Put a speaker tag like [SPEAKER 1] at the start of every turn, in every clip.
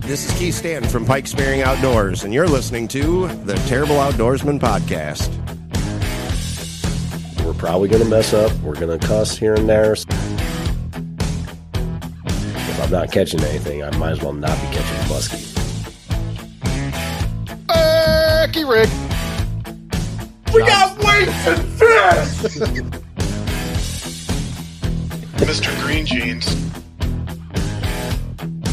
[SPEAKER 1] This is Keith Stanton from Pike Spearing Outdoors, and you're listening to the Terrible Outdoorsman Podcast.
[SPEAKER 2] We're probably going to mess up. We're going to cuss here and there. If I'm not catching anything, I might as well not be catching muskie.
[SPEAKER 3] Key rig.
[SPEAKER 4] We got weights and fish!
[SPEAKER 5] Mr. Green Jeans.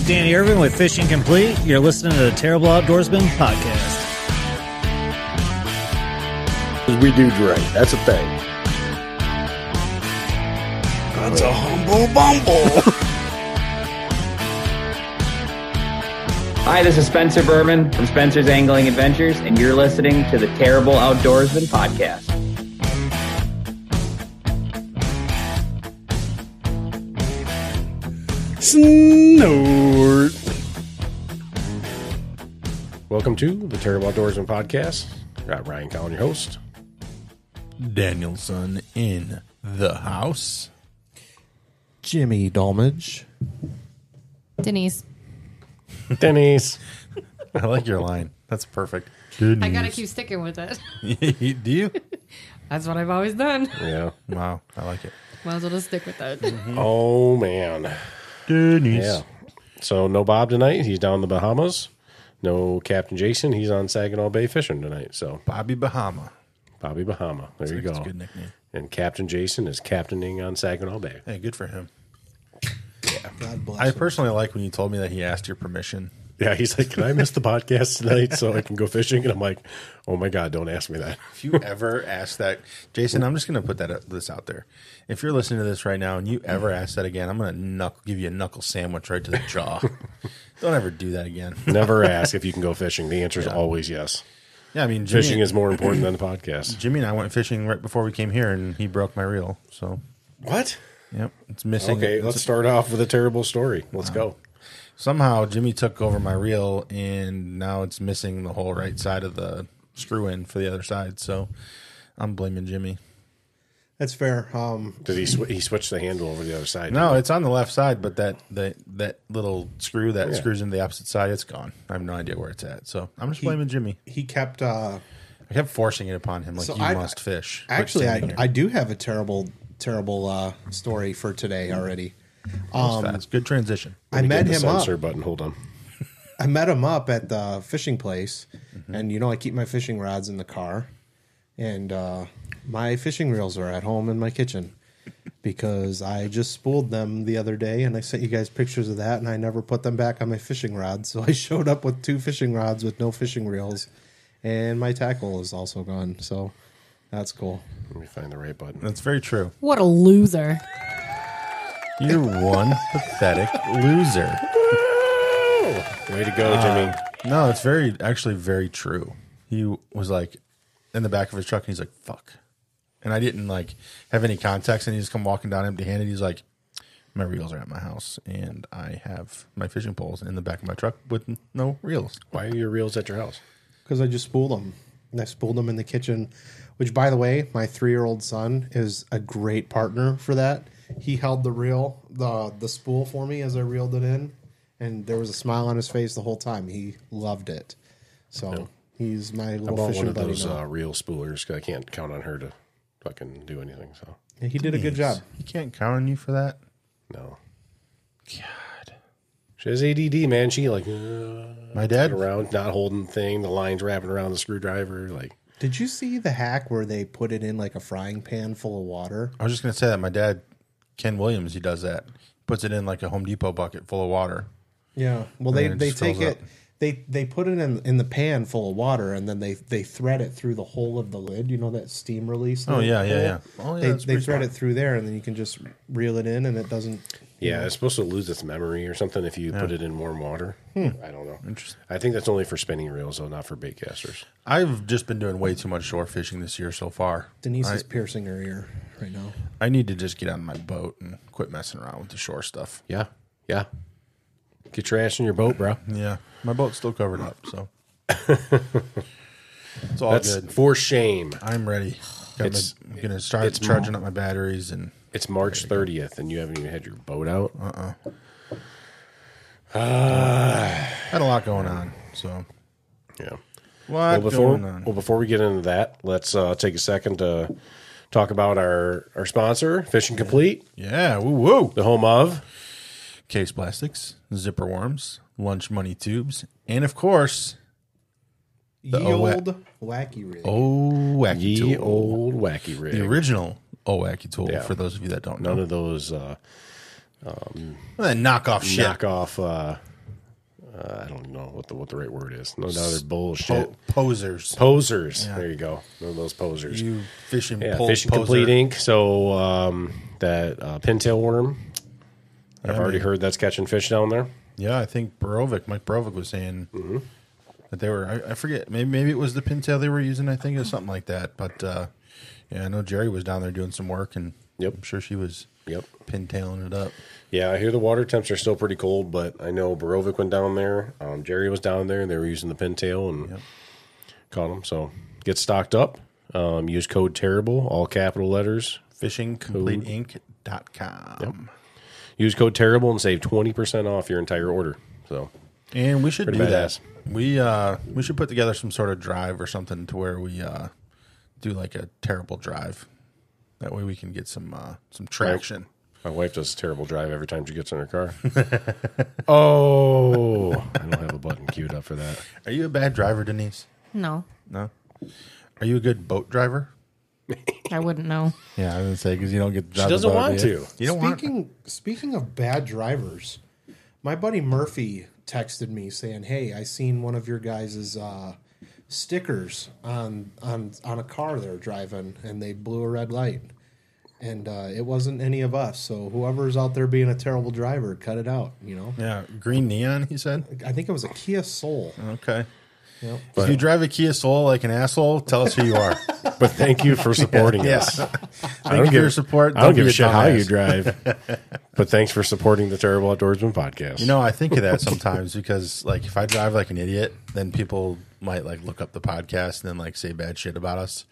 [SPEAKER 6] Danny Irvin with Fishing Complete. You're listening to the Terrible Outdoorsman podcast.
[SPEAKER 2] We do drink. That's a thing.
[SPEAKER 4] That's a humble bumble.
[SPEAKER 7] Hi, this is Spencer Berman from Spencer's Angling Adventures, and you're listening to the Terrible Outdoorsman podcast.
[SPEAKER 4] Snort.
[SPEAKER 2] Welcome to the Terrible Outdoorsman Podcast. Got Ryan Collin, your host.
[SPEAKER 8] Danielson in the house.
[SPEAKER 9] Jimmy Dolmage.
[SPEAKER 10] Denise.
[SPEAKER 2] Denny's.
[SPEAKER 8] I like your line. That's perfect.
[SPEAKER 10] I gotta keep sticking with it.
[SPEAKER 8] Do you?
[SPEAKER 10] That's what I've always done.
[SPEAKER 2] Yeah.
[SPEAKER 8] Wow, I like it.
[SPEAKER 10] Might as well just stick with that.
[SPEAKER 2] Oh, man.
[SPEAKER 8] Denise.
[SPEAKER 2] Yeah. So, no Bob tonight. He's down in the Bahamas. No Captain Jason. He's on Saginaw Bay fishing tonight. So,
[SPEAKER 8] Bobby Bahama.
[SPEAKER 2] Bobby Bahama. There you
[SPEAKER 8] That's
[SPEAKER 2] go.
[SPEAKER 8] a good nickname.
[SPEAKER 2] And Captain Jason is captaining on Saginaw Bay.
[SPEAKER 8] Hey, good for him.
[SPEAKER 9] God bless.
[SPEAKER 8] I personally like when you told me that he asked your permission.
[SPEAKER 2] Yeah, he's like, Can I miss the podcast tonight so I can go fishing? And I'm like, Oh my God, don't ask me that.
[SPEAKER 8] If you ever ask that, Jason, I'm just going to put that this out there. If you're listening to this right now and you ever ask that again, I'm going to knuckle give you a knuckle sandwich right to the jaw. Don't ever do that again.
[SPEAKER 2] Never ask if you can go fishing. The answer is always yes.
[SPEAKER 8] Yeah, I mean, Jimmy,
[SPEAKER 2] Fishing is more important than the podcast.
[SPEAKER 8] Jimmy and I went fishing right before we came here, and he broke my reel. So,
[SPEAKER 2] What?
[SPEAKER 8] yep, it's missing.
[SPEAKER 2] Okay, let's start off with a terrible story. Let's go.
[SPEAKER 8] Somehow Jimmy took over my reel and now it's missing the whole right side of the screw in for the other side. So I'm blaming Jimmy.
[SPEAKER 9] That's fair. Um,
[SPEAKER 2] Did he sw- he switched the handle over the other side?
[SPEAKER 8] No, it's on the left side, but that that, that little screw that
[SPEAKER 2] Yeah.
[SPEAKER 8] screws into the opposite side, it's gone. I have no idea where it's at. So I'm just blaming Jimmy.
[SPEAKER 9] he kept. Uh,
[SPEAKER 8] I kept forcing it upon him like
[SPEAKER 9] So
[SPEAKER 8] you
[SPEAKER 9] I-
[SPEAKER 8] must fish. Quit
[SPEAKER 9] actually, I,
[SPEAKER 8] standing
[SPEAKER 9] I
[SPEAKER 8] here.
[SPEAKER 9] do have a terrible, terrible uh, story for today already.
[SPEAKER 8] That's
[SPEAKER 9] um,
[SPEAKER 8] good transition.
[SPEAKER 9] I met him up.
[SPEAKER 2] Sensor button. Hold on.
[SPEAKER 9] I met him up at the fishing place,
[SPEAKER 2] Mm-hmm.
[SPEAKER 9] and you know I keep my fishing rods in the car, and uh, my fishing reels are at home in my kitchen because I just spooled them the other day, and I sent you guys pictures of that, and I never put them back on my fishing rods, so I showed up with two fishing rods with no fishing reels, and my tackle is also gone, so that's cool.
[SPEAKER 2] Let me find the right button.
[SPEAKER 8] That's very true.
[SPEAKER 10] What a loser.
[SPEAKER 8] You're one pathetic loser.
[SPEAKER 2] Way to go, Jimmy.
[SPEAKER 8] No, it's very actually very true. He was like in the back of his truck and he's like, fuck. And I didn't like have any contacts and he just come walking down empty handed. He's like, My reels are at my house and I have my fishing poles in the back of my truck with no reels.
[SPEAKER 2] Why are your reels at your house?
[SPEAKER 9] because I just spooled them. And I spooled them in the kitchen, which, by the way, my three-year-old son is a great partner for that. He held the reel, the the spool for me as I reeled it in, and there was a smile on his face the whole time. He loved it. So he's
[SPEAKER 2] I
[SPEAKER 9] my little
[SPEAKER 2] bought one
[SPEAKER 9] fishing
[SPEAKER 2] of
[SPEAKER 9] buddy
[SPEAKER 2] those
[SPEAKER 9] now.
[SPEAKER 2] uh, reel spoolers 'cause I can't count on her to fucking do anything. So
[SPEAKER 9] And he did a good job.
[SPEAKER 8] You can't count on you for that.
[SPEAKER 2] no. God. She has ADD, man. She like uh,
[SPEAKER 8] My dad
[SPEAKER 2] around, not holding the thing. The lines wrapping around the screwdriver. Like
[SPEAKER 9] Did you see the hack where they put it in like a frying pan full of water?
[SPEAKER 8] I was just gonna say that my dad, Ken Williams, he does that. Puts it in like a Home Depot bucket full of water.
[SPEAKER 9] Yeah. Well, they
[SPEAKER 8] then it
[SPEAKER 9] they
[SPEAKER 8] just
[SPEAKER 9] take
[SPEAKER 8] fills
[SPEAKER 9] it.
[SPEAKER 8] up.
[SPEAKER 9] They they put it in in the pan full of water, and then they they thread it through the hole of the lid. You know that steam release.
[SPEAKER 8] Oh, yeah, yeah,
[SPEAKER 9] hole?
[SPEAKER 8] yeah. Oh, yeah,
[SPEAKER 9] they
[SPEAKER 8] that's
[SPEAKER 9] they
[SPEAKER 8] pretty
[SPEAKER 9] thread it
[SPEAKER 8] smart.
[SPEAKER 9] through there, and then you can just reel it in, and it doesn't.
[SPEAKER 2] Yeah, it's supposed to lose its memory or something if you put it in warm water.
[SPEAKER 8] Hmm.
[SPEAKER 2] I don't know. Interesting. I think that's only for spinning reels, though, not for bait casters.
[SPEAKER 8] I've just been doing way too much shore fishing this year so far.
[SPEAKER 9] Denise
[SPEAKER 8] I-
[SPEAKER 9] is piercing her ear right now.
[SPEAKER 8] I need to just get on my boat and quit messing around with the shore stuff.
[SPEAKER 2] Yeah, yeah. Get your ass in your boat, bro.
[SPEAKER 8] Yeah, my boat's still covered up, so it's all
[SPEAKER 2] That's
[SPEAKER 8] good.
[SPEAKER 2] for shame.
[SPEAKER 8] I'm ready. Got
[SPEAKER 2] It's-
[SPEAKER 8] my, I'm gonna start
[SPEAKER 2] it's
[SPEAKER 8] charging up my batteries, and Uh-uh.
[SPEAKER 2] It's March 30th, and you haven't even had your boat out. Uh uh
[SPEAKER 8] Had a lot going on. So
[SPEAKER 2] Yeah. well,
[SPEAKER 8] what
[SPEAKER 2] before
[SPEAKER 8] going on?
[SPEAKER 2] well before we get into that, let's uh, take a second to talk about our our sponsor, Fishing Complete,
[SPEAKER 8] Yeah, woo woo.
[SPEAKER 2] the home of
[SPEAKER 8] Case plastics, zipper worms, lunch money tubes, and of course,
[SPEAKER 9] The
[SPEAKER 8] owa-
[SPEAKER 9] old wacky rig.
[SPEAKER 8] oh wacky
[SPEAKER 2] ye
[SPEAKER 8] tool.
[SPEAKER 2] old wacky rig.
[SPEAKER 8] the original oh wacky tool.
[SPEAKER 2] Yeah.
[SPEAKER 8] For those of you that don't
[SPEAKER 2] None
[SPEAKER 8] know,
[SPEAKER 2] of those uh,
[SPEAKER 8] that knockoff shit.
[SPEAKER 2] knockoff. Uh, uh, I don't know what the what the right word is. No, no, they're bullshit.
[SPEAKER 8] Po- posers.
[SPEAKER 2] posers. There you go. None of those posers.
[SPEAKER 8] you fishing
[SPEAKER 2] yeah,
[SPEAKER 8] pole
[SPEAKER 2] fishing
[SPEAKER 8] poser.
[SPEAKER 2] complete ink. So um, that uh, pintail worm. I've
[SPEAKER 8] Yeah,
[SPEAKER 2] already
[SPEAKER 8] man.
[SPEAKER 2] heard that's catching fish down there.
[SPEAKER 8] Yeah, I think Borovic, Mike Borovic was saying that they were. I, I forget. Maybe maybe it was the pintail they were using. I think or something like that. But uh, yeah, I know Jerry was down there doing some work, and
[SPEAKER 2] Yep.
[SPEAKER 8] I'm sure she was
[SPEAKER 2] Yep.
[SPEAKER 8] pintailing it up.
[SPEAKER 2] Yeah, I hear the water temps are still pretty cold, but I know Borovic went down there. Um, Jerry was down there, and they were using the pintail and caught them. So get stocked up. Um, use code terrible, all capital letters.
[SPEAKER 8] FishingCompleteInc.com.
[SPEAKER 2] Use code terrible and save twenty percent off your entire order. So
[SPEAKER 8] And we should
[SPEAKER 2] Pretty
[SPEAKER 8] do
[SPEAKER 2] badass.
[SPEAKER 8] that. We uh we should put together some sort of drive or something to where we uh do like a terrible drive. That way we can get some uh some traction.
[SPEAKER 2] My wife does a terrible drive every time she gets in her car. oh, I don't have a button queued up for that.
[SPEAKER 8] Are you a bad driver, Denise?
[SPEAKER 10] No,
[SPEAKER 8] No. Are you a good boat driver?
[SPEAKER 10] I wouldn't know.
[SPEAKER 8] Yeah, I was gonna say because you don't get. The she
[SPEAKER 2] doesn't want to.
[SPEAKER 8] You don't want.
[SPEAKER 9] speaking speaking of bad drivers, my buddy Murphy texted me saying, "Hey, I seen one of your guys' uh, stickers on on on a car they're driving, and they blew a red light, and uh, it wasn't any of us. So whoever's out there being a terrible driver, cut it out. You know,
[SPEAKER 8] Yeah, green neon. He said.
[SPEAKER 9] I think it was a Kia Soul.
[SPEAKER 8] Okay.
[SPEAKER 9] Yep.
[SPEAKER 8] if you drive a Kia Soul like an asshole, tell us who you are.
[SPEAKER 2] But thank you for supporting us. I don't
[SPEAKER 8] for your support.
[SPEAKER 2] I don't
[SPEAKER 8] Don't
[SPEAKER 2] give
[SPEAKER 8] be
[SPEAKER 2] a
[SPEAKER 8] a
[SPEAKER 2] shit how
[SPEAKER 8] dumbass.
[SPEAKER 2] you drive. but thanks for supporting the Terrible Outdoorsman podcast.
[SPEAKER 8] You know, I think of that sometimes because, like, if I drive like an idiot, then people might like look up the podcast and then like say bad shit about us.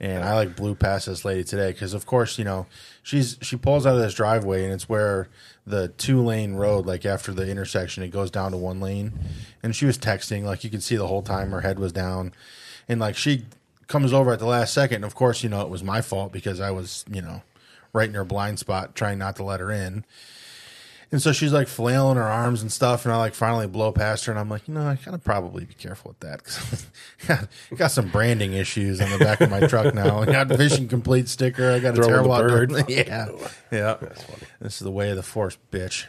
[SPEAKER 8] And I like blew past this lady today because, of course, you know she's she pulls out of this driveway and it's where the two lane road, like after the intersection, it goes down to one lane. And she was texting, like you could see the whole time her head was down, and like she comes over at the last second. And of course, you know it was my fault because I was, you know, right in her blind spot, trying not to let her in. And so she's like flailing her arms and stuff, and I like finally blow past her, and I'm like, you know, I gotta probably be careful with that because got, got some branding issues on the back of my truck now. I got Vision Complete sticker. I got a
[SPEAKER 2] Throw in the
[SPEAKER 8] terrible
[SPEAKER 2] bird.
[SPEAKER 8] yeah, yeah. This is the way of the force, bitch.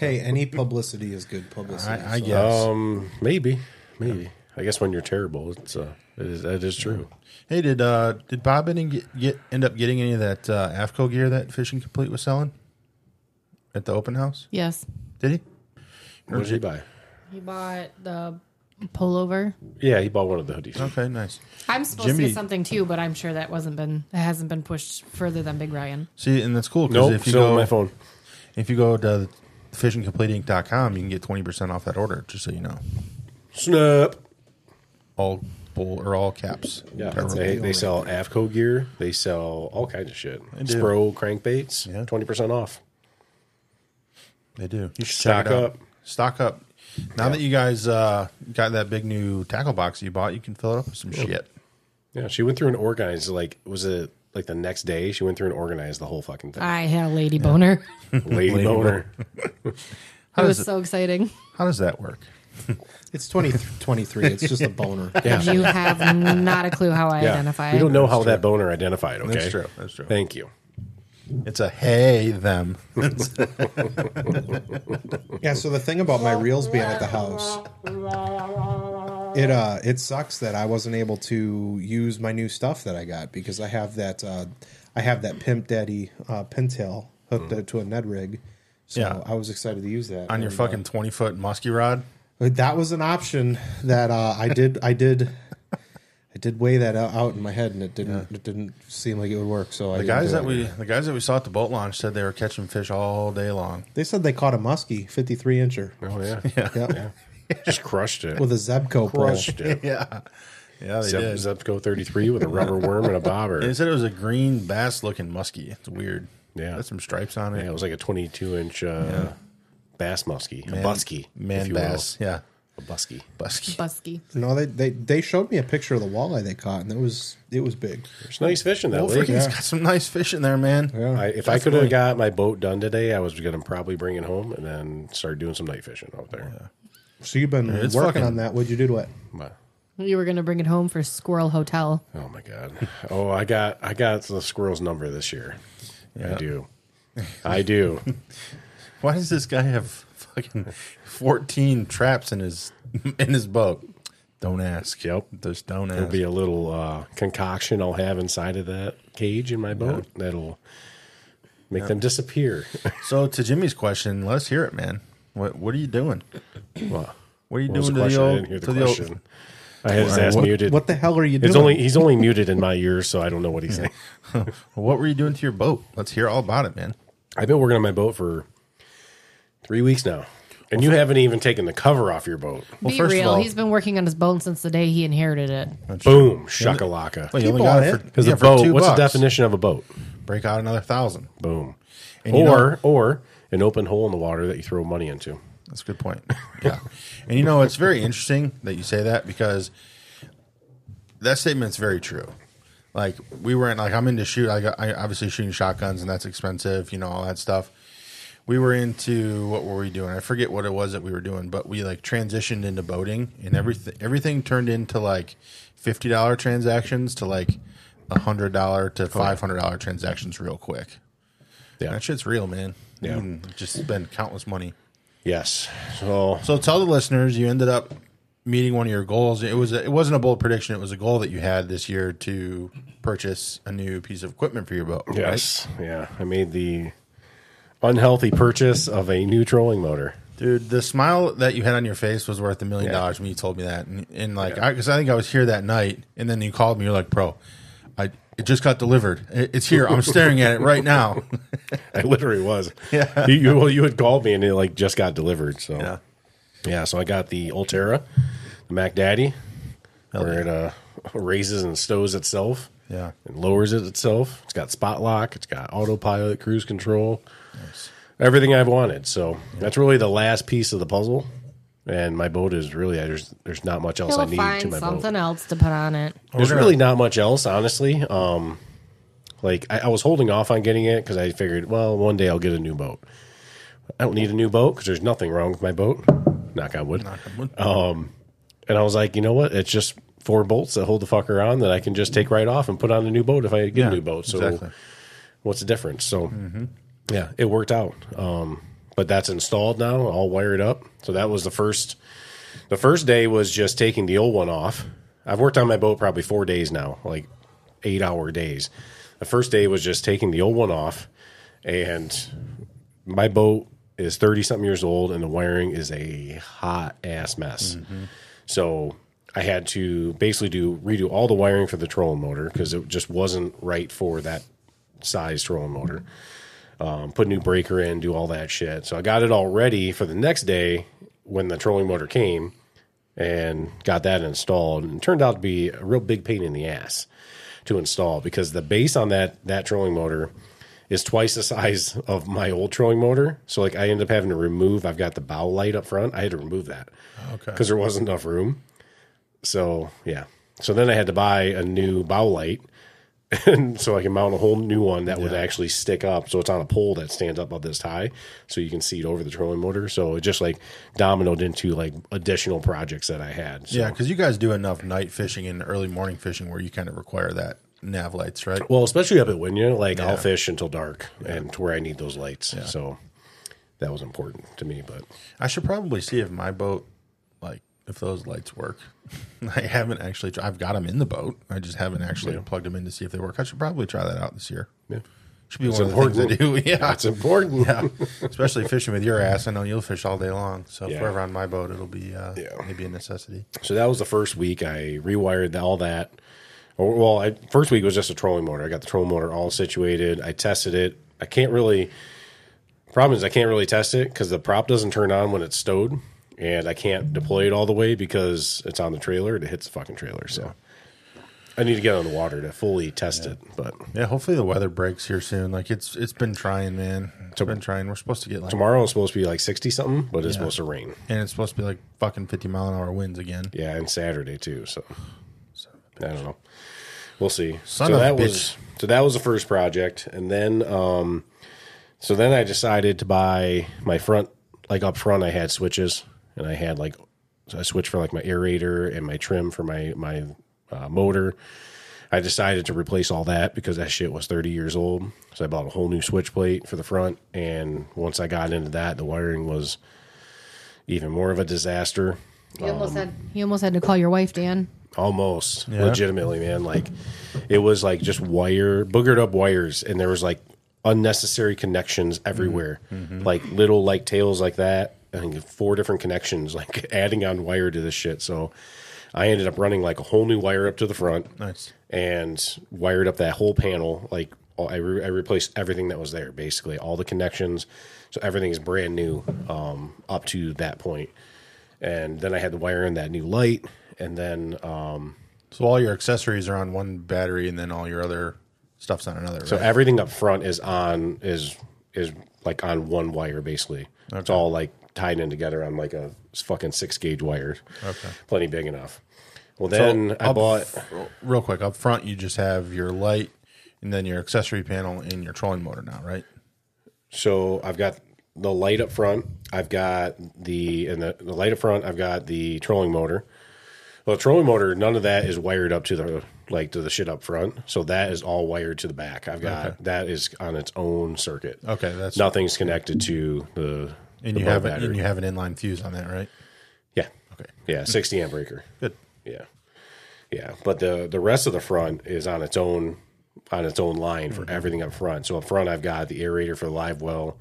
[SPEAKER 9] Hey, any publicity is good publicity.
[SPEAKER 8] I, I
[SPEAKER 9] so-
[SPEAKER 8] guess.
[SPEAKER 2] um, maybe, maybe. I guess when you're terrible, it's uh, it is, that is true.
[SPEAKER 8] hey, did uh did Bob end, get, get end up getting any of that uh, Afco gear that Fishing Complete was selling at the open house?
[SPEAKER 10] Yes,
[SPEAKER 8] Did he?
[SPEAKER 2] What did he buy?
[SPEAKER 10] he bought the pullover.
[SPEAKER 2] Yeah, he bought one of the hoodies.
[SPEAKER 8] Okay, nice.
[SPEAKER 10] I'm supposed to
[SPEAKER 8] Jimmy-
[SPEAKER 10] get something too, but I'm sure that wasn't been that hasn't been pushed further than Big Ryan.
[SPEAKER 8] See, and that's cool because
[SPEAKER 2] Nope,
[SPEAKER 8] if you
[SPEAKER 2] still
[SPEAKER 8] go
[SPEAKER 2] on my phone.
[SPEAKER 8] If you go to fishingcompleteinc.com, you can get 20% off that order, just so you know.
[SPEAKER 2] Snap.
[SPEAKER 8] All bull or all caps.
[SPEAKER 2] Yeah,
[SPEAKER 8] Whatever.
[SPEAKER 2] they, they sell Avco gear. They sell all kinds of shit.
[SPEAKER 8] do.
[SPEAKER 2] Spro crankbaits,
[SPEAKER 8] Yeah.
[SPEAKER 2] twenty percent off.
[SPEAKER 8] They do. You should
[SPEAKER 2] Stock
[SPEAKER 8] check it out.
[SPEAKER 2] up.
[SPEAKER 8] Stock up. Now that you guys uh, got that big new tackle box you bought, you can fill it up with some shit.
[SPEAKER 2] Yeah, she went through and organized. Like, was it like the next day? She went through and organized the whole fucking thing.
[SPEAKER 10] I had a lady boner.
[SPEAKER 2] Lady, boner.
[SPEAKER 10] It
[SPEAKER 8] does
[SPEAKER 10] was
[SPEAKER 8] it-
[SPEAKER 10] so exciting.
[SPEAKER 8] How does that work?
[SPEAKER 9] It's 20, 23. It's just a boner.
[SPEAKER 2] Yeah,
[SPEAKER 10] You have not a clue how I
[SPEAKER 2] yeah.
[SPEAKER 10] identify.
[SPEAKER 2] We don't know how that boner identified. Okay,
[SPEAKER 8] That's true. That's true.
[SPEAKER 2] Thank you.
[SPEAKER 8] It's a hey them.
[SPEAKER 9] Yeah, so the thing about my reels being at the house, it uh it sucks that I wasn't able to use my new stuff that I got because I have that uh I have that Pimp Daddy uh pintail hooked up to a Ned rig. So
[SPEAKER 8] Mm. Yeah.
[SPEAKER 9] I was excited to use that.
[SPEAKER 8] On your
[SPEAKER 9] And,
[SPEAKER 8] fucking 20 foot musky rod?
[SPEAKER 9] uh, that was an option that uh I did I did I did weigh that out- out in my head and it didn't it didn't seem like it would work. So I
[SPEAKER 8] The
[SPEAKER 9] didn't
[SPEAKER 8] guys
[SPEAKER 9] do
[SPEAKER 8] that
[SPEAKER 9] it.
[SPEAKER 8] we the guys that we saw at the boat launch said they were catching fish all day long.
[SPEAKER 9] they said they caught a muskie, fifty three incher.
[SPEAKER 2] Oh yeah,
[SPEAKER 9] Yep.
[SPEAKER 2] just crushed it.
[SPEAKER 9] With a Zebco pole.
[SPEAKER 2] crushed it.
[SPEAKER 8] Yeah. Yeah, they
[SPEAKER 2] Zep,
[SPEAKER 8] did.
[SPEAKER 2] Zepco thirty three with a rubber worm and a bobber.
[SPEAKER 8] They said it was a green bass looking muskie. It's weird.
[SPEAKER 2] Yeah.
[SPEAKER 8] Got some stripes on it.
[SPEAKER 2] Yeah, it was like a twenty two inch uh, bass muskie,
[SPEAKER 8] Man-
[SPEAKER 2] a busky,
[SPEAKER 8] man
[SPEAKER 2] if you will.
[SPEAKER 8] bass. Yeah,
[SPEAKER 2] a busky.
[SPEAKER 8] busky.
[SPEAKER 10] Busky.
[SPEAKER 9] No, they, they they showed me a picture of the walleye they caught, and it was it was big.
[SPEAKER 2] There's nice fish in that
[SPEAKER 8] Well,
[SPEAKER 2] lake.
[SPEAKER 8] freaking, it's got some nice fish in there, man.
[SPEAKER 2] I, if I could have got my boat done today, I was going to probably bring it home and then start doing some night fishing out there.
[SPEAKER 9] So you've been
[SPEAKER 8] It's
[SPEAKER 9] working
[SPEAKER 8] fucking-
[SPEAKER 9] on that. What'd you do to it?
[SPEAKER 2] But-
[SPEAKER 10] You were going to bring it home for Squirrel Hotel.
[SPEAKER 2] oh my god! Oh, I got I got the squirrel's number this year. I do, I do.
[SPEAKER 8] Why does this guy have fucking fourteen traps in his in his boat? Don't ask.
[SPEAKER 2] Yep.
[SPEAKER 8] Just don't
[SPEAKER 2] There'll
[SPEAKER 8] ask.
[SPEAKER 2] be a little uh, concoction I'll have inside of that cage in my boat that'll make them disappear.
[SPEAKER 8] so to Jimmy's question, let's hear it, man. What What are you doing?
[SPEAKER 2] well,
[SPEAKER 8] What are you
[SPEAKER 2] what was the
[SPEAKER 8] doing to the
[SPEAKER 2] question? I
[SPEAKER 8] old?
[SPEAKER 2] didn't hear
[SPEAKER 8] to
[SPEAKER 2] the
[SPEAKER 8] the old-
[SPEAKER 2] question. I had his
[SPEAKER 8] Well,
[SPEAKER 2] ass
[SPEAKER 8] what-
[SPEAKER 2] muted.
[SPEAKER 9] What the hell are you doing?
[SPEAKER 2] It's only he's only muted in my ears, so I don't know what he's saying.
[SPEAKER 8] what were you doing to your boat? Let's hear all about it, man.
[SPEAKER 2] I've been working on my boat for three weeks now, and you haven't even taken the cover off your boat.
[SPEAKER 10] Be
[SPEAKER 8] first of
[SPEAKER 10] real.
[SPEAKER 8] all-
[SPEAKER 10] he's been working on his bone since the day he inherited it.
[SPEAKER 2] Boom, shakalaka.
[SPEAKER 8] Well, you only
[SPEAKER 9] bought
[SPEAKER 8] got it
[SPEAKER 9] it.
[SPEAKER 8] for
[SPEAKER 2] Because
[SPEAKER 8] yeah,
[SPEAKER 2] the
[SPEAKER 8] for
[SPEAKER 2] boat,
[SPEAKER 8] two
[SPEAKER 2] what's
[SPEAKER 8] bucks.
[SPEAKER 2] the definition of a boat?
[SPEAKER 8] Break out another thousand.
[SPEAKER 2] Boom.
[SPEAKER 8] you know-
[SPEAKER 2] or or an open hole in the water that you throw money into.
[SPEAKER 8] That's a good point. Yeah. and you know, it's very interesting that you say that because that statement's very true. Like we were in like I'm into shoot I got I obviously shooting shotguns and that's expensive, you know, all that stuff. We were into what were we doing? I forget what it was that we were doing, but we like transitioned into boating and everything everything turned into like fifty dollar transactions to like a hundred dollar to five hundred dollar transactions real quick.
[SPEAKER 2] Yeah.
[SPEAKER 8] That shit's real, man.
[SPEAKER 2] Yeah.
[SPEAKER 8] You can just spend countless money.
[SPEAKER 2] Yes. So
[SPEAKER 8] So tell the listeners you ended up meeting one of your goals. It was it wasn't a bold prediction. It was a goal that you had this year to purchase a new piece of equipment for your boat. right?
[SPEAKER 2] yes, yeah, I made the unhealthy purchase of a new trolling motor.
[SPEAKER 8] dude. The smile that you had on your face was worth a million
[SPEAKER 2] Yeah.
[SPEAKER 8] dollars when you told me that. And, and like, because I, think I was here that night, and then you called me. You're like, bro, I it just got delivered. It, it's here. I'm staring at it right now.
[SPEAKER 2] I literally was. Yeah. You, you- well, you had called me and it like just got delivered. So yeah, so I got the Ultera, the Mac Daddy, where it uh, raises and stows itself.
[SPEAKER 8] Yeah.
[SPEAKER 2] and lowers it itself. It's got spot lock. It's got autopilot, cruise control, everything I've wanted. So that's really the last piece of the puzzle. And my boat is really there's there's not much else I
[SPEAKER 10] He'll
[SPEAKER 2] need to
[SPEAKER 10] find
[SPEAKER 2] my boat.
[SPEAKER 10] something else to put on it.
[SPEAKER 2] There's really not much else, honestly. Um, like I, I was holding off on getting it because I figured, well, one day I'll get a new boat. I don't need a new boat because there's nothing wrong with my boat. Knock on wood. And I was like, you know what? It's just four bolts that hold the fucker on that I can just take right off and put on a new boat if I get a new boat. So
[SPEAKER 8] exactly.
[SPEAKER 2] what's the difference? So yeah, it worked out. Um, but that's installed now, all wired up. So that was the first. The first day was just taking the old one off. I've worked on my boat probably four days now, like eight hour days. The first day was just taking the old one off, and my boat is thirty something years old, and the wiring is a hot ass mess. So I had to basically do redo all the wiring for the trolling motor because it just wasn't right for that size trolling motor. Um, put a new breaker in, do all that shit. So I got it all ready for the next day when the trolling motor came and got that installed. And it turned out to be a real big pain in the ass to install because the base on that that trolling motor is twice the size of my old trolling motor. So like I ended up having to remove. I've got the bow light up front. I had to remove that because there wasn't enough room. So yeah. So then I had to buy a new bow light, and so I can mount a whole new one that would actually stick up. So it's on a pole that stands up about this high, so you can see it over the trolling motor. So it just like dominoed into like additional projects that I had. So,
[SPEAKER 8] Yeah, because you guys do enough night fishing and early morning fishing where you kind of require that nav lights, right?
[SPEAKER 2] Well, especially up at Winya, like I'll fish until dark, and to where I need those lights. So that was important to me. But
[SPEAKER 8] I should probably see if my boat, like, if those lights work. I haven't actually. Tr- I've got them in the boat. I just haven't actually plugged them in to see if they work. I should probably try that out this year.
[SPEAKER 2] yeah,
[SPEAKER 8] Should be
[SPEAKER 2] It's
[SPEAKER 8] one of the things I do.
[SPEAKER 2] important.
[SPEAKER 8] Yeah,
[SPEAKER 2] that's important.
[SPEAKER 8] yeah. Especially fishing with your ass. I know you'll fish all day long. So if
[SPEAKER 2] Yeah.
[SPEAKER 8] we're around my boat, it'll be uh,
[SPEAKER 2] Yeah.
[SPEAKER 8] maybe a necessity.
[SPEAKER 2] So that was the first week. I rewired all that. Or, well, I, first week was just a trolling motor. I got the trolling motor all situated. I tested it. I can't really. Problem is, I can't really test it because the prop doesn't turn on when it's stowed, and I can't deploy it all the way because it's on the trailer and it hits the fucking trailer. So I need to get on the water to fully test it. But
[SPEAKER 8] Yeah, hopefully the weather breaks here soon. Like it's it's been trying, man. It's been trying. We're supposed to get like
[SPEAKER 2] tomorrow it's supposed to be like sixty something, but it's
[SPEAKER 8] Yeah.
[SPEAKER 2] supposed to rain.
[SPEAKER 8] and it's supposed to be like fucking fifty mile an hour winds again.
[SPEAKER 2] Yeah, and Saturday too. So I don't know. We'll see.
[SPEAKER 8] Son
[SPEAKER 2] so
[SPEAKER 8] of a
[SPEAKER 2] that
[SPEAKER 8] bitch.
[SPEAKER 2] was so that was the first project, and then um, so then I decided to buy my front like up front. I had switches, and I had like so I switched for like my aerator and my trim for my my uh, motor. I decided to replace all that because that shit was 30 years old. So I bought a whole new switch plate for the front. And once I got into that, the wiring was even more of a disaster.
[SPEAKER 10] You almost had you almost had to call your wife, Dan.
[SPEAKER 2] almost legitimately man like it was like just wire boogered up wires and there was like unnecessary connections everywhere like little like tails like that i think four different connections like adding on wire to this shit so i ended up running like a whole new wire up to the front
[SPEAKER 8] Nice.
[SPEAKER 2] and wired up that whole panel. Like all, I, re- I replaced everything that was there, basically all the connections. So everything's brand new um, up to that point. And then I had to wire in that new light, and then um,
[SPEAKER 8] So all your accessories are on one battery, and then all your other stuff's on another.
[SPEAKER 2] so
[SPEAKER 8] right?
[SPEAKER 2] everything up front is on is is like on one wire basically. It's all like tied in together on like a fucking six gauge wire. Okay, plenty big enough. Well, then I
[SPEAKER 8] up
[SPEAKER 2] bought.
[SPEAKER 8] f- real quick up front. You just have your light, and then your accessory panel, and your trolling motor now, right?
[SPEAKER 2] So I've got the light up front. I've got the and the, the light up front. I've got the trolling motor. Well, the trolling motor, none of that is wired up to the like to the shit up front. So that is all wired to the back. I've got that is on its own circuit.
[SPEAKER 8] Okay, that's
[SPEAKER 2] Nothing's connected to the
[SPEAKER 8] And
[SPEAKER 2] the
[SPEAKER 8] you
[SPEAKER 2] bulb
[SPEAKER 8] have an,
[SPEAKER 2] battery.
[SPEAKER 8] and you have an inline fuse on that, right?
[SPEAKER 2] yeah.
[SPEAKER 8] Okay.
[SPEAKER 2] Yeah, sixty amp breaker.
[SPEAKER 8] Good.
[SPEAKER 2] Yeah, yeah. But the the rest of the front is on its own on its own line for everything up front. So up front, I've got the aerator for the live well.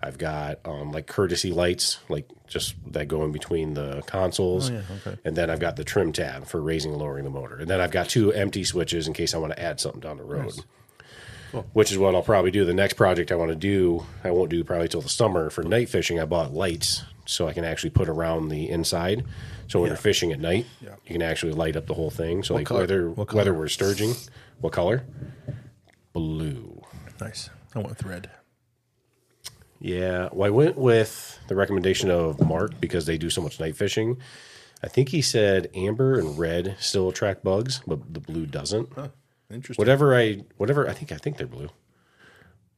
[SPEAKER 2] I've got um, like courtesy lights, like just that go in between the consoles, and then I've got the trim tab for raising and lowering the motor, and then I've got two empty switches in case I want to add something down the road. Which is what I'll probably do. The next project I want to do, I won't do probably till the summer for night fishing. I bought lights so I can actually put around the inside. So when you're fishing at night, you can actually light up the whole thing. So like
[SPEAKER 8] color?
[SPEAKER 2] whether
[SPEAKER 8] What color?
[SPEAKER 2] whether we're sturging, what color? Blue.
[SPEAKER 8] Nice. I went with red.
[SPEAKER 2] Yeah. Well, I went with the recommendation of Mark because they do so much night fishing. I think he said amber and red still attract bugs, but the blue doesn't.
[SPEAKER 8] Interesting.
[SPEAKER 2] Whatever I, whatever I think, I think they're blue.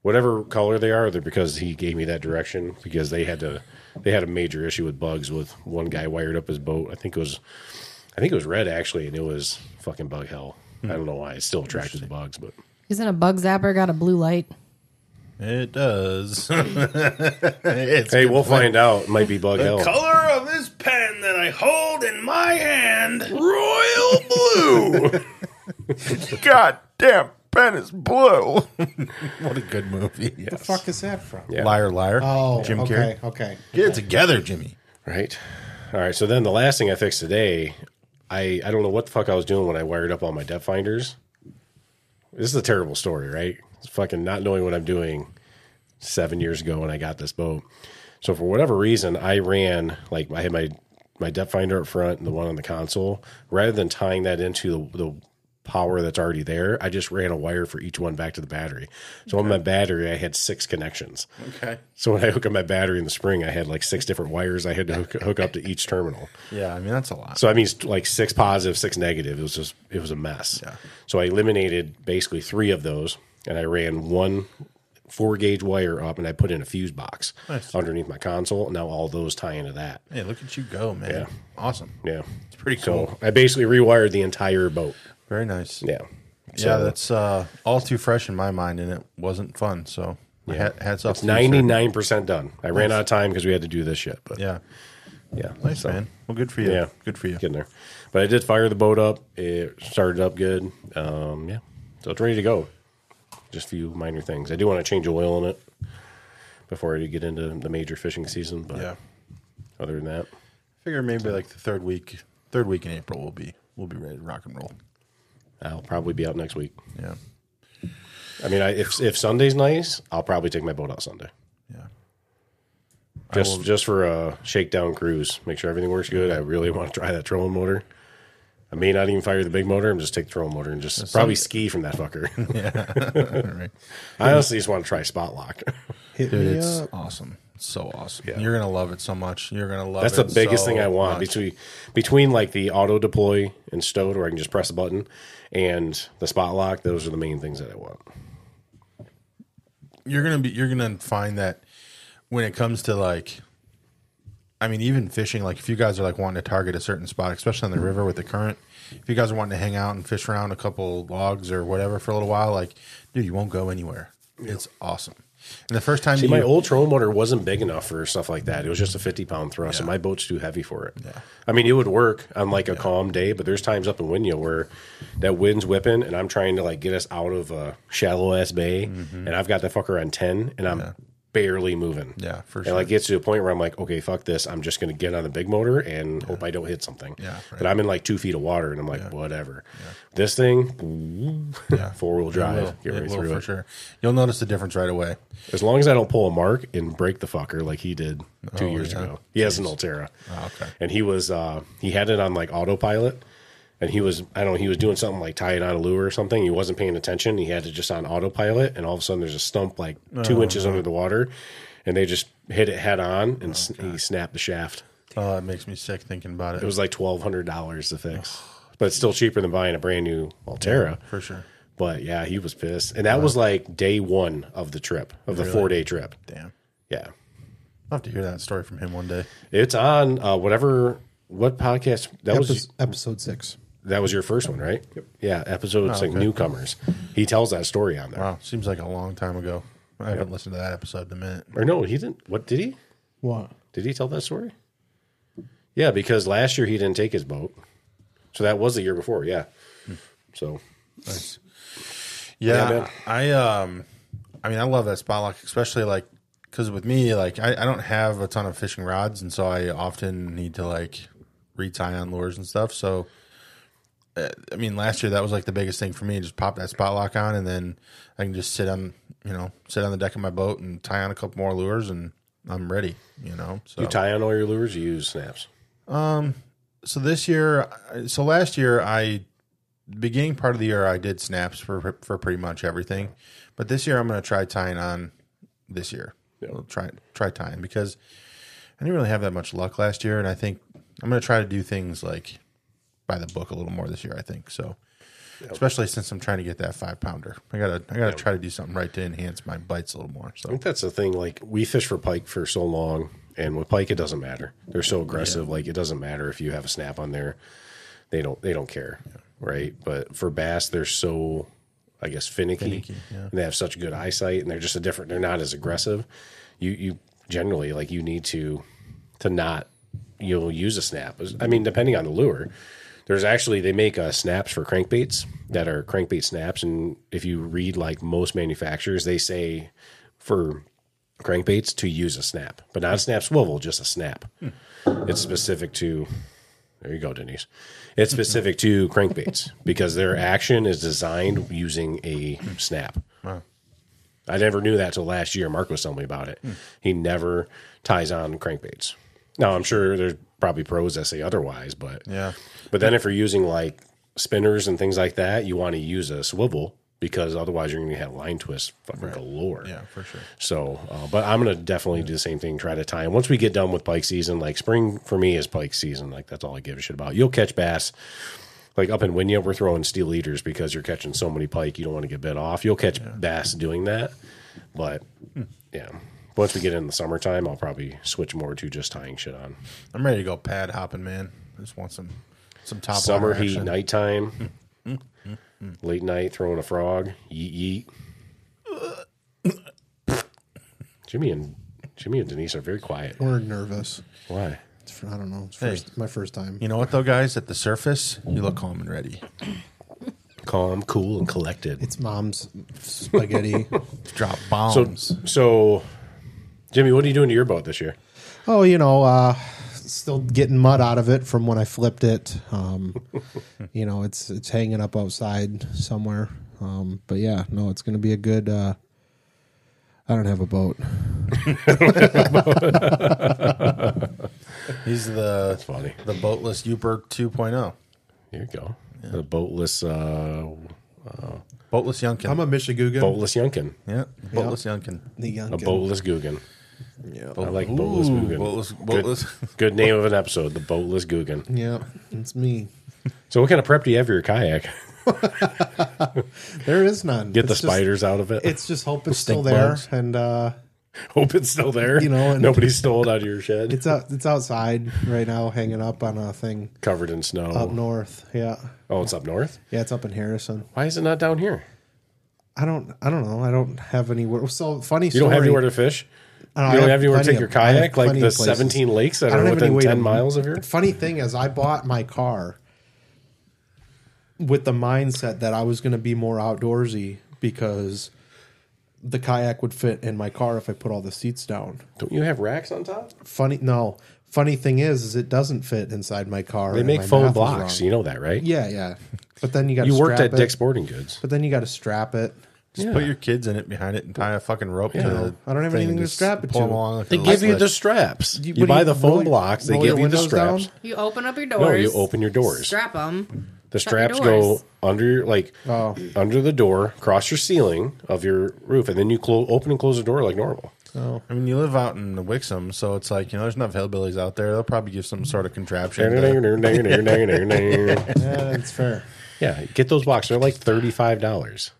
[SPEAKER 2] Whatever color they are, they're because he gave me that direction because they had to, they had a major issue with bugs with one guy wired up his boat. I think it was, I think it was red actually, and it was fucking bug hell. I don't know why it still attracted the bugs, but
[SPEAKER 10] Isn't a bug zapper got a blue light?
[SPEAKER 8] It does. It's
[SPEAKER 2] hey, we'll find out. It might be bug hell.
[SPEAKER 4] color of this pen that I hold in my hand, royal blue.
[SPEAKER 8] God damn, Ben is blue. what a good movie. Yes.
[SPEAKER 9] fuck is that from?
[SPEAKER 2] Yeah.
[SPEAKER 8] Liar, liar.
[SPEAKER 9] Oh,
[SPEAKER 8] Jim
[SPEAKER 9] okay,
[SPEAKER 8] Carrey.
[SPEAKER 9] okay.
[SPEAKER 8] Get it together, Jimmy.
[SPEAKER 2] Right. All right. So then the last thing I fixed today, I I don't know what the fuck I was doing when I wired up all my depth finders. This is a terrible story, right? It's fucking not knowing what I'm doing seven years ago when I got this boat. So for whatever reason, I ran like I had my my depth finder up front and the one on the console. Rather than tying that into the, the power that's already there, I just ran a wire for each one back to the battery. So on my battery, I had six connections.
[SPEAKER 8] Okay.
[SPEAKER 2] So when I hook up my battery in the spring, I had like six different wires I had to hook, hook up to each terminal.
[SPEAKER 8] Yeah, I mean that's a lot.
[SPEAKER 2] So I mean, it's like six positive, six negative. It was just it was a mess.
[SPEAKER 8] Yeah.
[SPEAKER 2] So I eliminated basically three of those, and I ran one four gauge wire up, and I put in a fuse box underneath my console. Now all those tie into that.
[SPEAKER 8] hey, look at you go, man.
[SPEAKER 2] Yeah.
[SPEAKER 8] Awesome.
[SPEAKER 2] Yeah.
[SPEAKER 8] It's pretty cool.
[SPEAKER 2] So I basically rewired the entire boat.
[SPEAKER 8] Very nice.
[SPEAKER 2] Yeah.
[SPEAKER 8] yeah, that's uh, all too fresh in my mind, and it wasn't fun. So my hat, hats off.
[SPEAKER 2] It's
[SPEAKER 8] to you, sir.
[SPEAKER 2] ninety nine percent done. I ran out of time because we had to do this shit. But
[SPEAKER 8] Yeah,
[SPEAKER 2] yeah.
[SPEAKER 8] nice
[SPEAKER 2] So-
[SPEAKER 8] man. Well, good for you.
[SPEAKER 2] Yeah,
[SPEAKER 8] good for you.
[SPEAKER 2] Getting there, but I did fire the boat up. It started up good. Um, yeah, so it's ready to go. Just a few minor things. I do want to change oil in it before I get into the major fishing season. But
[SPEAKER 8] Yeah,
[SPEAKER 2] other than that,
[SPEAKER 8] figure maybe like the third week, third week in April, we'll be we'll be ready to rock and roll.
[SPEAKER 2] I'll probably be out next week.
[SPEAKER 8] Yeah,
[SPEAKER 2] I mean, I, if if Sunday's nice, I'll probably take my boat out Sunday.
[SPEAKER 8] yeah.
[SPEAKER 2] Just just for a shakedown cruise, make sure everything works good. I really want to try that trolling motor. I may not even fire the big motor. I'm just take the trolling motor and just probably ski from that fucker.
[SPEAKER 8] Right.
[SPEAKER 2] I honestly just want to try spot lock.
[SPEAKER 9] Hit
[SPEAKER 8] Dude,
[SPEAKER 9] me
[SPEAKER 8] it's
[SPEAKER 9] up.
[SPEAKER 8] awesome. It's so awesome.
[SPEAKER 2] Yeah.
[SPEAKER 8] You're gonna love it so much. You're gonna love
[SPEAKER 2] That's
[SPEAKER 8] it.
[SPEAKER 2] the biggest
[SPEAKER 8] so
[SPEAKER 2] thing I want
[SPEAKER 8] much.
[SPEAKER 2] between between like the auto deploy and stowed, where I can just press a button, and the spot lock. Those are the main things that I want.
[SPEAKER 8] you're gonna be you're gonna find that when it comes to like I mean, even fishing, like if you guys are like wanting to target a certain spot, especially on the river with the current, if you guys are wanting to hang out and fish around a couple logs or whatever for a little while, like, dude, you won't go anywhere. It's awesome. And the first time
[SPEAKER 2] See,
[SPEAKER 8] you
[SPEAKER 2] my old trolling motor wasn't big enough for stuff like that. It was just a 50 pound thrust, and my boat's too heavy for it. Yeah. I mean, it would work on like a calm day, but there's times up in Winya where that wind's whipping, and I'm trying to like get us out of a shallow ass bay,
[SPEAKER 8] Mm-hmm.
[SPEAKER 2] and I've got the fucker on 10, and I'm barely moving.
[SPEAKER 8] Yeah, for
[SPEAKER 2] and
[SPEAKER 8] sure.
[SPEAKER 2] like gets to a point where I'm like, okay, fuck this. I'm just going to get on the big motor and hope I don't hit something.
[SPEAKER 8] Yeah, right.
[SPEAKER 2] But I'm in like two feet of water, and I'm like, whatever. This thing, four wheel
[SPEAKER 8] It
[SPEAKER 2] drive,
[SPEAKER 8] will.
[SPEAKER 2] get
[SPEAKER 8] It
[SPEAKER 2] right
[SPEAKER 8] will
[SPEAKER 2] through
[SPEAKER 8] for
[SPEAKER 2] it.
[SPEAKER 8] sure. You'll notice the difference right away.
[SPEAKER 2] As long as I don't pull a mark and break the fucker like he did two
[SPEAKER 8] Oh,
[SPEAKER 2] years
[SPEAKER 8] yeah? Oh,
[SPEAKER 2] ago. He has an Altera.
[SPEAKER 8] okay.
[SPEAKER 2] And he was uh he had it on like autopilot and he was I don't know, he was doing something like tying on a lure or something. He wasn't paying attention. He had it just on autopilot and all of a sudden there's a stump like two
[SPEAKER 8] Oh,
[SPEAKER 2] inches under the water and they just hit it head on and s he snapped the shaft.
[SPEAKER 8] Oh, it makes me sick thinking about it.
[SPEAKER 2] It was like twelve hundred dollars to fix. But it's still cheaper than buying a brand new Altera.
[SPEAKER 8] for sure.
[SPEAKER 2] But yeah, he was pissed. And that was like day one of the trip, of the four day trip.
[SPEAKER 8] Damn.
[SPEAKER 2] Yeah.
[SPEAKER 8] I'll have to hear that story from him one day.
[SPEAKER 2] It's on uh, whatever what podcast that was.
[SPEAKER 9] Epis- episode six.
[SPEAKER 2] That was your first one, right? Yep. Yeah, episode six, newcomers. He tells that story on there.
[SPEAKER 8] Wow. Seems like a long time ago. I haven't listened to that episode in a minute.
[SPEAKER 2] Or no, he didn't. What did he?
[SPEAKER 9] What?
[SPEAKER 2] Did he tell that story? Yeah, because last year he didn't take his boat, so that was the year before. Yeah. So
[SPEAKER 8] Yeah,
[SPEAKER 2] Yeah, man.
[SPEAKER 8] I um, I mean, I love that spot lock, especially like because with me, like I, I don't have a ton of fishing rods, and so I often need to like retie on lures and stuff. So, uh, I mean, last year that was like the biggest thing for me. Just pop that spot lock on, and then I can just sit on, you know, sit on the deck of my boat and tie on a couple more lures, and I'm ready. You know, so
[SPEAKER 2] you tie on all your lures, you use snaps.
[SPEAKER 8] so this year so last year i beginning part of the year i did snaps for for pretty much everything but this year i'm going to try tying on this year I'll try try tying because i didn't really have that much luck last year and i think i'm going to try to do things like by the book a little more this year i think so especially since i'm trying to get that five pounder i gotta i gotta try to do something right to enhance my bites a little more
[SPEAKER 2] I
[SPEAKER 8] so
[SPEAKER 2] think that's the thing. Like we fish for pike for so long, and with pike it doesn't matter. They're so aggressive. Like it doesn't matter if you have a snap on there. They don't. They don't care, right? But for bass, they're so, I guess, finicky. And they have such good eyesight, and they're just a different. They're not as aggressive. You you generally like you need to to not you'll use a snap. I mean, depending on the lure. There's actually they make uh, snaps for crankbaits that are crankbait snaps, and if you read like most manufacturers, they say for crankbaits to use a snap, but not a snap swivel, just a snap. It's specific to. There you go, Denise. It's specific to crankbaits because their action is designed using a snap. I never knew that till last year. Mark was telling me about it.
[SPEAKER 8] Hmm.
[SPEAKER 2] He never ties on crankbaits. Now I'm sure there's probably pros that say otherwise, but
[SPEAKER 8] Yeah.
[SPEAKER 2] But then if you're using like spinners and things like that, you want to use a swivel because otherwise you're going to have line twists fucking galore.
[SPEAKER 8] yeah for sure
[SPEAKER 2] So, uh, but I'm gonna definitely do the same thing. Try to tie. And once we get done with pike season, like spring for me is pike season. Like that's all I give a shit about. You'll catch bass. Like up in Winya, we're throwing steel eaters because you're catching so many pike. You don't want to get bit off. You'll catch bass doing that. But yeah, once we get in the summertime, I'll probably switch more to just tying shit on.
[SPEAKER 8] i'm ready to go pad hopping man i just want some some top
[SPEAKER 2] Summer
[SPEAKER 8] water
[SPEAKER 2] heat,
[SPEAKER 8] action.
[SPEAKER 2] nighttime, late night, throwing a frog. Yeet yeet. Jimmy and Jimmy and Denise are very quiet.
[SPEAKER 9] Or nervous.
[SPEAKER 2] Why?
[SPEAKER 9] It's for, I don't know. It's first, my first time.
[SPEAKER 8] You know what though, guys? At the surface, you look calm and ready.
[SPEAKER 2] Calm, cool, and collected.
[SPEAKER 9] It's mom's spaghetti.
[SPEAKER 2] so,
[SPEAKER 8] Drop bombs.
[SPEAKER 2] so, Jimmy, what are you doing to your boat this year?
[SPEAKER 9] oh, you know, uh, still getting mud out of it from when I flipped it. Um, you know, it's it's hanging up outside somewhere. Um, but yeah, no, it's going to be a good. Uh, I don't have a boat.
[SPEAKER 8] He's the
[SPEAKER 2] funny.
[SPEAKER 8] oh. the boatless Uper 2.0.
[SPEAKER 2] Here you go. The boatless, uh,
[SPEAKER 8] Boatless Yunkin.
[SPEAKER 9] I'm a Michigan.
[SPEAKER 2] boatless Yunkin.
[SPEAKER 8] yeah, Boatless Yunkin.
[SPEAKER 9] The
[SPEAKER 2] A
[SPEAKER 9] Yunkin.
[SPEAKER 2] boatless Guggen.
[SPEAKER 9] Yeah.
[SPEAKER 2] I like boatless
[SPEAKER 8] Ooh,
[SPEAKER 2] Guggen.
[SPEAKER 8] boatless-
[SPEAKER 2] Good-
[SPEAKER 8] boatless-
[SPEAKER 2] Good, name of an episode, the boatless Guggen.
[SPEAKER 9] Yeah, it's me.
[SPEAKER 2] So, what kind of prep do you have for your kayak?
[SPEAKER 9] There is none.
[SPEAKER 2] Get the
[SPEAKER 9] It's just-
[SPEAKER 2] spiders out of it.
[SPEAKER 9] It's just hope it's still
[SPEAKER 8] Stink
[SPEAKER 9] there,
[SPEAKER 8] bugs.
[SPEAKER 9] and uh,
[SPEAKER 2] Hope it's still there.
[SPEAKER 9] You know, and-
[SPEAKER 2] nobody stole it out of your shed.
[SPEAKER 9] it's out. It's outside right now, hanging up on a thing
[SPEAKER 2] covered in snow.
[SPEAKER 9] up north. Yeah,
[SPEAKER 2] Oh, it's up north.
[SPEAKER 9] yeah, it's up in Harrison.
[SPEAKER 2] Why is it not down here?
[SPEAKER 9] I don't. I don't know. I don't have anywhere. So funny.
[SPEAKER 2] You don't have anywhere to fish.
[SPEAKER 9] I know,
[SPEAKER 2] you
[SPEAKER 9] I
[SPEAKER 2] don't
[SPEAKER 9] have
[SPEAKER 2] have anywhere to
[SPEAKER 9] plenty
[SPEAKER 2] take
[SPEAKER 9] of-
[SPEAKER 2] your
[SPEAKER 9] I have
[SPEAKER 2] kayak, like
[SPEAKER 9] plenty
[SPEAKER 2] the
[SPEAKER 9] of places.
[SPEAKER 2] seventeen lakes that
[SPEAKER 9] I
[SPEAKER 2] are
[SPEAKER 9] don't have any
[SPEAKER 2] within
[SPEAKER 9] way
[SPEAKER 2] ten
[SPEAKER 9] to-
[SPEAKER 2] miles of here.
[SPEAKER 9] Funny thing is, I bought my car with the mindset that I was going to be more outdoorsy because the kayak would fit in my car if I put all the seats down.
[SPEAKER 2] Don't you have racks on top?
[SPEAKER 9] Funny, no. Funny thing is, is it doesn't fit inside my car.
[SPEAKER 2] They
[SPEAKER 9] and
[SPEAKER 2] make
[SPEAKER 9] my
[SPEAKER 2] foam
[SPEAKER 9] math was
[SPEAKER 2] blocks.
[SPEAKER 9] wrong.
[SPEAKER 2] You know that, right?
[SPEAKER 9] Yeah, yeah. But then you got
[SPEAKER 2] You worked at
[SPEAKER 9] it,
[SPEAKER 2] Dick's Sporting Goods.
[SPEAKER 9] But then you got to strap it.
[SPEAKER 8] Just
[SPEAKER 2] Yeah.
[SPEAKER 8] put your kids in it behind it and tie a fucking rope to the
[SPEAKER 9] I don't have
[SPEAKER 8] thing
[SPEAKER 9] anything
[SPEAKER 8] and
[SPEAKER 9] to
[SPEAKER 8] just
[SPEAKER 9] strap it
[SPEAKER 8] pull
[SPEAKER 9] to.
[SPEAKER 8] them along like
[SPEAKER 2] They
[SPEAKER 8] a
[SPEAKER 2] give you
[SPEAKER 8] light
[SPEAKER 2] the
[SPEAKER 8] switch.
[SPEAKER 2] straps.
[SPEAKER 9] You-
[SPEAKER 2] You,
[SPEAKER 9] what do
[SPEAKER 2] buy
[SPEAKER 9] you-
[SPEAKER 2] the
[SPEAKER 9] roll
[SPEAKER 2] foam
[SPEAKER 9] your-
[SPEAKER 2] blocks. They
[SPEAKER 9] roll
[SPEAKER 2] give
[SPEAKER 9] your
[SPEAKER 2] you the
[SPEAKER 9] windows
[SPEAKER 2] straps.
[SPEAKER 9] down?
[SPEAKER 10] You open up your
[SPEAKER 2] No,
[SPEAKER 10] doors.
[SPEAKER 2] you open your doors.
[SPEAKER 10] Strap them.
[SPEAKER 2] the
[SPEAKER 10] shut your
[SPEAKER 2] straps
[SPEAKER 10] doors.
[SPEAKER 2] go under your like
[SPEAKER 9] Oh.
[SPEAKER 2] under the door, cross your ceiling of your roof, and then you clo- open and close the door like normal.
[SPEAKER 8] I mean, you live out in the Wixom, so it's like you know, there's enough hillbillies out there. They'll probably give some sort of contraption. to-
[SPEAKER 2] yeah,
[SPEAKER 9] Yeah, that's fair.
[SPEAKER 2] get those blocks. They're like thirty five dollars,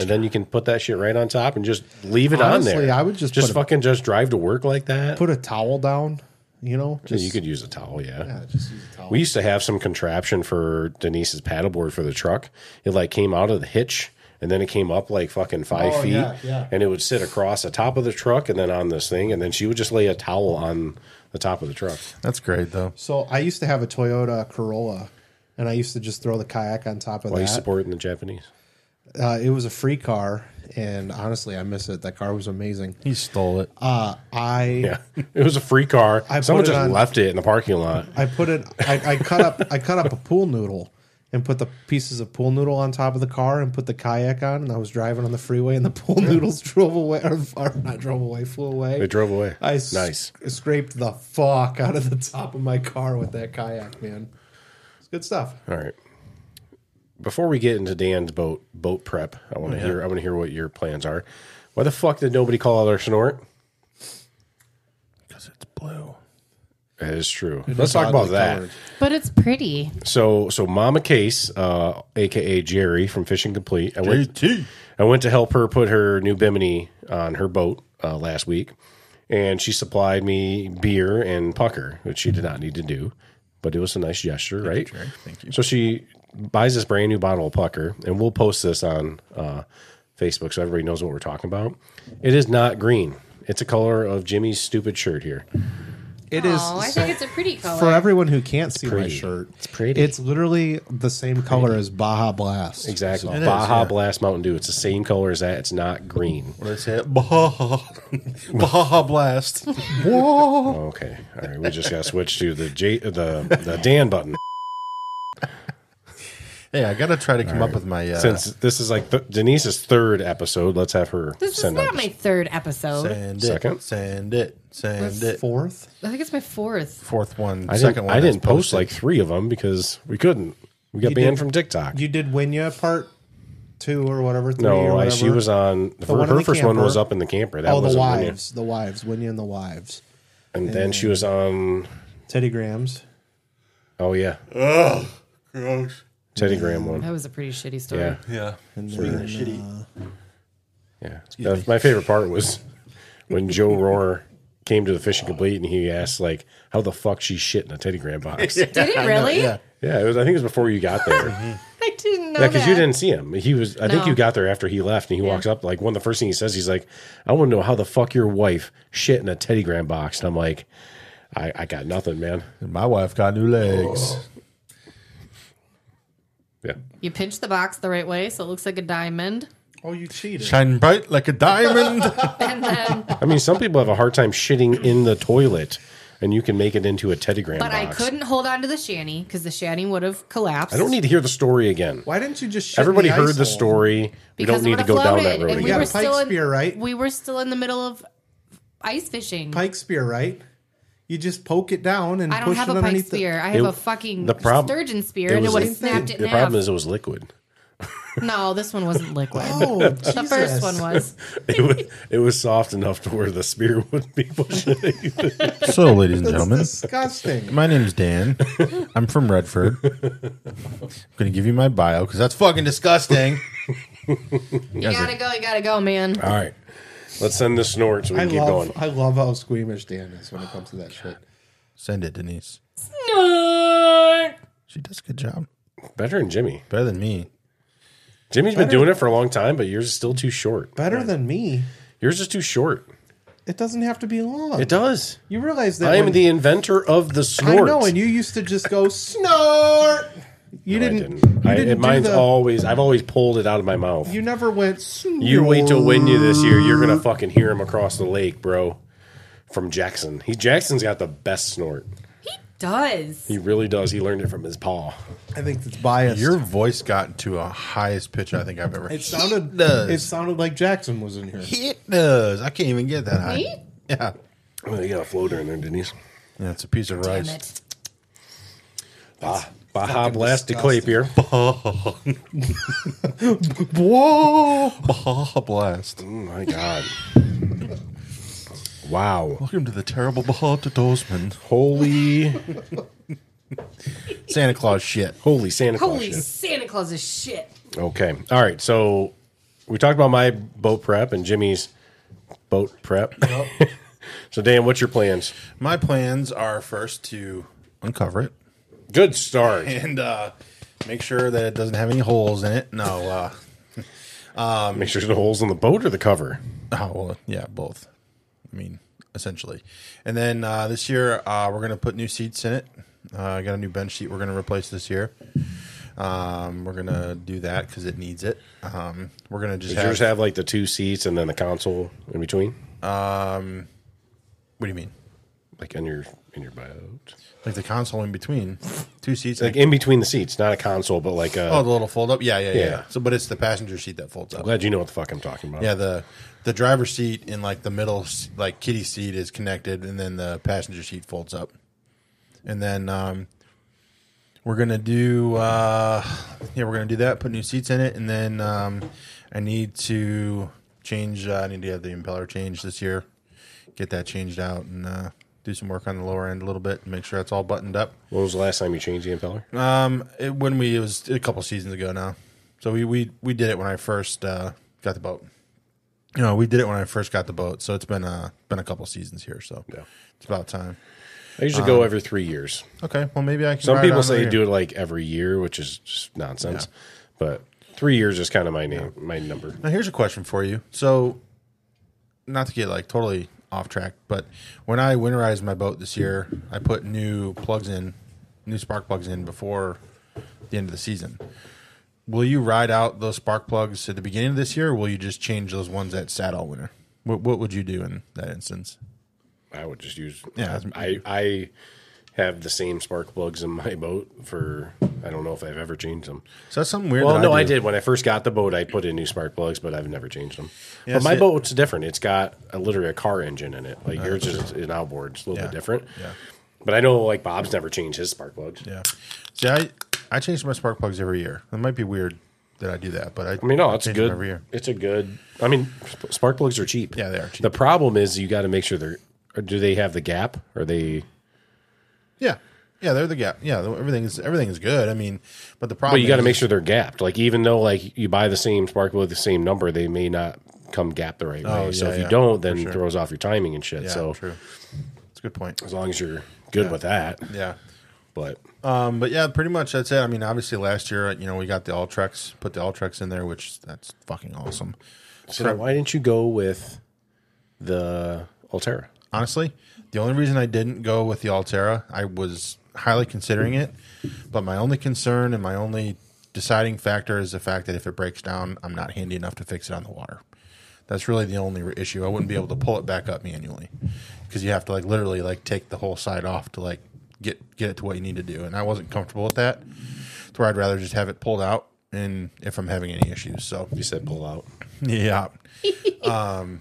[SPEAKER 2] and then you can put that shit right on top and just leave it on
[SPEAKER 9] Honestly,
[SPEAKER 2] there.
[SPEAKER 9] I would just
[SPEAKER 2] just
[SPEAKER 9] put a-
[SPEAKER 2] fucking just drive to work like that.
[SPEAKER 9] Put a towel down. You know,
[SPEAKER 2] Yeah,
[SPEAKER 9] just
[SPEAKER 2] you could use a towel, yeah.
[SPEAKER 9] yeah, just use a towel.
[SPEAKER 2] We used to have some contraption for Denise's paddleboard for the truck. It like came out of the hitch and then it came up like fucking five
[SPEAKER 9] Oh,
[SPEAKER 2] feet.
[SPEAKER 9] yeah, yeah.
[SPEAKER 2] And it would sit across the top of the truck and then on this thing. And then she would just lay a towel on the top of the truck.
[SPEAKER 8] That's great though.
[SPEAKER 9] So I used to have a Toyota Corolla, and I used to just throw the kayak on top of
[SPEAKER 2] Why you
[SPEAKER 9] that.
[SPEAKER 2] supporting the Japanese?
[SPEAKER 9] uh, it was a free car, and honestly, I miss it. That car was amazing.
[SPEAKER 8] He stole it.
[SPEAKER 9] Uh, I
[SPEAKER 2] Yeah. It was a free car.
[SPEAKER 9] I
[SPEAKER 2] Someone
[SPEAKER 9] put it
[SPEAKER 2] just
[SPEAKER 9] on-
[SPEAKER 2] left it in the parking lot.
[SPEAKER 9] I put it. I, I cut up. I cut up a pool noodle and put the pieces of pool noodle on top of the car and put the kayak on. And I was driving on the freeway, and the pool noodles drove away, or, or not drove away, flew away.
[SPEAKER 2] They drove away.
[SPEAKER 9] I s-
[SPEAKER 2] nice.
[SPEAKER 9] scraped the fuck out of the top of my car with that kayak, man. It's good stuff.
[SPEAKER 2] All right. Before we get into Dan's boat boat prep, I want to hear I want to hear what your plans are. Why the fuck did nobody call out our snort?
[SPEAKER 8] Because it's blue.
[SPEAKER 2] That is true. Let's talk about
[SPEAKER 9] Oddly
[SPEAKER 2] that.
[SPEAKER 9] colored.
[SPEAKER 10] But it's pretty.
[SPEAKER 2] So so Mama Case, uh, aka Jerry from Fishing Complete. I went,
[SPEAKER 8] JT.
[SPEAKER 2] I went to help her put her new bimini on her boat uh, last week, and she supplied me beer and pucker, which she did not need to do, but it was a nice gesture, right?
[SPEAKER 8] Thank you.
[SPEAKER 2] So she buys this brand new bottle of pucker, and we'll post this on uh, Facebook so everybody knows what we're talking about. It is not green. It's a color of Jimmy's stupid shirt here.
[SPEAKER 9] It is.
[SPEAKER 10] Oh, I
[SPEAKER 9] so-
[SPEAKER 10] think it's a pretty color.
[SPEAKER 9] for everyone who can't see my
[SPEAKER 2] pretty.
[SPEAKER 9] shirt,
[SPEAKER 2] It's pretty.
[SPEAKER 9] It's literally the same color as Baja Blast.
[SPEAKER 2] Exactly.
[SPEAKER 8] It is,
[SPEAKER 2] Baja
[SPEAKER 8] yeah.
[SPEAKER 2] Blast Mountain Dew. It's the same color as that. It's not green.
[SPEAKER 8] What did I say? Baja, Baja Blast.
[SPEAKER 2] Okay. All right. We just got to switch to the J, the the Dan button
[SPEAKER 8] Hey, I gotta try to come up with my uh,
[SPEAKER 2] since this is like th- Denise's third episode. Let's have her
[SPEAKER 10] This is
[SPEAKER 2] send
[SPEAKER 10] not
[SPEAKER 2] out.
[SPEAKER 10] my third episode.
[SPEAKER 8] Send it.
[SPEAKER 2] Second.
[SPEAKER 8] Send it. Send it.
[SPEAKER 9] Fourth,
[SPEAKER 10] I think it's my fourth.
[SPEAKER 8] Fourth one.
[SPEAKER 2] I
[SPEAKER 8] second
[SPEAKER 2] didn't.
[SPEAKER 8] one.
[SPEAKER 2] I
[SPEAKER 8] that's
[SPEAKER 2] didn't post
[SPEAKER 8] posted.
[SPEAKER 2] like three of them because we couldn't. We got
[SPEAKER 9] You
[SPEAKER 2] banned
[SPEAKER 9] did-
[SPEAKER 2] from TikTok.
[SPEAKER 9] you did Winya part two or whatever. Three or
[SPEAKER 2] no, I,
[SPEAKER 9] whatever.
[SPEAKER 2] she was on. The, fir-
[SPEAKER 9] one in
[SPEAKER 2] her
[SPEAKER 9] the
[SPEAKER 2] first one
[SPEAKER 9] camper.
[SPEAKER 2] was up in the camper. That
[SPEAKER 9] oh,
[SPEAKER 2] was
[SPEAKER 9] the
[SPEAKER 2] a winner.
[SPEAKER 9] wives, the wives, Winya and the wives,
[SPEAKER 2] And then she was on.
[SPEAKER 9] Teddy Grahams.
[SPEAKER 2] Oh yeah, Teddy Graham one.
[SPEAKER 10] That was a pretty shitty story.
[SPEAKER 2] Yeah,
[SPEAKER 8] Yeah.
[SPEAKER 2] yeah. Uh, my favorite part was when Joe Rohrer came to the fishing complete and he asked like, "How the fuck she shit in a Teddy Graham box?"
[SPEAKER 10] Did it really?
[SPEAKER 8] yeah.
[SPEAKER 2] yeah, it was. I think it was before you got there.
[SPEAKER 9] Mm-hmm.
[SPEAKER 10] I didn't know
[SPEAKER 2] Yeah,
[SPEAKER 10] that.
[SPEAKER 2] because you didn't see him. He was. I think
[SPEAKER 10] No.
[SPEAKER 2] you got there after he left, and he walks up. Like one of the first thing he says, he's like, "I want to know how the fuck your wife shit in a Teddy Graham box." And I'm like, "I, I got nothing, man."
[SPEAKER 8] My wife got new legs.
[SPEAKER 2] Yeah,
[SPEAKER 10] You pinch the box the right way, so it looks like a diamond.
[SPEAKER 9] Oh, you cheated.
[SPEAKER 8] Shine bright like a diamond.
[SPEAKER 10] And then,
[SPEAKER 2] I mean, some people have a hard time shitting in the toilet, and you can make it into a Teddy Graham
[SPEAKER 10] but I
[SPEAKER 2] box.
[SPEAKER 10] couldn't hold on to the shanty because the shanty would have collapsed.
[SPEAKER 2] I don't need to hear the story again.
[SPEAKER 9] Why didn't you just? Shit in
[SPEAKER 2] Everybody
[SPEAKER 9] the
[SPEAKER 2] heard
[SPEAKER 9] ice
[SPEAKER 2] the
[SPEAKER 9] hole?
[SPEAKER 2] story. We
[SPEAKER 10] Because
[SPEAKER 2] don't
[SPEAKER 10] it
[SPEAKER 2] need to
[SPEAKER 10] would've
[SPEAKER 2] go down that
[SPEAKER 10] floated,
[SPEAKER 2] road
[SPEAKER 10] and we
[SPEAKER 2] again.
[SPEAKER 10] were
[SPEAKER 9] got a pike
[SPEAKER 10] still in,
[SPEAKER 9] spear, right?
[SPEAKER 10] We were still in the middle of ice fishing.
[SPEAKER 9] Pike spear, right? You just poke it down and
[SPEAKER 10] I don't
[SPEAKER 9] push
[SPEAKER 10] have
[SPEAKER 9] it
[SPEAKER 10] a pike
[SPEAKER 9] underneath. the-
[SPEAKER 10] spear. I
[SPEAKER 2] It-
[SPEAKER 10] have a fucking
[SPEAKER 2] the prob-
[SPEAKER 10] sturgeon spear,
[SPEAKER 2] it
[SPEAKER 10] and it
[SPEAKER 2] was
[SPEAKER 10] would
[SPEAKER 2] a-
[SPEAKER 10] have snapped it in
[SPEAKER 2] The
[SPEAKER 10] half.
[SPEAKER 2] problem is it was liquid.
[SPEAKER 10] no, this one wasn't liquid.
[SPEAKER 9] Oh,
[SPEAKER 10] the first one was.
[SPEAKER 2] It was it was soft enough to where the spear wouldn't be pushing it.
[SPEAKER 8] So, ladies and
[SPEAKER 9] That's
[SPEAKER 8] gentlemen,
[SPEAKER 9] disgusting.
[SPEAKER 8] my name's Dan. I'm from Redford. I'm going to give you my bio because that's fucking disgusting.
[SPEAKER 10] You gotta go. You gotta go, man.
[SPEAKER 2] All right, let's send this snort so we
[SPEAKER 9] I
[SPEAKER 2] can keep
[SPEAKER 9] love,
[SPEAKER 2] going.
[SPEAKER 9] I love how squeamish Dan is when it comes to that shit.
[SPEAKER 8] Send it, Denise. She does a good job.
[SPEAKER 2] Better than Jimmy.
[SPEAKER 8] Better than me.
[SPEAKER 2] Jimmy's been doing it for a long time, but yours is still too short.
[SPEAKER 9] Better than me.
[SPEAKER 2] Yours is too short.
[SPEAKER 9] It doesn't have to be long.
[SPEAKER 2] It does.
[SPEAKER 9] You realize that
[SPEAKER 2] I am
[SPEAKER 9] when-
[SPEAKER 2] the inventor of the
[SPEAKER 9] I
[SPEAKER 2] snort.
[SPEAKER 9] know, and you used to just go snort. You
[SPEAKER 2] I
[SPEAKER 9] didn't.
[SPEAKER 2] didn't.
[SPEAKER 9] You
[SPEAKER 2] I,
[SPEAKER 9] didn't. do
[SPEAKER 2] mine's
[SPEAKER 9] the-
[SPEAKER 2] always. I've always pulled it out of my mouth.
[SPEAKER 9] You
[SPEAKER 2] You,
[SPEAKER 9] never went. Snort.
[SPEAKER 2] wait till Winya this year. You're gonna fucking hear him across the lake, bro. From Jackson. He Jackson's got the best snort.
[SPEAKER 10] Does
[SPEAKER 2] He really does. He learned it from his paw.
[SPEAKER 9] I think it's biased.
[SPEAKER 8] Your voice got to a highest pitch I think I've ever.
[SPEAKER 9] it sounded.
[SPEAKER 8] does.
[SPEAKER 9] It sounded like Jackson was in here.
[SPEAKER 8] It does. I can't even get that high.
[SPEAKER 10] Me?
[SPEAKER 8] Yeah.
[SPEAKER 2] Oh, you got a floater in there, Denise.
[SPEAKER 8] Yeah, it's a piece of
[SPEAKER 10] damn
[SPEAKER 8] rice.
[SPEAKER 10] it?
[SPEAKER 2] Baja blast de Clapier.
[SPEAKER 8] Whoa! Baja Blast.
[SPEAKER 2] Oh my god. Wow.
[SPEAKER 8] Welcome to the terrible Baja to Dosman.
[SPEAKER 2] Holy
[SPEAKER 8] Santa Claus shit.
[SPEAKER 2] holy Santa Claus.
[SPEAKER 10] Holy
[SPEAKER 2] shit.
[SPEAKER 10] Santa Claus is shit.
[SPEAKER 2] Okay. All right. So we talked about my boat prep and Jimmy's boat prep. so Dan, what's your plans?
[SPEAKER 8] My plans are first to uncover it
[SPEAKER 2] Good start.
[SPEAKER 8] and uh, make sure that it doesn't have any holes in it. No. Uh,
[SPEAKER 2] Make sure the holes in the boat or the cover.
[SPEAKER 8] Oh well, yeah, both. I mean, essentially. And then uh, this year uh, we're gonna put new seats in it. Uh, I got a new bench seat we're gonna replace this year. Um, we're gonna do that because it needs it. Um, we're gonna just
[SPEAKER 2] Does
[SPEAKER 8] have,
[SPEAKER 2] yours have like the two seats and then the console in between?
[SPEAKER 8] What do you mean?
[SPEAKER 2] Like in your in your boat.
[SPEAKER 8] Like the console in between, two seats.
[SPEAKER 2] Like in between the seats, not a console, but like a
[SPEAKER 8] oh, the little fold up. Yeah, yeah, yeah,
[SPEAKER 2] Yeah.
[SPEAKER 8] yeah. So, but it's the passenger seat that folds up.
[SPEAKER 2] glad you know what the fuck I'm talking about.
[SPEAKER 8] Yeah, the the driver's seat in like the middle, s- like kitty seat, is connected, and then the passenger seat folds up, and then um, we're gonna do uh, yeah, we're gonna do that. Put new seats in it, and then um, I need to change. Uh, I need to have the impeller changed this year. Get that changed out and uh, do some work on the lower end a little bit. Make sure that's all buttoned up.
[SPEAKER 2] When was the last time you changed the impeller?
[SPEAKER 8] Um, it, when we it was a couple seasons ago now, so we we we did it when I first uh, got the boat. You know, we did it when I first got the boat, so it's been uh been a couple seasons here, so
[SPEAKER 2] Yeah.
[SPEAKER 8] it's about time.
[SPEAKER 2] I usually
[SPEAKER 8] Um,
[SPEAKER 2] go every three years.
[SPEAKER 8] Okay, well maybe I can.
[SPEAKER 2] Some
[SPEAKER 8] ride
[SPEAKER 2] people
[SPEAKER 8] on
[SPEAKER 2] say
[SPEAKER 8] over
[SPEAKER 2] you
[SPEAKER 8] here.
[SPEAKER 2] do it like every year, which is just nonsense. But three years is kind of my name, my number.
[SPEAKER 8] Now here's a question for you. So, not to get like totally off track, but when I winterized my boat this year, I put new plugs in, new spark plugs in before the end of the season. Will you ride out those spark plugs at the beginning of this year, or will you just change those ones that sat all winter? What, what would you do in that instance?
[SPEAKER 2] I would just use.
[SPEAKER 8] Yeah.
[SPEAKER 2] I I have the same spark plugs in my boat for. I don't know if I've ever changed them.
[SPEAKER 8] So that's something weird.
[SPEAKER 2] Well,
[SPEAKER 8] that
[SPEAKER 2] no, I,
[SPEAKER 8] do.
[SPEAKER 2] did. When I first got the boat, I put in new spark plugs, but I've never changed them.
[SPEAKER 8] Yeah,
[SPEAKER 2] but my
[SPEAKER 8] see- Uh,
[SPEAKER 2] boat's different. It's got a, literally a car engine in it. Like yours is an outboard. It's a little
[SPEAKER 8] Yeah.
[SPEAKER 2] bit different.
[SPEAKER 8] Yeah.
[SPEAKER 2] But I know like Bob's never changed his spark plugs.
[SPEAKER 8] Yeah. See, I I change my spark plugs every year. It might be weird that I do that, but I.
[SPEAKER 2] I mean, no,
[SPEAKER 8] I
[SPEAKER 2] it's
[SPEAKER 8] change them
[SPEAKER 2] good.
[SPEAKER 8] every year.
[SPEAKER 2] It's a good. I mean, sp- spark plugs are cheap.
[SPEAKER 8] Yeah, they are cheap.
[SPEAKER 2] The problem is you got to make sure they're. Or do they have the gap? Are they?
[SPEAKER 8] Yeah. Yeah, they're the gap. Yeah, everything is everything is good. I mean, but the problem
[SPEAKER 2] But you got to
[SPEAKER 8] is-
[SPEAKER 2] make sure they're gapped. Like even though like you buy the same spark plug, the same number, they may not come gap the right way.
[SPEAKER 8] Oh,
[SPEAKER 2] so
[SPEAKER 8] yeah,
[SPEAKER 2] if you
[SPEAKER 8] yeah,
[SPEAKER 2] don't, then
[SPEAKER 8] sure.
[SPEAKER 2] it throws off your timing and shit.
[SPEAKER 8] Yeah,
[SPEAKER 2] so
[SPEAKER 8] true. It's a good point.
[SPEAKER 2] as long as you're good with that,
[SPEAKER 8] Yeah.
[SPEAKER 2] but
[SPEAKER 8] Um, but yeah, pretty much that's it. I mean, obviously last year, you know, we got the all Alltrex, put the all Alltrex in there, which that's fucking awesome.
[SPEAKER 2] so then why didn't you go with the Altera?
[SPEAKER 8] Honestly, the only reason I didn't go with the Altera, I was highly considering it, but my only concern and my only deciding factor is the fact that if it breaks down, I'm not handy enough to fix it on the water. That's really the only re- issue. I wouldn't be able to pull it back up manually because you have to like literally like take the whole side off to like get get it to what you need to do, and I wasn't comfortable with that. To where I'd rather just have it pulled out, and if I'm having any issues, so
[SPEAKER 2] You said pull out.
[SPEAKER 8] yeah. um,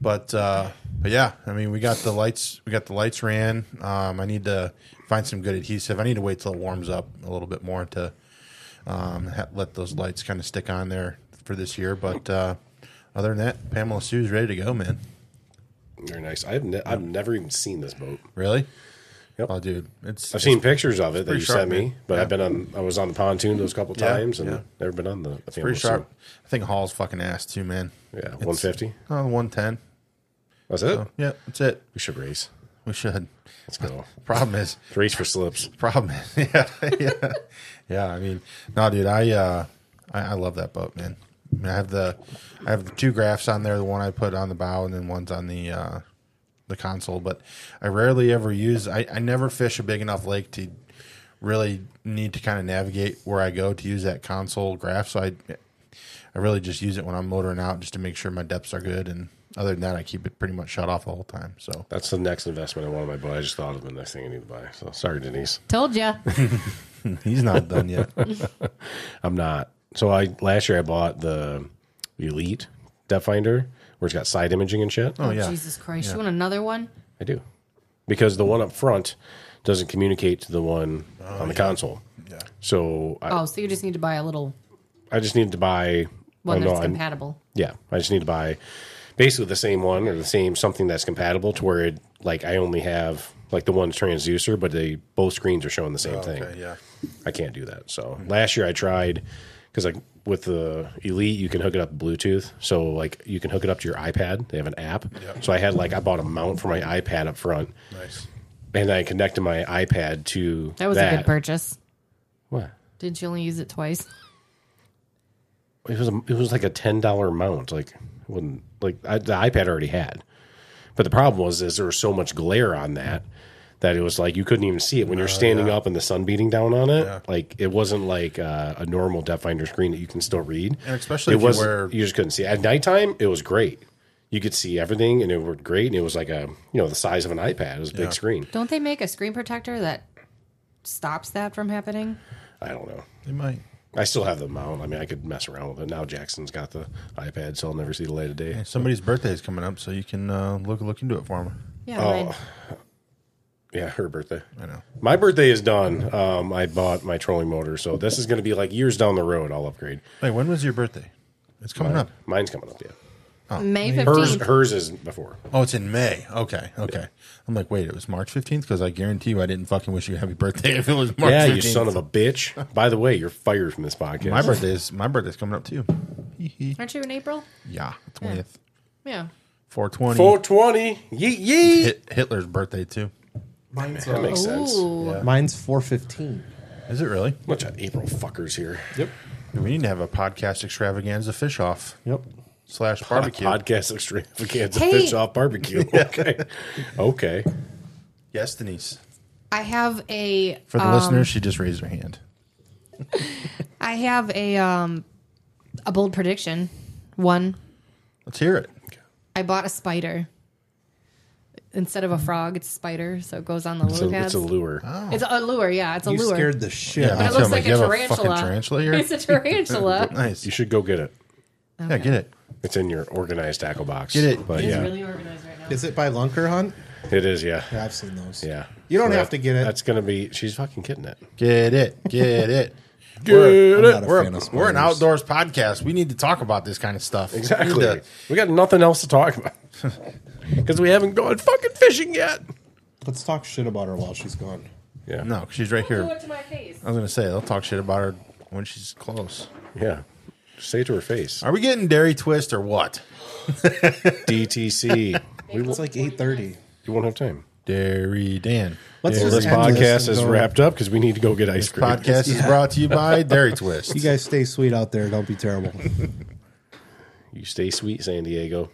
[SPEAKER 8] But uh, but yeah, I mean, we got the lights. We got the lights ran. Um, I need to find some good adhesive. I need to wait till it warms up a little bit more to um, ha- let those lights kind of stick on there for this year. But uh, other than that, Pamela Sue's ready to go, man.
[SPEAKER 2] Very nice. I've ne- I've never even seen this boat.
[SPEAKER 8] Really?
[SPEAKER 2] Yep.
[SPEAKER 8] Oh, dude, it's
[SPEAKER 2] I've seen pictures of it that you
[SPEAKER 8] pretty sharp,
[SPEAKER 2] sent me,
[SPEAKER 8] man.
[SPEAKER 2] but
[SPEAKER 8] Yeah.
[SPEAKER 2] I've been on. I was on the pontoon those couple
[SPEAKER 8] Yeah,
[SPEAKER 2] times, and
[SPEAKER 8] yeah.
[SPEAKER 2] never been on the. the
[SPEAKER 8] pretty sharp. I think Hall's fucking ass too, man.
[SPEAKER 2] Yeah, 150?
[SPEAKER 8] Oh, 110.
[SPEAKER 2] That's it.
[SPEAKER 8] Oh, yeah, that's it.
[SPEAKER 2] We should race.
[SPEAKER 8] We should.
[SPEAKER 2] Let's go.
[SPEAKER 8] Problem is,
[SPEAKER 2] race for slips.
[SPEAKER 8] problem is, yeah, yeah, yeah. I mean, no, dude, I, uh, I, I love that boat, man. I, mean, I have the, I have the two graphs on there. The one I put on the bow, and then one's on the, uh, the console. But I rarely ever use. I, I never fish a big enough lake to really need to kind of navigate where I go to use that console graph. So I, I really just use it when I'm motoring out just to make sure my depths are good. And other than that, I keep it pretty much shut off the whole time. So
[SPEAKER 2] That's the next investment I want on my boat. I just thought of the next thing I need to buy. So sorry, Denise.
[SPEAKER 10] Told ya.
[SPEAKER 8] he's not done yet.
[SPEAKER 2] I'm not. So I last year I bought the Elite Depth Finder, where it's got side imaging and shit.
[SPEAKER 10] Oh,
[SPEAKER 8] yeah.
[SPEAKER 10] Jesus Christ. You want another one?
[SPEAKER 2] I do, because the one up front doesn't communicate to the one
[SPEAKER 8] Oh,
[SPEAKER 2] on the console. Yeah. So I,
[SPEAKER 10] Oh, so you just need to buy a little
[SPEAKER 2] I just need to buy.
[SPEAKER 10] one
[SPEAKER 2] oh, no,
[SPEAKER 10] that's
[SPEAKER 2] I'm-
[SPEAKER 10] compatible.
[SPEAKER 2] Yeah, I just need to buy basically the same one or the same something that's compatible to where it like I only have like the one transducer, but they both screens are showing the same thing.
[SPEAKER 8] yeah.
[SPEAKER 2] I can't do that. So last year I tried because like with the Elite, you can hook it up Bluetooth. So like you can hook it up to your iPad. They have an app. So I had like I bought a mount for my iPad up front,
[SPEAKER 8] Nice.
[SPEAKER 2] and I connected my iPad to
[SPEAKER 10] That was a good purchase.
[SPEAKER 2] What?
[SPEAKER 10] Didn't you only use it twice?
[SPEAKER 2] it was a, it was like a ten dollar amount. Like when like I, the iPad already had, but the problem was is there was so much glare on that that it was like you couldn't even see it when
[SPEAKER 8] Oh,
[SPEAKER 2] you're standing up and the sun beating down on it. Like it wasn't like uh, a normal depth finder screen that you can still read.
[SPEAKER 8] And especially
[SPEAKER 2] it
[SPEAKER 8] if you
[SPEAKER 2] was
[SPEAKER 8] wear-
[SPEAKER 2] you just couldn't see at nighttime. It was great. You could see everything and it worked great. And it was like a you know the size of an iPad. It was a big screen.
[SPEAKER 10] Don't they make a screen protector that stops that from happening?
[SPEAKER 2] I don't know.
[SPEAKER 8] They might.
[SPEAKER 2] I still have the mount. I mean, I could mess around with it. Now Jackson's got the iPad, so I'll never see the light of day.
[SPEAKER 8] Hey, somebody's birthday is coming up, so you can uh, look look into it for him.
[SPEAKER 10] Yeah. mine-
[SPEAKER 2] Yeah, her birthday.
[SPEAKER 8] I know.
[SPEAKER 2] My birthday is done. Um, I bought my trolling motor, so this is going to be like years down the road. I'll upgrade.
[SPEAKER 8] Wait, when was your birthday? It's coming up.
[SPEAKER 2] Mine's coming up. Yeah,
[SPEAKER 10] May
[SPEAKER 2] hers
[SPEAKER 10] 15th.
[SPEAKER 2] hers is before.
[SPEAKER 8] Oh, it's in May. Okay, okay. I'm like, wait, it was March 15th because I guarantee you I didn't fucking wish you a happy birthday if it was March.
[SPEAKER 2] yeah,
[SPEAKER 8] 15th.
[SPEAKER 2] you son of a bitch. By the way, you're fired from this podcast.
[SPEAKER 8] My birthday is my birthday's coming up too.
[SPEAKER 10] Aren't you in April?
[SPEAKER 8] Yeah, 20th,
[SPEAKER 10] Yeah.
[SPEAKER 8] 420.
[SPEAKER 2] 420. Yeet yeet.
[SPEAKER 8] Hit- Hitler's birthday too.
[SPEAKER 9] Mine's,
[SPEAKER 2] That makes sense.
[SPEAKER 10] Ooh.
[SPEAKER 9] mine's 415.
[SPEAKER 8] Is it really?
[SPEAKER 2] Bunch of April fuckers here.
[SPEAKER 9] Yep.
[SPEAKER 8] We need to have a podcast extravaganza fish off
[SPEAKER 9] Yep.
[SPEAKER 8] slash barbecue.
[SPEAKER 2] Podcast extravaganza
[SPEAKER 10] Hey.
[SPEAKER 2] fish off barbecue. Okay, okay.
[SPEAKER 8] yes, Denise.
[SPEAKER 10] I have a um,
[SPEAKER 8] For the listeners, she just raised her hand.
[SPEAKER 10] I have a um a bold prediction. One,
[SPEAKER 8] Let's hear it.
[SPEAKER 10] I bought a spider. Instead of a frog, it's a spider, so it goes on the lily
[SPEAKER 2] So
[SPEAKER 10] pads.
[SPEAKER 2] it's a lure.
[SPEAKER 10] It's a lure, yeah. It's a
[SPEAKER 9] You
[SPEAKER 10] lure.
[SPEAKER 9] scared the shit out
[SPEAKER 10] but
[SPEAKER 8] me
[SPEAKER 10] it
[SPEAKER 8] too.
[SPEAKER 10] looks
[SPEAKER 8] I'm
[SPEAKER 10] like,
[SPEAKER 8] "You
[SPEAKER 10] a
[SPEAKER 8] have fucking
[SPEAKER 10] tarantula.
[SPEAKER 8] tarantula here.
[SPEAKER 10] It's a tarantula.
[SPEAKER 8] Nice.
[SPEAKER 2] You should go get it.
[SPEAKER 8] Yeah, get it.
[SPEAKER 2] It's in your organized tackle box.
[SPEAKER 8] Get it.
[SPEAKER 2] But
[SPEAKER 10] It's
[SPEAKER 2] yeah,
[SPEAKER 10] really organized right now.
[SPEAKER 9] Is it by Lunker Hunt?
[SPEAKER 2] it is. Yeah,
[SPEAKER 9] Yeah, I've seen those.
[SPEAKER 2] yeah.
[SPEAKER 9] You don't
[SPEAKER 2] So
[SPEAKER 9] have to get it.
[SPEAKER 2] That's gonna be. She's fucking getting it.
[SPEAKER 8] Get it. Get it.
[SPEAKER 2] Get
[SPEAKER 8] we're,
[SPEAKER 9] I'm not a
[SPEAKER 8] we're-
[SPEAKER 9] fan of
[SPEAKER 8] we're an
[SPEAKER 9] spiders.
[SPEAKER 8] outdoors podcast. We need to talk about this kind of stuff. We
[SPEAKER 2] Exactly.
[SPEAKER 8] need to-
[SPEAKER 2] We got nothing else to talk about because we haven't gone fucking fishing yet.
[SPEAKER 9] Let's talk shit about her while she's gone.
[SPEAKER 2] Yeah.
[SPEAKER 8] no, 'cause she's right here.
[SPEAKER 10] Do it to my face.
[SPEAKER 8] I was going to say, they'll talk shit about her when she's close.
[SPEAKER 2] Yeah. Just Say it to her face.
[SPEAKER 8] Are we getting Dairy Twist or what?
[SPEAKER 2] DTC. we
[SPEAKER 9] It's
[SPEAKER 2] won't,
[SPEAKER 9] like 8.30.
[SPEAKER 2] you won't have time.
[SPEAKER 8] Dairy Dan.
[SPEAKER 9] Let's
[SPEAKER 2] Well,
[SPEAKER 9] just
[SPEAKER 2] this
[SPEAKER 9] end
[SPEAKER 2] podcast
[SPEAKER 9] and
[SPEAKER 2] is
[SPEAKER 9] go-
[SPEAKER 2] wrapped up because we need to go get ice
[SPEAKER 8] This
[SPEAKER 2] cream.
[SPEAKER 8] podcast is brought to you by Dairy Twist.
[SPEAKER 9] You guys stay sweet out there. Don't be terrible.
[SPEAKER 2] You stay sweet, San Diego.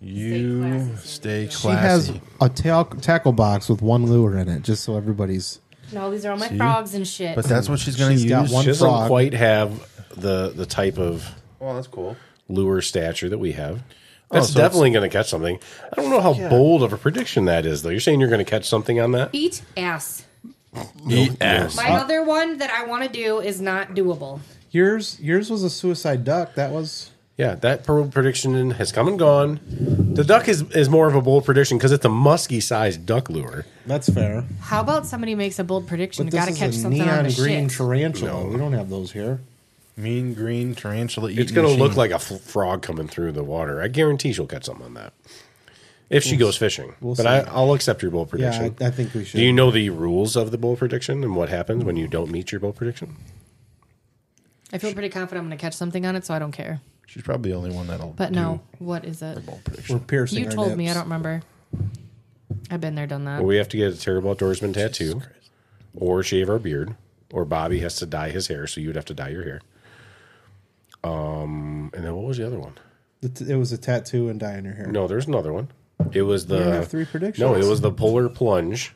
[SPEAKER 8] you stay
[SPEAKER 9] she has
[SPEAKER 8] classy.
[SPEAKER 9] a ta- tackle box with one lure in it, just so everybody's.
[SPEAKER 10] No, these are all my frogs and shit.
[SPEAKER 8] but that's what she's going to
[SPEAKER 9] She's got
[SPEAKER 8] use.
[SPEAKER 9] one-
[SPEAKER 2] She doesn't
[SPEAKER 9] Frog.
[SPEAKER 2] quite have the the type of
[SPEAKER 8] Well, that's cool.
[SPEAKER 2] lure stature that we have. That's
[SPEAKER 8] so
[SPEAKER 2] definitely going to catch something. I don't know how bold of a prediction that is, though. You're saying you're going to catch something on that?
[SPEAKER 10] Eat ass.
[SPEAKER 8] Eat ass.
[SPEAKER 10] My other one that I want to do is not doable.
[SPEAKER 9] Yours, yours was a suicide duck. That was
[SPEAKER 2] Yeah, that pro- prediction has come and gone. The duck is, is more of a bold prediction because it's a musky sized duck lure.
[SPEAKER 9] That's fair.
[SPEAKER 10] How about somebody makes a bold prediction?
[SPEAKER 9] But this
[SPEAKER 10] Got to
[SPEAKER 9] is
[SPEAKER 10] catch
[SPEAKER 9] a
[SPEAKER 10] something on
[SPEAKER 9] neon
[SPEAKER 10] the
[SPEAKER 9] green
[SPEAKER 10] shit.
[SPEAKER 9] tarantula. We don't have those here.
[SPEAKER 8] Mean green tarantula.
[SPEAKER 2] It's going to look like a f- frog coming through the water. I guarantee she'll catch something on that if she goes fishing.
[SPEAKER 9] we'll
[SPEAKER 2] but I,
[SPEAKER 9] see.
[SPEAKER 2] I'll accept your bold prediction.
[SPEAKER 9] Yeah, I, I think we should.
[SPEAKER 2] Do you know the rules of the bold prediction and what happens when you don't meet your bold prediction?
[SPEAKER 10] I feel pretty confident I'm going to catch something on it, so I don't care.
[SPEAKER 8] She's probably the only one that'll.
[SPEAKER 10] But no, what is it?
[SPEAKER 9] We're piercing.
[SPEAKER 10] You
[SPEAKER 9] our
[SPEAKER 10] told me. I
[SPEAKER 9] nips.
[SPEAKER 10] don't remember. I've been there, done
[SPEAKER 9] Oh,
[SPEAKER 10] that.
[SPEAKER 2] Well, we have to get a terrible outdoorsman tattoo, or shave our beard, or Bobby has to dye his hair. So you would have to dye your hair. Um, and then what was the other one?
[SPEAKER 9] The t- It was a tattoo and dye in your hair.
[SPEAKER 2] No, there's another one. It was the
[SPEAKER 9] don't have three predictions. Mm-hmm.
[SPEAKER 2] No, it was the polar plunge.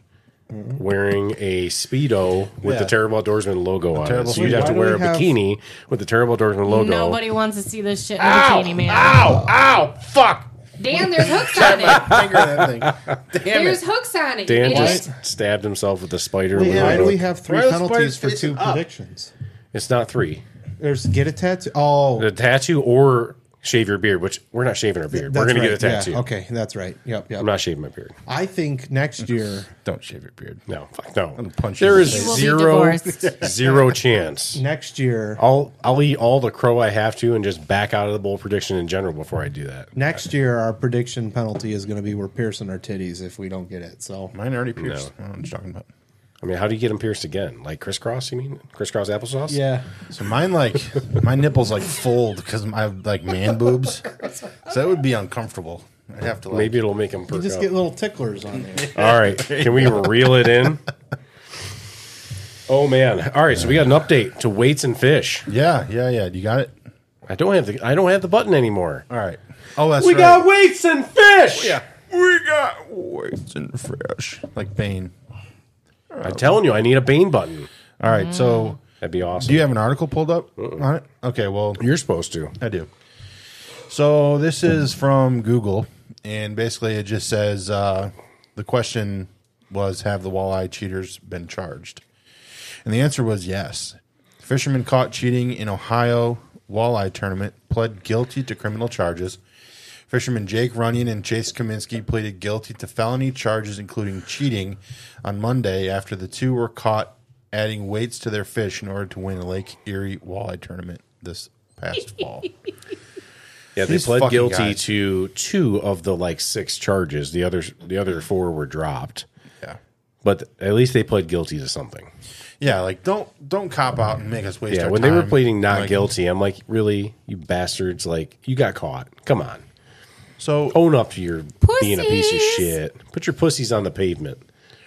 [SPEAKER 2] Wearing a speedo with the
[SPEAKER 8] Yeah.
[SPEAKER 2] terrible outdoorsman logo on it,
[SPEAKER 8] Terrible
[SPEAKER 2] so you'd have
[SPEAKER 9] Why
[SPEAKER 2] to
[SPEAKER 9] do
[SPEAKER 2] wear
[SPEAKER 9] we
[SPEAKER 2] a
[SPEAKER 9] have-
[SPEAKER 2] bikini with the terrible outdoorsman logo.
[SPEAKER 10] Nobody wants to see this shit in
[SPEAKER 2] ow,
[SPEAKER 10] a bikini, man.
[SPEAKER 9] Ah!
[SPEAKER 2] ow, ow, fuck!
[SPEAKER 10] Dan, there's hooks on it.
[SPEAKER 8] Finger that thing.
[SPEAKER 10] There's hooks on it.
[SPEAKER 2] Dan
[SPEAKER 10] you idiot.
[SPEAKER 2] just stabbed himself with a spider.
[SPEAKER 9] Wait,
[SPEAKER 2] with a
[SPEAKER 9] why do
[SPEAKER 2] hook.
[SPEAKER 9] we have three
[SPEAKER 8] Why are the
[SPEAKER 9] penalties
[SPEAKER 8] spiders
[SPEAKER 9] for two
[SPEAKER 8] facing up?
[SPEAKER 9] predictions?
[SPEAKER 2] It's not three.
[SPEAKER 9] There's get a tattoo. Oh,
[SPEAKER 2] The tattoo or shave your beard, which we're not shaving our beard. We're
[SPEAKER 9] that's
[SPEAKER 2] going to
[SPEAKER 9] right.
[SPEAKER 2] get a
[SPEAKER 9] Yeah,
[SPEAKER 2] tattoo.
[SPEAKER 9] okay, that's right. Yep, yep.
[SPEAKER 2] I'm not shaving my beard.
[SPEAKER 9] I think next year,
[SPEAKER 8] Don't shave your beard.
[SPEAKER 2] No, fuck no.
[SPEAKER 8] gonna punch you
[SPEAKER 2] there
[SPEAKER 8] in
[SPEAKER 2] is
[SPEAKER 8] the
[SPEAKER 10] You will be
[SPEAKER 2] zero,
[SPEAKER 10] divorced.
[SPEAKER 2] zero chance.
[SPEAKER 9] next year,
[SPEAKER 2] I'll I'll eat all the crow I have to and just back out of the bowl prediction in general before I do that.
[SPEAKER 9] next year, our prediction penalty is going to be we're piercing our titties if we don't get it. So
[SPEAKER 8] Mine already pierced. I don't know what you're talking about.
[SPEAKER 2] I mean, how do you get them pierced again? Like crisscross? You mean crisscross applesauce?
[SPEAKER 9] yeah,
[SPEAKER 8] So mine like my nipples like fold because I have like man boobs. So that would be uncomfortable. I'd have to like
[SPEAKER 2] Maybe it'll make them
[SPEAKER 9] you
[SPEAKER 2] perk
[SPEAKER 9] just
[SPEAKER 2] up.
[SPEAKER 9] get little ticklers on there.
[SPEAKER 2] All right. Can we reel it in? Oh man. All right, so we got an update to weights and fish.
[SPEAKER 8] Yeah, yeah, yeah. You got it?
[SPEAKER 2] I don't have the I don't have the button anymore.
[SPEAKER 8] All right. Oh that's right.
[SPEAKER 2] weights and fish. Yeah.
[SPEAKER 8] we got whites and fresh. Like Bane.
[SPEAKER 2] I'm telling you, I need a Bane button.
[SPEAKER 8] All right, so
[SPEAKER 2] That'd be awesome.
[SPEAKER 8] do you have an article pulled up on it? Okay, well
[SPEAKER 2] You're supposed to.
[SPEAKER 8] I do. So this is from Google, and basically it just says uh, the question was Have the walleye cheaters been charged? And the answer was yes. Fisherman caught cheating in Ohio walleye tournament pled guilty to criminal charges. Fishermen Jake Runyon and Chase Kaminsky pleaded guilty to felony charges, including cheating, on Monday after the two were caught adding weights to their fish in order to win a Lake Erie walleye tournament this past fall.
[SPEAKER 2] Yeah, they
[SPEAKER 8] These
[SPEAKER 2] pled
[SPEAKER 8] fucking
[SPEAKER 2] guilty
[SPEAKER 8] guys.
[SPEAKER 2] to two of the like six charges. The other the other four were dropped.
[SPEAKER 8] Yeah.
[SPEAKER 2] But at least they pled guilty to something.
[SPEAKER 8] Yeah, like don't don't cop out and make us waste.
[SPEAKER 2] Yeah,
[SPEAKER 8] our
[SPEAKER 2] when they were
[SPEAKER 8] time.
[SPEAKER 2] pleading not
[SPEAKER 8] Like,
[SPEAKER 2] guilty, I'm like, really, you bastards! Like, you got caught. Come on,
[SPEAKER 8] So
[SPEAKER 2] own up to your being a piece of
[SPEAKER 10] Pussies.
[SPEAKER 2] shit. Put your pussies on the pavement.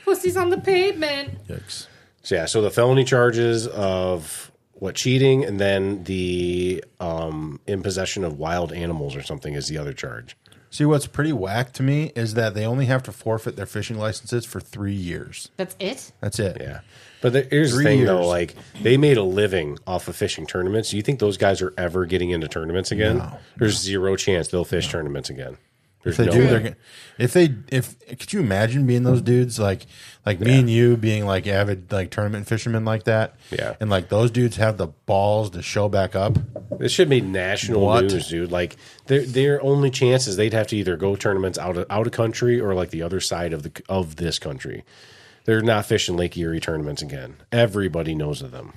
[SPEAKER 10] Pussy's on the pavement.
[SPEAKER 8] yikes.
[SPEAKER 2] So yeah, so the felony charges of what cheating, and then the um in possession of wild animals or something is the other charge.
[SPEAKER 8] See, what's pretty whack to me is that they only have to forfeit their fishing licenses for three years.
[SPEAKER 10] That's it.
[SPEAKER 8] That's it.
[SPEAKER 2] Yeah. But the, here's the
[SPEAKER 8] Three
[SPEAKER 2] thing, though.
[SPEAKER 8] years.
[SPEAKER 2] Like, they made a living off of fishing tournaments. Do you think those guys are ever getting into tournaments again? There's zero chance they'll fish tournaments again. There's
[SPEAKER 8] If they
[SPEAKER 2] no
[SPEAKER 8] do,
[SPEAKER 2] way.
[SPEAKER 8] they're gonna, if they if could you imagine being those dudes like like me and you being like avid like tournament fishermen like that?
[SPEAKER 2] Yeah. Oh,
[SPEAKER 8] and like those dudes have the balls to show back up.
[SPEAKER 2] This should be national
[SPEAKER 8] What?
[SPEAKER 2] news, dude. Like, their their only chances they'd have to either go tournaments out of out of country or like the other side of the of this country. They're not fishing Lake Erie tournaments again. Everybody knows of them.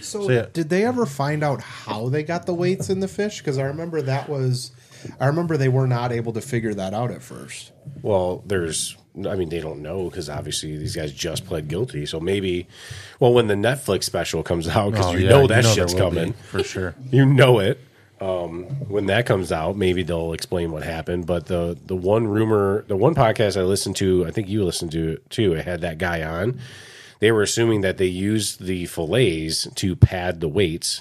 [SPEAKER 9] So,
[SPEAKER 8] yeah.
[SPEAKER 9] did they ever find out how they got the weights in the fish? Because I remember that was, I remember they were not able to figure that out at first.
[SPEAKER 2] Well, there's, I mean, they don't know because obviously these guys just pled guilty. So maybe, well, when the Netflix special comes out, because
[SPEAKER 8] Oh,
[SPEAKER 2] you
[SPEAKER 8] yeah,
[SPEAKER 2] know that
[SPEAKER 8] there
[SPEAKER 2] shit's
[SPEAKER 8] will be,
[SPEAKER 2] coming,
[SPEAKER 8] for sure.
[SPEAKER 2] you know it. Um, when that comes out, maybe they'll explain what happened. But the the one rumor, the one podcast I listened to, I think you listened to it too. It had that guy on. They were assuming that they used the fillets to pad the weights.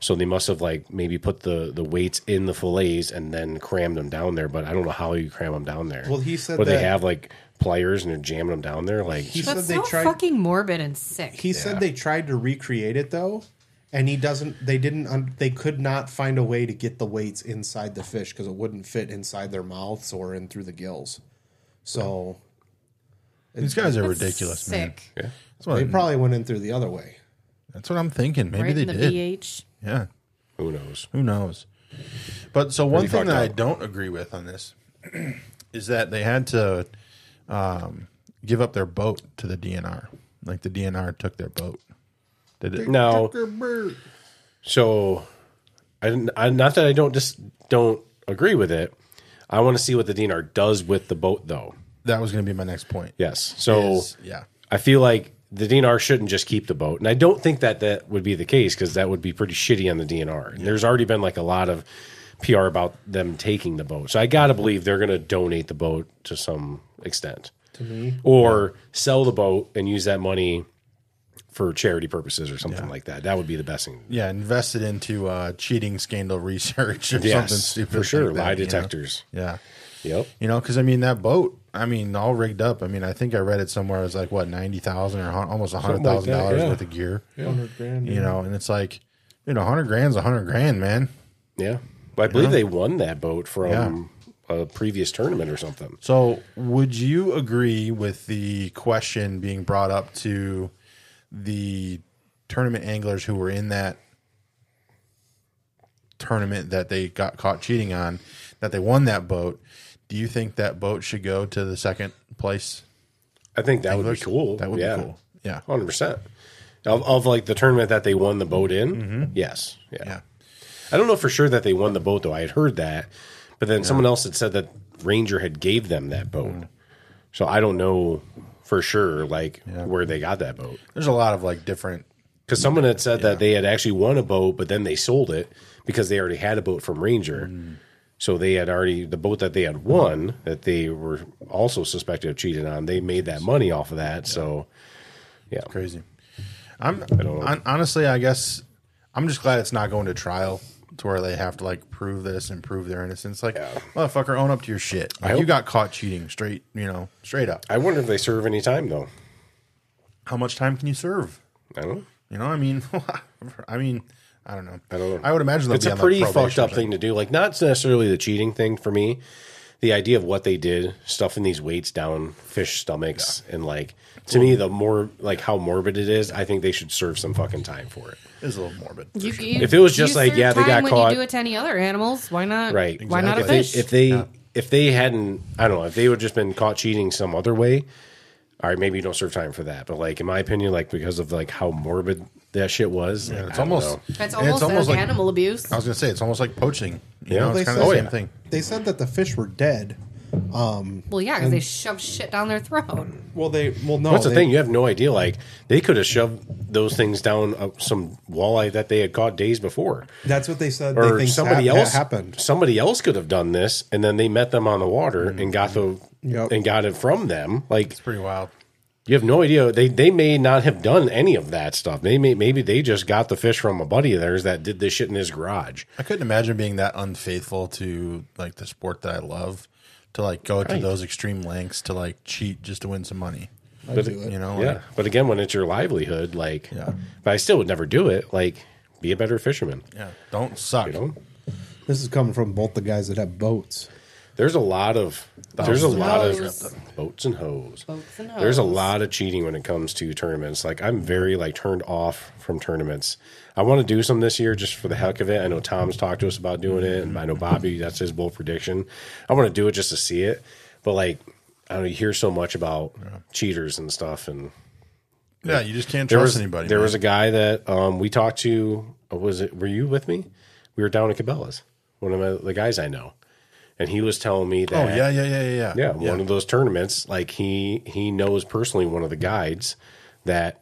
[SPEAKER 2] So they must have like maybe put the the weights in the fillets and then crammed them down there. But I don't know how you cram them down there.
[SPEAKER 9] Well, he said
[SPEAKER 2] But they
[SPEAKER 9] that-
[SPEAKER 2] have like pliers and they're jamming them down there. Like
[SPEAKER 9] He
[SPEAKER 10] That's
[SPEAKER 9] said they
[SPEAKER 10] so
[SPEAKER 9] tried.
[SPEAKER 10] fucking morbid and sick.
[SPEAKER 9] he said they tried to recreate it though, and he doesn't. They didn't. Un, they could not find a way to get the weights inside the fish because it wouldn't fit inside their mouths or in through the gills. So
[SPEAKER 8] These guys are
[SPEAKER 10] That's
[SPEAKER 8] ridiculous, man.
[SPEAKER 10] Sick.
[SPEAKER 8] That's what,
[SPEAKER 9] they probably went in through the other way.
[SPEAKER 8] that's what I'm thinking. Maybe
[SPEAKER 10] right
[SPEAKER 8] they
[SPEAKER 10] in the
[SPEAKER 8] did.
[SPEAKER 10] BH.
[SPEAKER 8] Yeah,
[SPEAKER 2] who knows?
[SPEAKER 8] who knows? But so one
[SPEAKER 2] Pretty
[SPEAKER 8] thing
[SPEAKER 2] fucked
[SPEAKER 8] that I
[SPEAKER 2] up.
[SPEAKER 8] don't agree with on this is that they had to um, give up their boat to the DNR. Like the DNR took their boat. Did it?
[SPEAKER 2] Now, so I didn't. I, not that I don't just don't agree with it. I want to see what the DNR does with the boat, though.
[SPEAKER 8] That was going to be my next point.
[SPEAKER 2] Yes. So
[SPEAKER 8] Is- yeah.
[SPEAKER 2] I feel like the DNR shouldn't just keep the boat, and I don't think that that would be the case because that would be pretty shitty on the DNR. And There's already been like a lot of PR about them taking the boat, so I gotta believe they're gonna donate the boat to some extent, to me, or sell the boat and use that money for charity purposes or something like that. That would be the best thing.
[SPEAKER 8] Yeah, invested into uh, cheating scandal research or
[SPEAKER 2] Yes,
[SPEAKER 8] something stupid.
[SPEAKER 2] for sure.
[SPEAKER 8] like that,
[SPEAKER 2] Lie
[SPEAKER 8] you know?
[SPEAKER 2] detectors.
[SPEAKER 8] Yeah.
[SPEAKER 2] Yep.
[SPEAKER 8] You know, because I mean that boat. I mean, all rigged up. I mean, I think I read it somewhere. It was like what ninety thousand or hun- almost hundred
[SPEAKER 2] like
[SPEAKER 8] thousand
[SPEAKER 2] that,
[SPEAKER 8] dollars
[SPEAKER 2] yeah.
[SPEAKER 8] worth of gear.
[SPEAKER 9] Hundred grand.
[SPEAKER 8] You know, and it's like, you know, hundred grand's a hundred grand, man.
[SPEAKER 2] Yeah. But I believe they won that boat from a previous tournament or something.
[SPEAKER 8] So, would you agree with the question being brought up to the tournament anglers who were in that tournament that they got caught cheating on, that they won that boat? Do you think that boat should go to the second place?
[SPEAKER 2] I think that would
[SPEAKER 8] anglers?
[SPEAKER 2] be cool.
[SPEAKER 8] That would
[SPEAKER 2] Yeah.
[SPEAKER 8] be cool. Yeah.
[SPEAKER 2] hundred percent. Of, of like the tournament that they won the boat in, yes, yeah.
[SPEAKER 8] Yeah.
[SPEAKER 2] I don't know for sure that they won the boat though. I had heard that, but then someone else had said that Ranger had gave them that boat. So I don't know for sure like where they got that boat
[SPEAKER 8] There's a lot of like different.
[SPEAKER 2] because someone had said that they had actually won a boat, but then they sold it because they already had a boat from Ranger. So they had already the boat that they had won that they were also suspected of cheating on. They made that money off of that. So
[SPEAKER 8] Crazy. I'm
[SPEAKER 2] don't know.
[SPEAKER 8] hon- honestly, I guess I'm just glad it's not going to trial to where they have to like prove this and prove their innocence. Like, motherfucker, own up to your shit. Like, you
[SPEAKER 2] hope-
[SPEAKER 8] got caught cheating straight, you know, straight up.
[SPEAKER 2] I wonder if they serve any time though.
[SPEAKER 8] How much time can you serve?
[SPEAKER 2] I don't know.
[SPEAKER 8] You know, I mean, I mean, I don't know. I
[SPEAKER 2] don't know.
[SPEAKER 8] I would imagine they'll
[SPEAKER 2] it's
[SPEAKER 8] be
[SPEAKER 2] a
[SPEAKER 8] on, like,
[SPEAKER 2] pretty
[SPEAKER 8] probation
[SPEAKER 2] fucked up
[SPEAKER 8] or
[SPEAKER 2] thing to do. Like, not necessarily the cheating thing for me. The idea of what they did, stuffing these weights down fish stomachs, and like to me, the more like how morbid it is, I think they should serve some fucking time for it.
[SPEAKER 8] something. It's a little morbid.
[SPEAKER 10] You, you,
[SPEAKER 2] If it was just
[SPEAKER 10] you
[SPEAKER 2] like,
[SPEAKER 10] serve
[SPEAKER 2] yeah, they
[SPEAKER 10] time
[SPEAKER 2] got
[SPEAKER 10] when
[SPEAKER 2] caught.
[SPEAKER 10] You do it to any other animals? Why not?
[SPEAKER 2] Right.
[SPEAKER 10] Why not a
[SPEAKER 2] If they
[SPEAKER 10] fish?
[SPEAKER 2] if they if they hadn't, I don't know, if they would just been caught cheating some other way. All right, maybe you don't serve time for that, but like in my opinion, like because of like how morbid that shit was, like,
[SPEAKER 8] It's
[SPEAKER 2] I don't
[SPEAKER 8] almost,
[SPEAKER 2] know.
[SPEAKER 10] That's
[SPEAKER 8] and
[SPEAKER 10] almost, like,
[SPEAKER 8] like Uh,
[SPEAKER 10] animal abuse.
[SPEAKER 8] I was gonna say it's almost like poaching. You
[SPEAKER 2] Oh, Yeah.
[SPEAKER 8] know,
[SPEAKER 2] Well,
[SPEAKER 8] it's
[SPEAKER 9] they
[SPEAKER 8] kind of the
[SPEAKER 9] said-
[SPEAKER 8] same thing.
[SPEAKER 9] They said that the fish were dead.
[SPEAKER 10] Well, yeah, because they shove shit down their throat.
[SPEAKER 9] Well, they well no.
[SPEAKER 2] That's the
[SPEAKER 9] Oh, they-
[SPEAKER 2] thing. You have no idea. Like they could have shoved those things down uh, some walleye that they had caught days before,
[SPEAKER 9] That's what they said.
[SPEAKER 2] or
[SPEAKER 9] they think
[SPEAKER 2] somebody
[SPEAKER 9] hap-
[SPEAKER 2] else
[SPEAKER 9] happened. Mm-hmm.
[SPEAKER 2] Somebody else could have done this, and then they met them on the water and got the
[SPEAKER 9] Yep.
[SPEAKER 2] and got it from them. Like
[SPEAKER 8] Pretty wild.
[SPEAKER 2] you have no idea. They they may not have done any of that stuff. They may maybe they just got the fish from a buddy of theirs that did this shit in his garage.
[SPEAKER 8] I couldn't imagine being that unfaithful to like the sport that I love to like go to
[SPEAKER 2] Right.
[SPEAKER 8] those extreme lengths to like cheat just to win some money.
[SPEAKER 2] but
[SPEAKER 8] You
[SPEAKER 9] Oh,
[SPEAKER 8] know, like,
[SPEAKER 2] yeah. But again, when it's your livelihood, like,
[SPEAKER 8] Yeah.
[SPEAKER 2] but I still would never do it. Like, be a better fisherman.
[SPEAKER 8] yeah, don't suck.
[SPEAKER 2] You know.
[SPEAKER 9] This is coming from both the guys that have boats.
[SPEAKER 2] There's a lot of there's a
[SPEAKER 8] Boats and
[SPEAKER 2] lot of
[SPEAKER 10] hoes.
[SPEAKER 2] boats and hoes.
[SPEAKER 10] Boats and
[SPEAKER 2] There's a
[SPEAKER 10] hoes.
[SPEAKER 2] lot of cheating when it comes to tournaments. Like I'm very like turned off from tournaments. I want to do some this year just for the heck of it. I know Tom's talked to us about doing it, and I know Bobby that's his bold prediction. I want to do it just to see it, but like I don't know, you hear so much about cheaters and stuff, and
[SPEAKER 8] Yeah, you just can't
[SPEAKER 2] there
[SPEAKER 8] trust
[SPEAKER 2] was
[SPEAKER 8] anybody.
[SPEAKER 2] there
[SPEAKER 8] man.
[SPEAKER 2] was a guy that um, we talked to. uh, Was it? Were you with me? We were down at Cabela's. One of my, the guys I know, and he was telling me
[SPEAKER 8] oh
[SPEAKER 2] that
[SPEAKER 8] yeah, yeah, yeah, yeah, yeah.
[SPEAKER 2] yeah, one of those tournaments. Like he he knows personally one of the guides that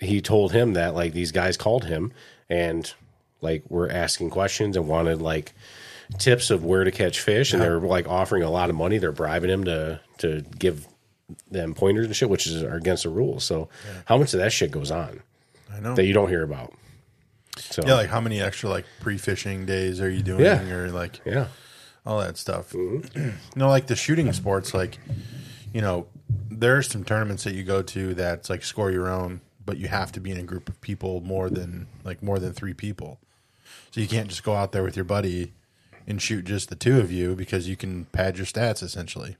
[SPEAKER 2] he told him that like these guys called him and like were asking questions and wanted like tips of where to catch fish and they were like offering a lot of money. They're bribing him to to give them pointers and shit, which is are against the rules. So how much of that shit goes on
[SPEAKER 8] I know.
[SPEAKER 2] that you don't hear about? So
[SPEAKER 8] yeah, like how many extra like pre-fishing days are you doing
[SPEAKER 2] Yeah.
[SPEAKER 8] or like
[SPEAKER 2] yeah.
[SPEAKER 8] all that stuff. you know, like the shooting sports, like you know, there's some tournaments that you go to that's like score your own, but you have to be in a group of people more than like more than three people. So you can't just go out there with your buddy and shoot just the two of you because you can pad your stats essentially.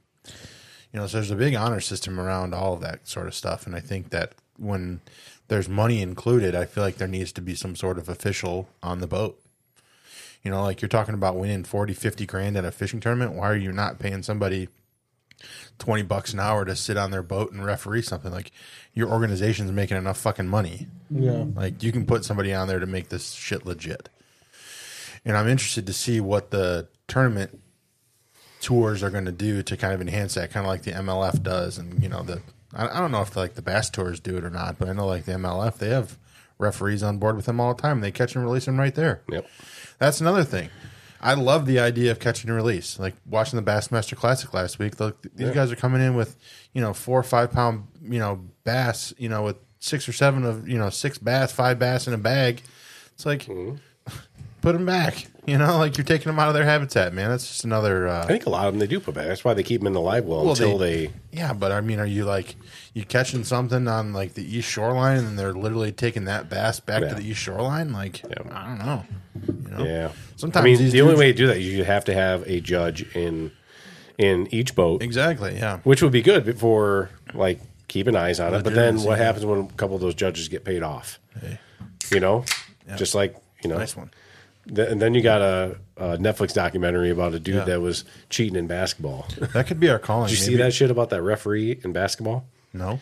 [SPEAKER 8] You know, so there's a big honor system around all of that sort of stuff, and I think that when there's money included, I feel like there needs to be some sort of official on the boat You know, like you're talking about winning 40, 50 grand at a fishing tournament. Why are you not paying somebody 20 bucks an hour to sit on their boat and referee something? Like your organization's making enough fucking money.
[SPEAKER 9] Yeah.
[SPEAKER 8] Like you can put somebody on there to make this shit legit. And I'm interested to see what the tournament tours are going to do to kind of enhance that, kind of like the MLF does, and you know the I, I don't know if like the bass tours do it or not, but I know like the MLF they have referees on board with them all the time. They catch and release them right there.
[SPEAKER 2] Yep.
[SPEAKER 8] That's another thing. I love the idea of catch and release. Like watching the Bassmaster Classic last week, look, these guys are coming in with, you know, four or five pound, you know, bass, you know, with six or seven of, you know, six bass, five bass in a bag. It's like,
[SPEAKER 2] Mm-hmm.
[SPEAKER 8] put them back. You know, like you're taking them out of their habitat, man. That's just another. Uh,
[SPEAKER 2] I think a lot of them they do put back. That's why they keep them in the live well, until they,
[SPEAKER 8] yeah, but I mean, are you like you catching something on like the east shoreline, and they're literally taking that bass back
[SPEAKER 2] Yeah.
[SPEAKER 8] to the east shoreline? Like, I don't know. You know?
[SPEAKER 2] Yeah.
[SPEAKER 8] Sometimes
[SPEAKER 2] I mean,
[SPEAKER 8] these
[SPEAKER 2] the only
[SPEAKER 8] dudes-
[SPEAKER 2] way to do that is you have to have a judge in in each boat,
[SPEAKER 8] exactly. Yeah,
[SPEAKER 2] which would be good for like keeping eyes on it. But then
[SPEAKER 8] Legitimacy,
[SPEAKER 2] what
[SPEAKER 8] yeah.
[SPEAKER 2] happens when a couple of those judges get paid off? You know, just like you know,
[SPEAKER 8] nice one.
[SPEAKER 2] Th- and then you got a, a Netflix documentary about a dude
[SPEAKER 8] Yeah.
[SPEAKER 2] that was cheating in basketball. Did
[SPEAKER 8] That could be our calling.
[SPEAKER 2] you see
[SPEAKER 8] maybe.
[SPEAKER 2] that shit about that referee in basketball?
[SPEAKER 8] No.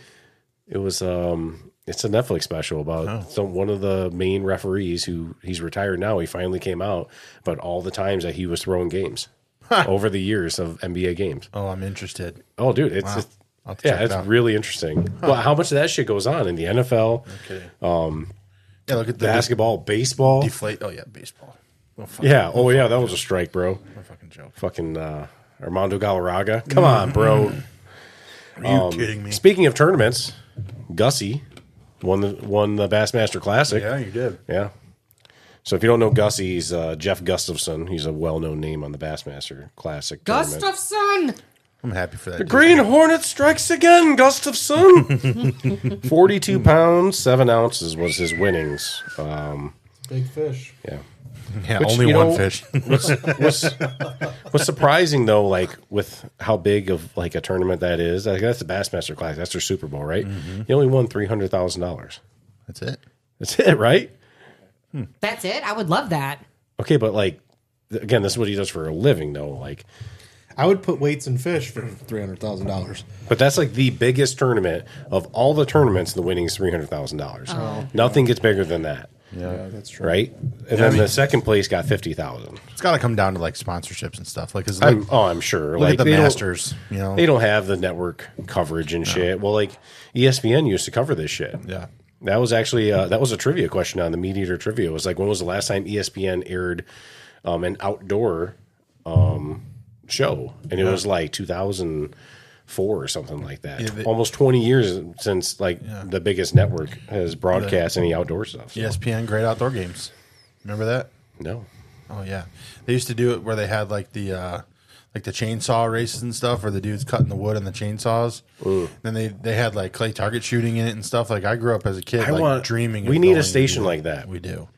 [SPEAKER 2] It was um it's a Netflix special about
[SPEAKER 8] Oh.
[SPEAKER 2] some one of the main referees who he's retired now. He finally came out, but all the times that he was throwing games over the years of NBA games.
[SPEAKER 8] Oh, I'm interested.
[SPEAKER 2] Oh, dude, it's
[SPEAKER 8] Wow.
[SPEAKER 2] just-
[SPEAKER 8] I'll have to check
[SPEAKER 2] yeah,
[SPEAKER 8] it
[SPEAKER 2] it's
[SPEAKER 8] out.
[SPEAKER 2] really interesting. Well, how much of that shit goes on in the NFL,
[SPEAKER 8] Yeah, look at the
[SPEAKER 2] Um, basketball, baseball?
[SPEAKER 8] deflate. Oh yeah, baseball. Well, fuck,
[SPEAKER 2] yeah. Oh, yeah, that was a strike, bro.
[SPEAKER 8] no fucking joke.
[SPEAKER 2] Fucking uh, Armando Galarraga. Come on, bro. Um,
[SPEAKER 8] Mm-hmm. Are you kidding me?
[SPEAKER 2] Speaking of tournaments, Gussie won the won the Bassmaster Classic.
[SPEAKER 8] yeah, you did.
[SPEAKER 2] Yeah. So if you don't know Gussie, he's uh, Jeff Gustafson. He's a well-known name on the Bassmaster Classic. tournament.
[SPEAKER 10] Gustafson.
[SPEAKER 8] I'm happy for that.
[SPEAKER 2] The
[SPEAKER 8] dude.
[SPEAKER 2] Green Hornet strikes again, Gustafson. Forty-two pounds, seven ounces was his winnings. Um,
[SPEAKER 9] Big fish.
[SPEAKER 2] yeah.
[SPEAKER 8] Yeah,
[SPEAKER 2] Which,
[SPEAKER 8] only
[SPEAKER 2] you
[SPEAKER 8] one
[SPEAKER 2] know-
[SPEAKER 8] fish.
[SPEAKER 2] What's, what's what's surprising though, like with how big of like a tournament that is, like that's the Bassmaster Classic. That's their Super Bowl, right?
[SPEAKER 8] Mm-hmm.
[SPEAKER 2] He only won three hundred thousand dollars.
[SPEAKER 8] That's it.
[SPEAKER 2] That's it, right?
[SPEAKER 10] That's it. I would love that.
[SPEAKER 2] Okay, but like th- again, this is what he does for a living, though. Like,
[SPEAKER 9] I would put weights in fish for three hundred thousand dollars.
[SPEAKER 2] but that's like the biggest tournament of all the tournaments. The winning is three hundred thousand dollars. Nothing gets bigger than that,
[SPEAKER 9] Yeah, Oh. that's true.
[SPEAKER 2] right? And then the second place got fifty thousand.
[SPEAKER 8] It's got to come down to like sponsorships and stuff. Like, 'cause, like
[SPEAKER 2] I'm, oh, I'm sure.
[SPEAKER 8] look
[SPEAKER 2] like
[SPEAKER 8] at the
[SPEAKER 2] they don't-
[SPEAKER 8] Masters. You know.
[SPEAKER 2] they don't have the network coverage and shit. Well, like E ESPN used to cover this shit.
[SPEAKER 8] Yeah.
[SPEAKER 2] That was actually uh, that was a trivia question on the Meat Eater trivia. It was like, when was the last time E ESPN aired um, an outdoor um, show? And it was like 2004 or something like that.
[SPEAKER 8] Yeah, they-
[SPEAKER 2] Almost 20 years since like the biggest network has broadcast any outdoor stuff. So,
[SPEAKER 8] ESPN Great Outdoor Games. Remember that?
[SPEAKER 2] no,
[SPEAKER 8] Oh yeah, they used to do it where they had like the uh, like the chainsaw races and stuff, where the dudes cutting the wood on the chainsaws. Then they they had like clay target shooting in it and stuff. Like I grew up as a kid,
[SPEAKER 2] I
[SPEAKER 8] like
[SPEAKER 2] want-
[SPEAKER 8] dreaming.
[SPEAKER 2] we
[SPEAKER 8] of
[SPEAKER 2] need a
[SPEAKER 8] going to do
[SPEAKER 2] station like that.
[SPEAKER 8] We do.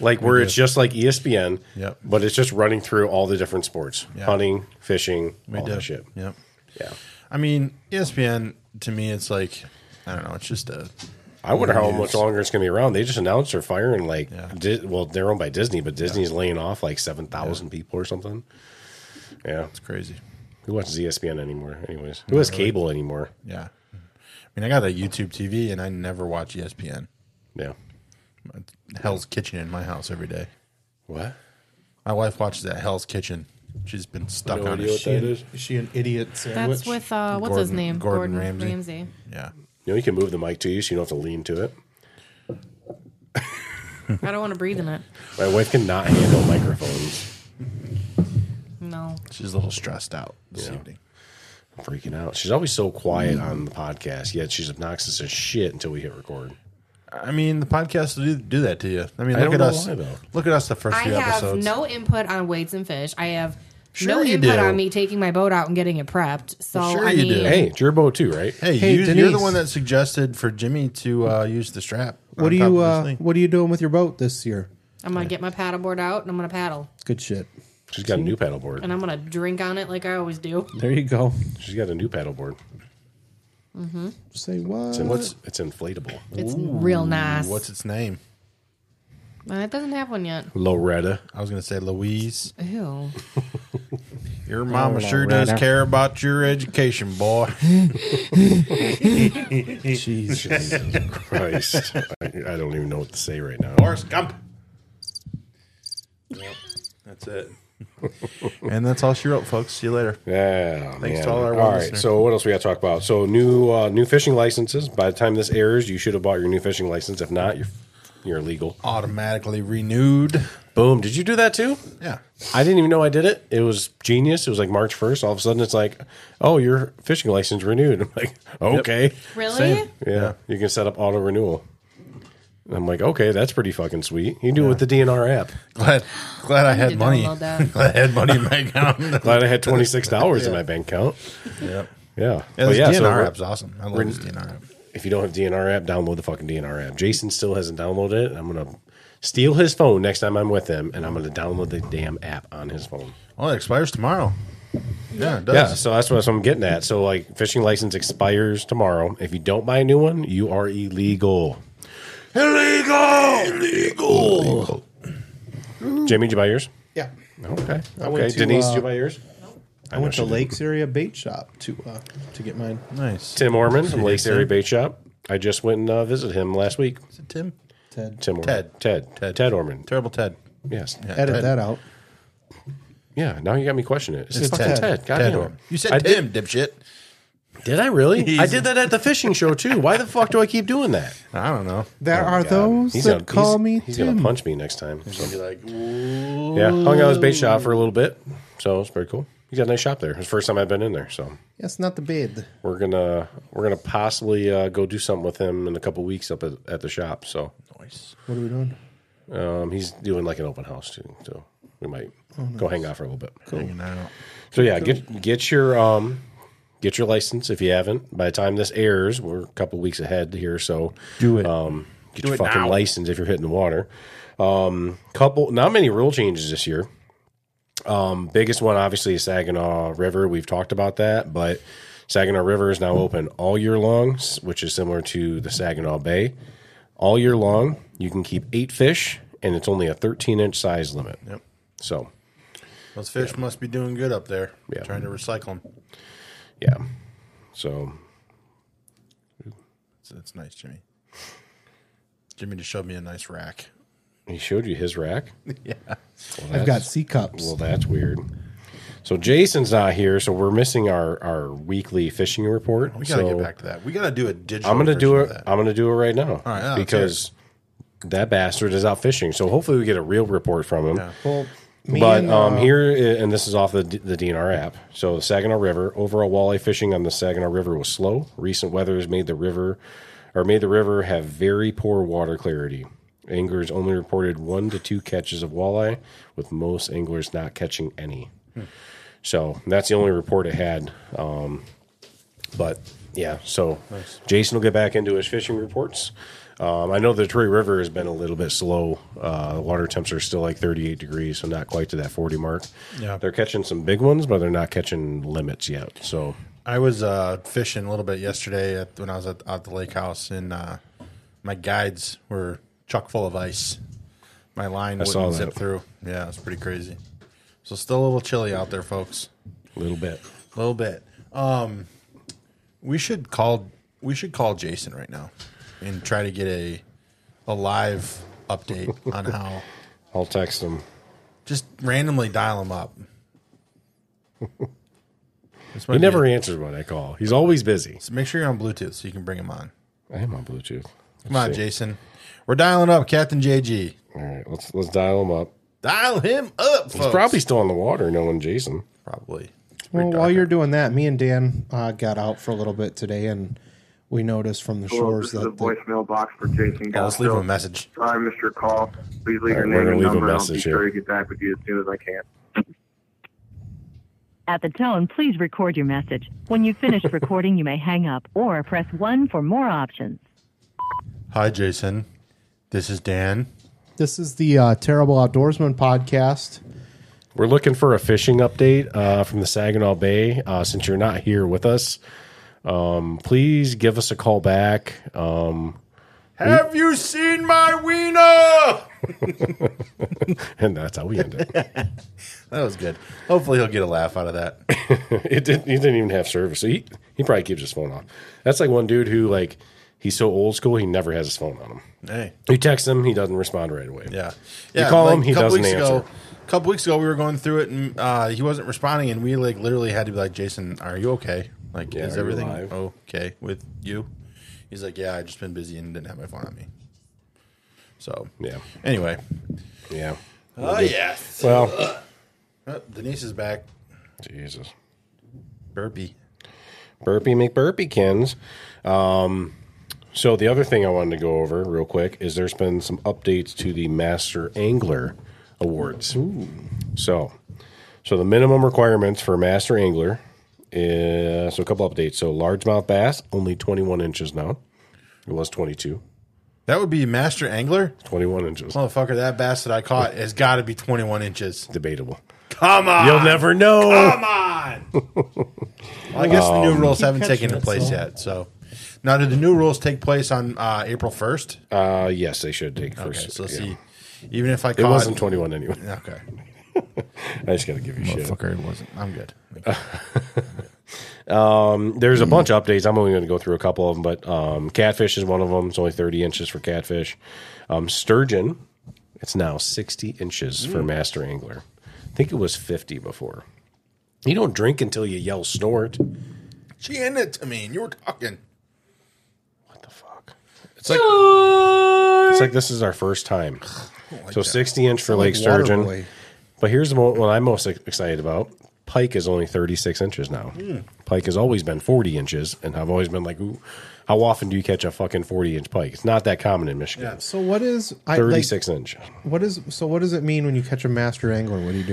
[SPEAKER 2] like where it's just like E ESPN,
[SPEAKER 8] Yep.
[SPEAKER 2] but it's just running through all the different sports:
[SPEAKER 8] Yeah.
[SPEAKER 2] hunting, fishing,
[SPEAKER 8] We
[SPEAKER 2] all
[SPEAKER 8] do.
[SPEAKER 2] that shit.
[SPEAKER 8] Yep.
[SPEAKER 2] Yeah.
[SPEAKER 8] I mean, E ESPN to me, it's like I don't know. It's just uh, a
[SPEAKER 2] I wonder how much
[SPEAKER 8] News.
[SPEAKER 2] longer it's going to be around. They just announced they're firing like,
[SPEAKER 8] Yeah.
[SPEAKER 2] Di- well, they're owned by Disney, but Disney's laying off like seven thousand people or something. Yeah,
[SPEAKER 8] it's crazy.
[SPEAKER 2] who watches E ESPN anymore? Anyways, who has cable anymore?
[SPEAKER 8] Yeah. I mean, I got a YouTube TV, and I never watch E ESPN.
[SPEAKER 2] Yeah,
[SPEAKER 8] Hell's Kitchen in my house every day.
[SPEAKER 2] what?
[SPEAKER 8] My wife watches that Hell's Kitchen. She's been stuck
[SPEAKER 2] No
[SPEAKER 8] on
[SPEAKER 2] idea
[SPEAKER 8] it.
[SPEAKER 2] what that is. You
[SPEAKER 9] Is she an idiot sandwich?
[SPEAKER 10] That's with uh, what's his
[SPEAKER 8] Gordon-
[SPEAKER 10] name?
[SPEAKER 8] Gordon Ramsay.
[SPEAKER 10] Ramsay.
[SPEAKER 8] Yeah.
[SPEAKER 2] know, you can move the mic to you, so you don't have to lean to it.
[SPEAKER 10] I don't want to breathe in it.
[SPEAKER 2] My wife cannot handle microphones.
[SPEAKER 10] No.
[SPEAKER 8] She's a little stressed out this
[SPEAKER 2] Yeah.
[SPEAKER 8] evening.
[SPEAKER 2] I'm freaking out. She's always so quiet on the podcast, yet she's obnoxious as shit until we hit record.
[SPEAKER 8] I mean, the podcast will do, do that to you. I mean,
[SPEAKER 2] I
[SPEAKER 8] look
[SPEAKER 2] don't
[SPEAKER 8] at
[SPEAKER 2] know
[SPEAKER 8] us.
[SPEAKER 2] why, though.
[SPEAKER 8] look at us the first
[SPEAKER 10] I
[SPEAKER 8] few
[SPEAKER 10] have
[SPEAKER 8] episodes.
[SPEAKER 10] no input on weights and fish. I have no
[SPEAKER 8] Sure you
[SPEAKER 10] input
[SPEAKER 8] do.
[SPEAKER 10] on me taking my boat out and getting it prepped. So
[SPEAKER 8] Sure
[SPEAKER 10] I
[SPEAKER 8] you
[SPEAKER 10] mean,
[SPEAKER 8] do.
[SPEAKER 2] Hey, Jerbo too, right?
[SPEAKER 8] hey,
[SPEAKER 9] Hey,
[SPEAKER 8] you, you're the
[SPEAKER 9] Denise.
[SPEAKER 8] one that suggested for Jimmy to uh, use the strap.
[SPEAKER 9] what
[SPEAKER 8] on
[SPEAKER 9] are
[SPEAKER 8] top
[SPEAKER 9] you?
[SPEAKER 8] of his
[SPEAKER 9] Uh,
[SPEAKER 8] thing.
[SPEAKER 9] what are you doing with your boat this year?
[SPEAKER 10] I'm gonna get my paddleboard out and I'm gonna paddle
[SPEAKER 9] It's good shit.
[SPEAKER 2] she's got a new paddleboard.
[SPEAKER 10] and I'm gonna drink on it like I always do.
[SPEAKER 9] There you go.
[SPEAKER 2] She's got a new paddleboard.
[SPEAKER 9] Say what?
[SPEAKER 2] It's in, it's inflatable.
[SPEAKER 10] It's real nice.
[SPEAKER 8] What's its name?
[SPEAKER 10] Uh, It doesn't have one yet.
[SPEAKER 2] Loretta.
[SPEAKER 8] I was gonna say Louise.
[SPEAKER 10] Ew.
[SPEAKER 8] Your mama sure does care about your education, boy.
[SPEAKER 2] Jesus Christ. I, I don't even know what to say right now.
[SPEAKER 8] Forrest Gump. Yep, that's it. and that's all she wrote, folks. See you later.
[SPEAKER 2] Yeah.
[SPEAKER 8] Thanks
[SPEAKER 2] man.
[SPEAKER 8] to all our
[SPEAKER 2] All right.
[SPEAKER 8] listeners.
[SPEAKER 2] So what else we got to talk about? So new uh, new fishing licenses. By the time this airs, you should have bought your new fishing license. If not, you're you're illegal.
[SPEAKER 8] Automatically renewed.
[SPEAKER 2] Boom. Did you do that too?
[SPEAKER 8] Yeah.
[SPEAKER 2] I didn't even know I did it. It was genius. It was like March first. All of a sudden, it's like, oh, your fishing license renewed. I'm like, okay,
[SPEAKER 10] Really?
[SPEAKER 8] Same.
[SPEAKER 2] yeah. You can set up auto renewal. I'm like, okay, that's pretty fucking sweet. You can do it with the DNR app.
[SPEAKER 8] Glad, glad I had
[SPEAKER 10] to
[SPEAKER 8] money.
[SPEAKER 10] download that.
[SPEAKER 8] Glad I had money in my account.
[SPEAKER 2] Glad I had twenty six dollars in my bank account.
[SPEAKER 8] yep.
[SPEAKER 2] Yeah,
[SPEAKER 8] Yeah,
[SPEAKER 2] But
[SPEAKER 8] this DNR
[SPEAKER 2] so we're-
[SPEAKER 8] app's awesome. I love this DNR app.
[SPEAKER 2] if you don't have DNR app, download the fucking DNR app. Jason still hasn't downloaded it. and I'm gonna steal his phone next time I'm with him, and I'm gonna download the damn app on his phone.
[SPEAKER 8] Oh, it expires tomorrow. Yeah, it does.
[SPEAKER 2] Yeah, so that's what, that's what I'm getting at. So like, fishing license expires tomorrow. If you don't buy a new one, you are illegal. Illegal. Illegal. Jimmy, did you buy yours?
[SPEAKER 9] Yeah.
[SPEAKER 2] Okay. Okay.
[SPEAKER 9] went to,
[SPEAKER 2] Denise,
[SPEAKER 9] uh,
[SPEAKER 2] did you buy yours?
[SPEAKER 9] I, went to
[SPEAKER 2] she did.
[SPEAKER 9] Lakes Area Bait Shop to uh, to get mine.
[SPEAKER 8] Nice.
[SPEAKER 2] Tim Orman from Lakes
[SPEAKER 8] Tim.
[SPEAKER 2] Area Bait Shop. I just went and uh, visited him last week.
[SPEAKER 8] Is it Tim?
[SPEAKER 9] Ted,
[SPEAKER 2] Tim Orman.
[SPEAKER 8] Ted.
[SPEAKER 2] Ted. Ted.
[SPEAKER 8] Ted.
[SPEAKER 2] Orman.
[SPEAKER 8] Terrible Ted.
[SPEAKER 2] Yes.
[SPEAKER 9] edit that out.
[SPEAKER 2] Yeah, now you got me questioning it. It's,
[SPEAKER 8] It's
[SPEAKER 2] fucking
[SPEAKER 8] Ted.
[SPEAKER 2] Ted. God damn
[SPEAKER 8] Ted
[SPEAKER 2] it.
[SPEAKER 8] Orman. You said
[SPEAKER 2] I
[SPEAKER 8] Tim, dipshit.
[SPEAKER 2] Did, did I really? I did that at the fishing show too. Why the fuck do I keep doing that?
[SPEAKER 8] I don't know.
[SPEAKER 9] There are those that
[SPEAKER 2] gonna,
[SPEAKER 9] call
[SPEAKER 2] Oh he's-
[SPEAKER 9] me
[SPEAKER 2] He's
[SPEAKER 9] Tim.
[SPEAKER 2] gonna punch me next time. So. yeah, hung out at his bait shop for a little bit, so it's pretty cool. He's got a nice shop there. It's the first time I've been in there, so
[SPEAKER 9] That's not the bid.
[SPEAKER 2] we're gonna we're gonna possibly uh, go do something with him in a couple weeks up at, at the shop. So
[SPEAKER 8] Nice.
[SPEAKER 9] What are we doing?
[SPEAKER 2] um, he's doing like an open house too, so we might go hang out for a little bit.
[SPEAKER 8] Hanging out.
[SPEAKER 2] So yeah, get get your um get your license if you haven't. By the time this airs, we're a couple weeks ahead here, so
[SPEAKER 8] Do it.
[SPEAKER 2] Um, get your fucking license if you're hitting the water. Um, couple not many rule changes this year. Um, biggest one obviously is Saginaw River. We've talked about that, but Saginaw River is now open all year long, s- which is similar to the Saginaw Bay. All year long, you can keep eight fish, and it's only a 13 inch size limit.
[SPEAKER 8] Yep.
[SPEAKER 2] So
[SPEAKER 8] Those fish must be doing good up there.
[SPEAKER 2] Yeah.
[SPEAKER 8] Trying to recycle them.
[SPEAKER 2] yeah, so
[SPEAKER 8] It's, it's nice, Jimmy. Jimmy just showed me a nice rack.
[SPEAKER 2] He showed you his rack.
[SPEAKER 9] I've got C cups.
[SPEAKER 2] Well, that's weird. So Jason's not here, so we're missing our our weekly fishing report.
[SPEAKER 8] We gotta
[SPEAKER 2] so
[SPEAKER 8] get back to that. We gotta do a digital.
[SPEAKER 2] I'm gonna do
[SPEAKER 8] version of
[SPEAKER 2] it.
[SPEAKER 8] that.
[SPEAKER 2] I'm gonna do it right now
[SPEAKER 8] right, yeah,
[SPEAKER 2] because that bastard is out fishing. So hopefully we get a real report from him.
[SPEAKER 9] Well, me
[SPEAKER 2] But
[SPEAKER 9] and,
[SPEAKER 2] um,
[SPEAKER 9] uh,
[SPEAKER 2] here, and this is off the, the DNR app. So, Saginaw River overall walleye fishing on the Saginaw River was slow. Recent weather has made the river, or made the river have very poor water clarity. Anglers only reported one to two catches of walleye, with most anglers not catching any. So that's the only report it had. Um, but yeah, so Jason will get back into his fishing reports. Um, I know the Detroit River has been a little bit slow. Uh, water temps are still like 38 degrees, so not quite to that 40 mark.
[SPEAKER 8] Yeah.
[SPEAKER 2] They're catching some big ones, but they're not catching limits yet. So
[SPEAKER 8] I was uh, fishing a little bit yesterday at, when I was at, at the lake house, and uh, my guides were chock full of ice. My line
[SPEAKER 2] I saw
[SPEAKER 8] wouldn't zip
[SPEAKER 2] that.
[SPEAKER 8] through. Yeah, it's pretty crazy. So still a little chilly out there, folks.
[SPEAKER 2] a little bit.
[SPEAKER 8] A little bit. Um, we should call. We should call Jason right now and try to get a a live update on how.
[SPEAKER 2] I'll text them.
[SPEAKER 8] Just randomly dial him up. This might
[SPEAKER 2] He
[SPEAKER 8] be
[SPEAKER 2] never
[SPEAKER 8] it.
[SPEAKER 2] answers when I call. He's always busy.
[SPEAKER 8] So make sure you're on Bluetooth so you can bring him on.
[SPEAKER 2] I am on Bluetooth.
[SPEAKER 8] Come on,
[SPEAKER 2] see.
[SPEAKER 8] Jason. We're dialing up Captain JG.
[SPEAKER 2] All right, let's let's dial him up.
[SPEAKER 8] Dial him up, folks.
[SPEAKER 2] He's probably still on the water, knowing Jason.
[SPEAKER 8] probably.
[SPEAKER 9] well, while you're doing that, me and Dan uh, got out for a little bit today, and we noticed from the
[SPEAKER 3] Hello,
[SPEAKER 9] shores
[SPEAKER 3] this is a
[SPEAKER 9] that the,
[SPEAKER 3] voicemail box for Jason
[SPEAKER 8] Oh, let's leave him a
[SPEAKER 3] Gaskell.
[SPEAKER 8] message.
[SPEAKER 3] Sorry, Mr. Call. Please leave
[SPEAKER 2] All
[SPEAKER 3] your
[SPEAKER 2] right, we're
[SPEAKER 3] name
[SPEAKER 2] gonna
[SPEAKER 3] and
[SPEAKER 2] leave a
[SPEAKER 3] number. I'll be
[SPEAKER 2] message
[SPEAKER 3] sure
[SPEAKER 2] here.
[SPEAKER 3] to get back with you as soon as I can.
[SPEAKER 11] At the tone, please record your message. When you've finished recording, you may hang up or press 1 for more options.
[SPEAKER 8] Hi, Jason. This is Dan.
[SPEAKER 9] this is the uh, Terrible Outdoorsman podcast.
[SPEAKER 2] We're looking for a fishing update uh, from the Saginaw Bay. Uh, since you're not Uh, here with us, um, please give us a call back. Um,
[SPEAKER 8] Have you seen my wiener?
[SPEAKER 2] and that's how we end it. that
[SPEAKER 8] was good. Hopefully, he'll get a laugh out of that.
[SPEAKER 2] it didn't. He didn't even have service. He he probably keeps his phone on. That's like one dude who like he's so old school he never has his phone on him.
[SPEAKER 8] Hey.
[SPEAKER 2] you text him, he doesn't respond right away.
[SPEAKER 8] Yeah,
[SPEAKER 2] you call
[SPEAKER 8] like,
[SPEAKER 2] him, he
[SPEAKER 8] couple
[SPEAKER 2] doesn't
[SPEAKER 8] weeks
[SPEAKER 2] answer.
[SPEAKER 8] Ago, a couple weeks ago, we were going through it, and uh, he wasn't responding, and we like literally had to be like, "Jason, are you okay? Like,
[SPEAKER 2] Yeah,
[SPEAKER 8] is
[SPEAKER 2] are you
[SPEAKER 8] everything
[SPEAKER 2] alive?"
[SPEAKER 8] okay with you?" He's like, "Yeah, I just been busy and didn't have my phone on me." So
[SPEAKER 2] yeah.
[SPEAKER 8] Anyway,
[SPEAKER 2] yeah.
[SPEAKER 8] Oh yes.
[SPEAKER 2] Well,
[SPEAKER 8] Oh, Denise is back.
[SPEAKER 2] Jesus.
[SPEAKER 8] Burpee.
[SPEAKER 2] Burpee McBurpeekins. Um, so the other thing I wanted to go over real quick is there's been some updates to the Master Angler Awards. So, so the minimum requirements for Master Angler is so a couple updates. So largemouth bass only 21 inches now. It was 22.
[SPEAKER 8] That would be Master Angler.
[SPEAKER 2] 21 inches.
[SPEAKER 8] Motherfucker, that bass that I caught has got to be 21 inches.
[SPEAKER 2] Debatable.
[SPEAKER 8] Come on.
[SPEAKER 2] You'll never know.
[SPEAKER 8] Come on. well, I guess the new
[SPEAKER 2] Um,
[SPEAKER 8] rules
[SPEAKER 2] Keep
[SPEAKER 8] haven't
[SPEAKER 2] catching
[SPEAKER 8] taken
[SPEAKER 2] it,
[SPEAKER 8] place
[SPEAKER 2] so.
[SPEAKER 8] yet. So now, do the new rules take place on uh, April 1st?
[SPEAKER 2] Uh, yes, they should take
[SPEAKER 8] Okay,
[SPEAKER 2] first.
[SPEAKER 8] so let's
[SPEAKER 2] yeah.
[SPEAKER 8] see. Even if I
[SPEAKER 2] it
[SPEAKER 8] caught-
[SPEAKER 2] wasn't 21 anyway.
[SPEAKER 8] Okay.
[SPEAKER 2] I just got to give you shit.
[SPEAKER 8] Motherfucker, it wasn't. I'm good.
[SPEAKER 2] um, there's a bunch of updates. I'm only going to go through a couple of them, but um, catfish is one of them. It's only 30 inches for catfish. Um, sturgeon, it's now 60 inches for
[SPEAKER 12] Mm.
[SPEAKER 2] master angler. I think it was 50 before. You don't drink until you yell snort.
[SPEAKER 8] She handed it to me, and you were talking.
[SPEAKER 2] It's like it's like this is our first time. so 60 inch for
[SPEAKER 8] Sound
[SPEAKER 2] lake
[SPEAKER 8] like
[SPEAKER 2] sturgeon.
[SPEAKER 8] Waterboy.
[SPEAKER 2] But here's the one what I'm most excited about. Pike is only 36 inches now.
[SPEAKER 8] Mm.
[SPEAKER 2] Pike has always been 40 inches, and I've always been like, Ooh, how often do you catch a fucking 40 inch pike? It's not that common in Michigan.
[SPEAKER 9] Yeah. So what is I, like,
[SPEAKER 2] 36 inch.
[SPEAKER 9] What is so? What does it mean when you catch a master angler? What do you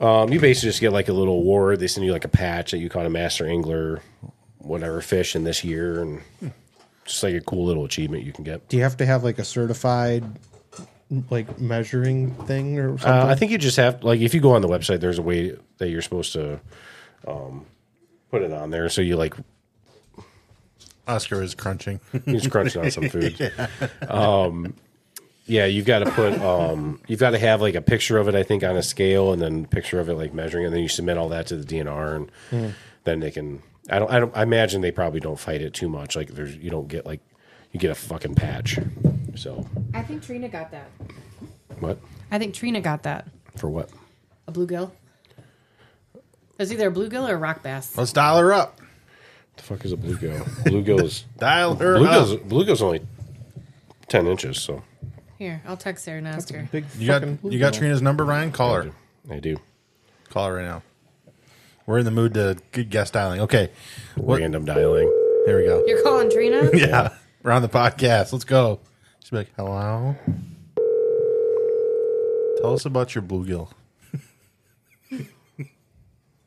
[SPEAKER 9] do?
[SPEAKER 2] Um, you basically just get like a little award. They send you like a patch that you caught a master angler, whatever fish in this year, and
[SPEAKER 8] Hmm.
[SPEAKER 2] just like a cool little achievement you can get.
[SPEAKER 9] Do you have to have like a certified like measuring thing or something?
[SPEAKER 2] Uh, I think you just have like if you go on the website, there's a way that you're supposed to um, put it on there. So you like
[SPEAKER 8] Oscar is crunching.
[SPEAKER 2] he's crunching on some food.
[SPEAKER 8] Yeah.
[SPEAKER 2] Um, yeah, you've got to put um, you've got to have like a picture of it, I think, on a scale, and then picture of it like measuring, and then you submit all that to the DNR, and
[SPEAKER 12] Hmm.
[SPEAKER 2] then they can. I don't. I don't. I imagine they probably don't fight it too much. Like there's you don't get like you get a fucking patch. So
[SPEAKER 10] I think Trina got that.
[SPEAKER 2] what
[SPEAKER 10] I think Trina got that.
[SPEAKER 2] for what?
[SPEAKER 10] A bluegill. It was either a bluegill or a rock bass.
[SPEAKER 8] Let's dial her up.
[SPEAKER 2] The fuck is a bluegill? Bluegills.
[SPEAKER 8] Dial her
[SPEAKER 2] bluegills,
[SPEAKER 8] up.
[SPEAKER 2] Bluegill's only ten inches, so
[SPEAKER 10] Here, I'll text her and ask her.
[SPEAKER 9] Big
[SPEAKER 8] You got you got Trina's number, Ryan. Call her.
[SPEAKER 2] I do.
[SPEAKER 8] Call her right now. We're in the mood to good guest dialing. Okay,
[SPEAKER 2] random dialing.
[SPEAKER 8] There we go.
[SPEAKER 10] You're calling Trina?
[SPEAKER 8] yeah, we're on the podcast. Let's go. She's like, hello. Tell us about your bluegill.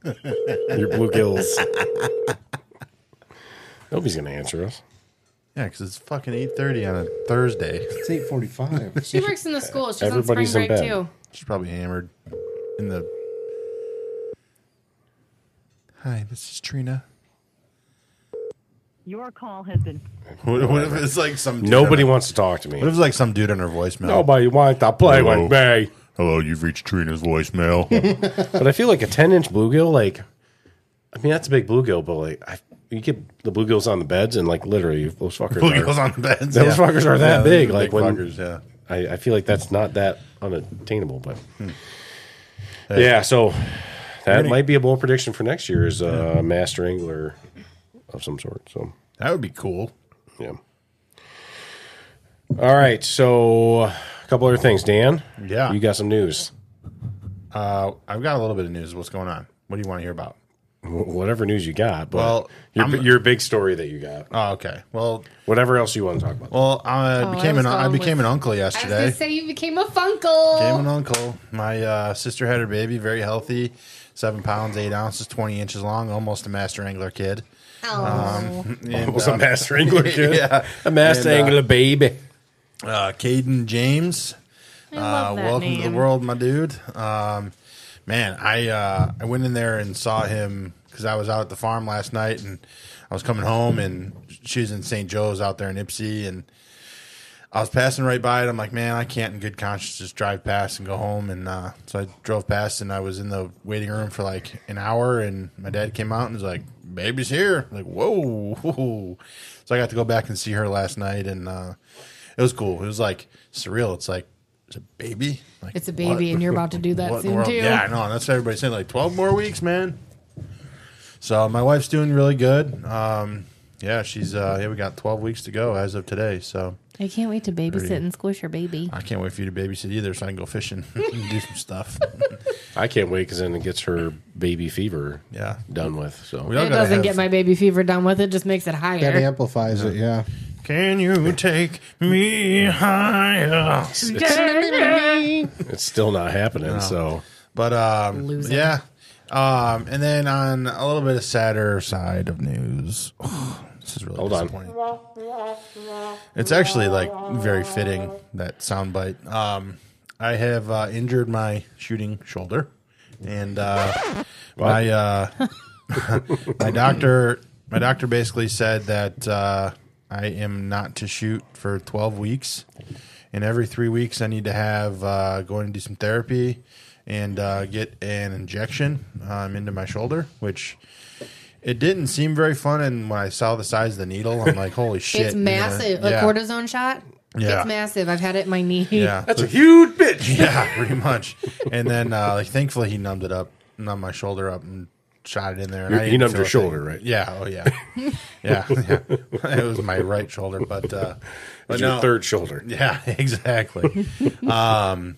[SPEAKER 2] your bluegills. Nobody's gonna answer us.
[SPEAKER 8] Yeah, because it's fucking eight thirty on a Thursday.
[SPEAKER 9] It's eight forty-five.
[SPEAKER 10] She works in the school. She's on spring break too.
[SPEAKER 8] She's probably hammered in the. Hi, this is Trina.
[SPEAKER 11] Your call has been.
[SPEAKER 8] What, what if it's like some? dude
[SPEAKER 2] Nobody
[SPEAKER 8] on a-
[SPEAKER 2] wants to talk to me.
[SPEAKER 8] What if it's like some dude on her voicemail?
[SPEAKER 2] Nobody wants to play
[SPEAKER 8] Hello.
[SPEAKER 2] with me.
[SPEAKER 8] Hello, you've reached Trina's voicemail.
[SPEAKER 2] but I feel like a ten inch bluegill, like I mean that's a big bluegill, but like I, you get the bluegills on the beds and like literally those fuckers
[SPEAKER 8] Bluegills
[SPEAKER 2] are,
[SPEAKER 8] on the beds,
[SPEAKER 2] Those
[SPEAKER 8] yeah.
[SPEAKER 2] fuckers are that
[SPEAKER 8] Yeah, they're
[SPEAKER 2] big.
[SPEAKER 8] big
[SPEAKER 2] Like when
[SPEAKER 8] fuckers, yeah.
[SPEAKER 2] I, I feel like that's not that unattainable, but
[SPEAKER 8] Hey.
[SPEAKER 2] yeah, so that
[SPEAKER 8] Really?
[SPEAKER 2] might be a bold prediction for next year is a master angler of some sort. So
[SPEAKER 8] that would be cool.
[SPEAKER 2] Yeah. All right, so uh, a couple other things, Dan.
[SPEAKER 8] Yeah.
[SPEAKER 2] you got some news.
[SPEAKER 8] Uh, I've got a little bit of news. What's going on? What do you want to hear about?
[SPEAKER 2] Wh- Whatever news you got, but
[SPEAKER 8] Well,
[SPEAKER 2] your
[SPEAKER 8] I'm-
[SPEAKER 2] your big story that you got.
[SPEAKER 8] Oh, okay. Well,
[SPEAKER 2] whatever else you want to talk about.
[SPEAKER 8] Well, I
[SPEAKER 10] Oh, I
[SPEAKER 8] became
[SPEAKER 10] was
[SPEAKER 8] an I
[SPEAKER 10] going
[SPEAKER 8] became
[SPEAKER 10] with-
[SPEAKER 8] an uncle
[SPEAKER 10] I was
[SPEAKER 8] yesterday.
[SPEAKER 10] gonna say you became a funkle.
[SPEAKER 8] Became an uncle. My uh, sister had her baby, very healthy, seven pounds, eight ounces, twenty inches long, almost a master angler kid. uh,
[SPEAKER 10] Oh.
[SPEAKER 8] Um,
[SPEAKER 2] Almost a master angler kid?
[SPEAKER 8] yeah,
[SPEAKER 2] A master angler baby.
[SPEAKER 8] Uh, Caden James,
[SPEAKER 12] I love
[SPEAKER 8] uh,
[SPEAKER 12] that
[SPEAKER 8] welcome to the
[SPEAKER 12] name.
[SPEAKER 8] world, my dude. Um, man, I uh, I went in there and saw him because I was out at the farm last night, and I was coming home, and she was in St. Joe's out there in Ipsy, and I was passing right by it. I'm like, man, I can't in good conscience just drive past and go home. And uh, so I drove past and I was in the waiting room for like an hour. And my dad came out and was like, baby's here. I'm like, whoa. whoa. So I got to go back and see her last night. And uh, it was cool. It was like surreal. It's like, it's a baby. Like,
[SPEAKER 10] It's a baby, and you're about to do that
[SPEAKER 8] what in the
[SPEAKER 10] soon
[SPEAKER 8] world?
[SPEAKER 10] too.
[SPEAKER 8] Yeah, I know. That's what everybody's saying. Like 12 more weeks, man. So my wife's doing really good. Um, yeah, she's uh, yeah. We got 12 weeks to go as of today. So
[SPEAKER 10] I can't wait to babysit
[SPEAKER 8] Pretty.
[SPEAKER 10] and squish your baby.
[SPEAKER 8] I can't wait for you to babysit either, so I can go fishing and do some stuff.
[SPEAKER 2] I can't wait because then it gets her baby fever
[SPEAKER 8] yeah
[SPEAKER 2] done with. So
[SPEAKER 10] It doesn't get my baby fever done with it; just makes it
[SPEAKER 9] That
[SPEAKER 10] higher.
[SPEAKER 9] amplifies it, yeah.
[SPEAKER 8] Can you take me higher?
[SPEAKER 2] It's still not happening.
[SPEAKER 8] No.
[SPEAKER 2] So
[SPEAKER 8] But um,
[SPEAKER 2] Loser.
[SPEAKER 8] yeah. Um, and then on a little bit of sadder side of news, this is really
[SPEAKER 2] Hold on.
[SPEAKER 8] disappointing. It's actually like very fitting that soundbite. Um, I have uh, injured my shooting shoulder, and uh, my uh, my doctor my doctor basically said that uh, I am not to shoot for twelve weeks, and every three weeks I need to have uh, go in and do some therapy and uh, get an injection um, into my shoulder, which. It didn't seem very fun, and when I saw the size of the needle, I'm like, "Holy shit!"
[SPEAKER 10] it's
[SPEAKER 8] you know?
[SPEAKER 10] massive. A
[SPEAKER 8] Yeah.
[SPEAKER 10] cortisone shot.
[SPEAKER 8] Yeah.
[SPEAKER 10] It's massive. I've had it in my knee.
[SPEAKER 8] Yeah,
[SPEAKER 4] huge bitch.
[SPEAKER 8] yeah, pretty much. And then, uh, like, thankfully, he numbed it up, numbed my shoulder up, and shot it in there. And
[SPEAKER 2] You're-
[SPEAKER 8] I
[SPEAKER 2] you numbed
[SPEAKER 8] didn't feel
[SPEAKER 2] your
[SPEAKER 8] a
[SPEAKER 2] shoulder,
[SPEAKER 8] thing.
[SPEAKER 2] right?
[SPEAKER 8] Yeah. Oh, yeah. yeah, yeah. It was my right shoulder, but uh, but
[SPEAKER 2] your
[SPEAKER 8] no.
[SPEAKER 2] third shoulder.
[SPEAKER 8] Yeah, exactly. um,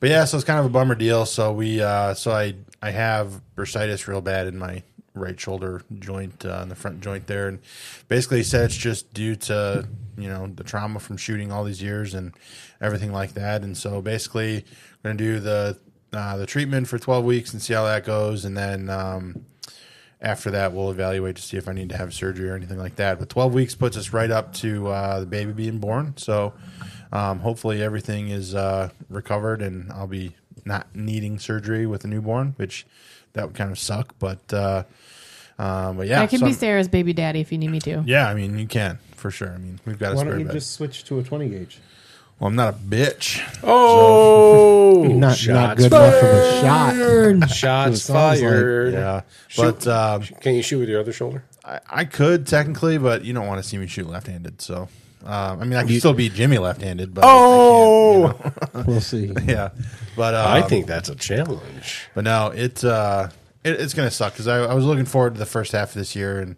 [SPEAKER 8] but yeah, so it's kind of a bummer deal. So we, uh, so I, I have bursitis real bad in my right shoulder joint, uh, in the front joint there, and basically he said it's just due to you know the trauma from shooting all these years and everything like that. And so basically, I'm gonna do the uh, the treatment for 12 weeks and see how that goes, and then. Um, after that, we'll evaluate to see if I need to have surgery or anything like that. But 12 weeks puts us right up to uh, the baby being born. So um, hopefully everything is uh, recovered and I'll be not needing surgery with a newborn, which that would kind of suck. But uh, um, but yeah,
[SPEAKER 10] I can
[SPEAKER 8] so
[SPEAKER 10] be
[SPEAKER 8] I'm-
[SPEAKER 10] Sarah's baby daddy if you need me to.
[SPEAKER 8] yeah, I mean you can for sure. I mean we've got a
[SPEAKER 9] Why don't
[SPEAKER 8] spare
[SPEAKER 9] you
[SPEAKER 8] bed.
[SPEAKER 9] just switch to a 20 gauge?
[SPEAKER 8] well, I'm not a bitch.
[SPEAKER 2] Oh,
[SPEAKER 9] not, not good enough of a shot.
[SPEAKER 2] Shots
[SPEAKER 9] That's what it sounds like.
[SPEAKER 2] fired.
[SPEAKER 8] Yeah,
[SPEAKER 2] Shoot.
[SPEAKER 8] but um,
[SPEAKER 2] Can you shoot with your other shoulder?
[SPEAKER 8] I, I could technically, but you don't want to see me shoot left-handed. So um, I mean I can still be Jimmy left-handed, but I can't, you know.
[SPEAKER 9] We'll see.
[SPEAKER 8] yeah, but um,
[SPEAKER 2] Oh! I think that's a challenge.
[SPEAKER 8] But no, it's uh, it, it's gonna suck because I, I was looking forward to the first half of this year, and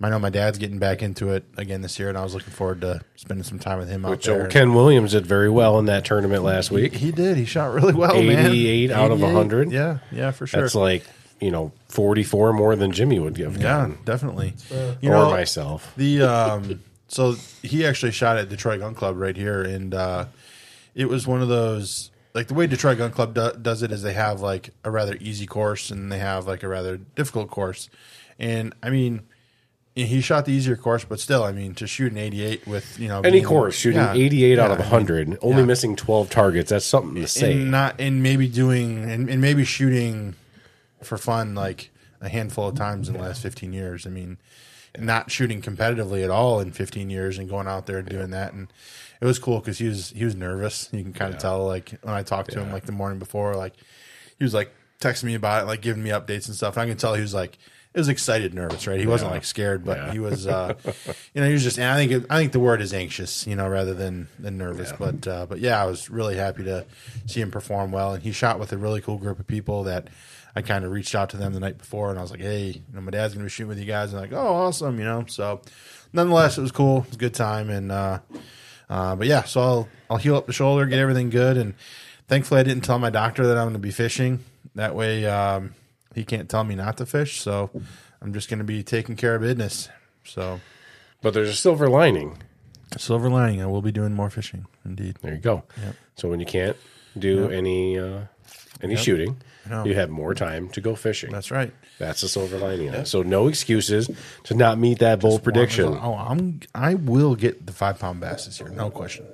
[SPEAKER 8] I know my dad's getting back into it again this year, and I was looking forward to spending some time with him out
[SPEAKER 2] Which
[SPEAKER 8] there.
[SPEAKER 2] old Ken Williams did very well in that tournament last week.
[SPEAKER 8] he did. He shot really well, man.
[SPEAKER 2] 88 out of
[SPEAKER 8] 88.
[SPEAKER 2] 100.
[SPEAKER 8] Yeah, yeah, for sure.
[SPEAKER 2] That's like you know forty four more than Jimmy would give.
[SPEAKER 8] yeah,
[SPEAKER 2] gotten.
[SPEAKER 8] definitely.
[SPEAKER 2] um, or myself.
[SPEAKER 8] The um, so he actually shot at Detroit Gun Club right here, and uh, it was one of those like the way Detroit Gun Club do- does it is they have like a rather easy course and they have like a rather difficult course, and I mean. yeah, He shot the easier course, but still, I mean, to shoot an 88 with you know
[SPEAKER 2] Any
[SPEAKER 8] being-
[SPEAKER 2] course shooting
[SPEAKER 8] Yeah.
[SPEAKER 2] eighty eight out
[SPEAKER 8] Yeah,
[SPEAKER 2] of
[SPEAKER 8] I mean,
[SPEAKER 2] hundred, only
[SPEAKER 8] yeah.
[SPEAKER 2] missing twelve targets. That's something to say.
[SPEAKER 8] and not and maybe doing and, and maybe shooting for fun like a handful of times in the last 15 years i mean not shooting competitively at all in 15 years and going out there and doing that and it was cool because he was he was nervous you can kind of tell like when i talked to him like the morning before like he was like texting me about it like giving me updates and stuff and i can tell he was like it was excited, nervous, right? He wasn't like scared, but he was, uh, you know, he was just. And I think it, I think the word is anxious, you know, rather than than nervous. But uh, but yeah, I was really happy to see him perform well, and he shot with a really cool group of people that I kind of reached out to them the night before, and I was like, hey, you know, my dad's gonna be shooting with you guys, and like, oh, awesome, you know. So nonetheless, it was cool, it was a good time, and uh, uh, but yeah, so I'll I'll heal up the shoulder, get everything good, and thankfully I didn't tell my doctor that I'm going to be fishing. That way, um, he can't tell me not to fish. So I'm just going to be taking care of business. So
[SPEAKER 2] but there's a silver lining.
[SPEAKER 8] silver lining, I will be doing more fishing. Indeed,
[SPEAKER 2] There you go. So when you can't do any uh, any shooting,
[SPEAKER 8] know.
[SPEAKER 2] you have more time to go fishing.
[SPEAKER 8] that's right.
[SPEAKER 2] That's the silver lining. of it. So no excuses to not meet that bold prediction.
[SPEAKER 8] Oh, I'm I will get the five pound bass this year, no question.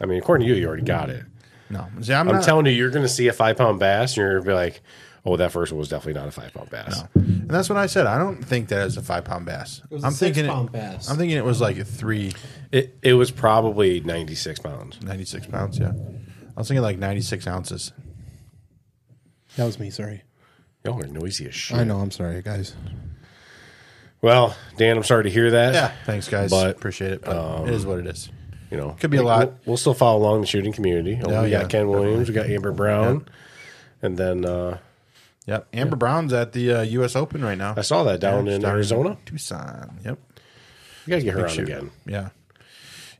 [SPEAKER 2] I mean, according to you, you already got it.
[SPEAKER 8] No, See, I'm,
[SPEAKER 2] I'm
[SPEAKER 8] not,
[SPEAKER 2] telling you, you're going to see a five pound bass, and you're going to be like, Oh, that first one was definitely not a five pound bass.
[SPEAKER 8] And that's what I said. I don't think that is a five pound bass.
[SPEAKER 2] was a
[SPEAKER 8] I'm thinking
[SPEAKER 2] six-pound
[SPEAKER 8] it,
[SPEAKER 2] bass.
[SPEAKER 8] I'm thinking it was like a three.
[SPEAKER 2] It it was probably ninety six pounds.
[SPEAKER 8] Ninety six pounds. Yeah, I was thinking like ninety six ounces.
[SPEAKER 9] That was me. Sorry.
[SPEAKER 2] Y'all are noisy as shit.
[SPEAKER 9] I know. I'm sorry, guys.
[SPEAKER 2] Well, Dan, I'm sorry to hear that.
[SPEAKER 8] Yeah, thanks, guys. Appreciate it, but
[SPEAKER 2] um,
[SPEAKER 8] it is what it is.
[SPEAKER 2] You know,
[SPEAKER 8] Could be a lot.
[SPEAKER 2] We'll, we'll still follow along the shooting community. Oh,
[SPEAKER 8] Yeah,
[SPEAKER 2] we
[SPEAKER 8] yeah,
[SPEAKER 2] got Ken Williams, we got Amber Brown, and then uh,
[SPEAKER 8] Yep. Amber Brown's at the uh, U.S. Open right now.
[SPEAKER 2] I saw that down in Arizona.
[SPEAKER 8] Tucson. Yep.
[SPEAKER 2] You gotta get her
[SPEAKER 8] Big
[SPEAKER 2] on
[SPEAKER 8] shoot.
[SPEAKER 2] again.
[SPEAKER 8] Yeah.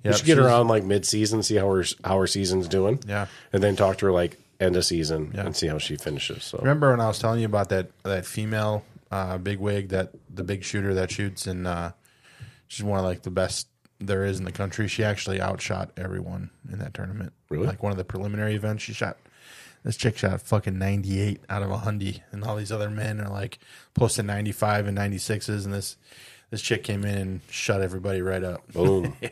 [SPEAKER 2] we should get her on like mid season, see how her how her season's doing.
[SPEAKER 8] Yeah.
[SPEAKER 2] and then talk to her like end of season and see how she finishes. So
[SPEAKER 8] Remember when I was telling you about that that female uh, big wig that the big shooter that shoots and uh, she's one of like the best there is in the country. She actually outshot everyone in that tournament.
[SPEAKER 2] Really?
[SPEAKER 8] Like one of the preliminary events, she shot. This chick shot fucking ninety eight out of a hundred, and all these other men are like close to ninety five and ninety sixes, and this this chick came in and shut everybody right up.
[SPEAKER 2] Boom.
[SPEAKER 8] yeah,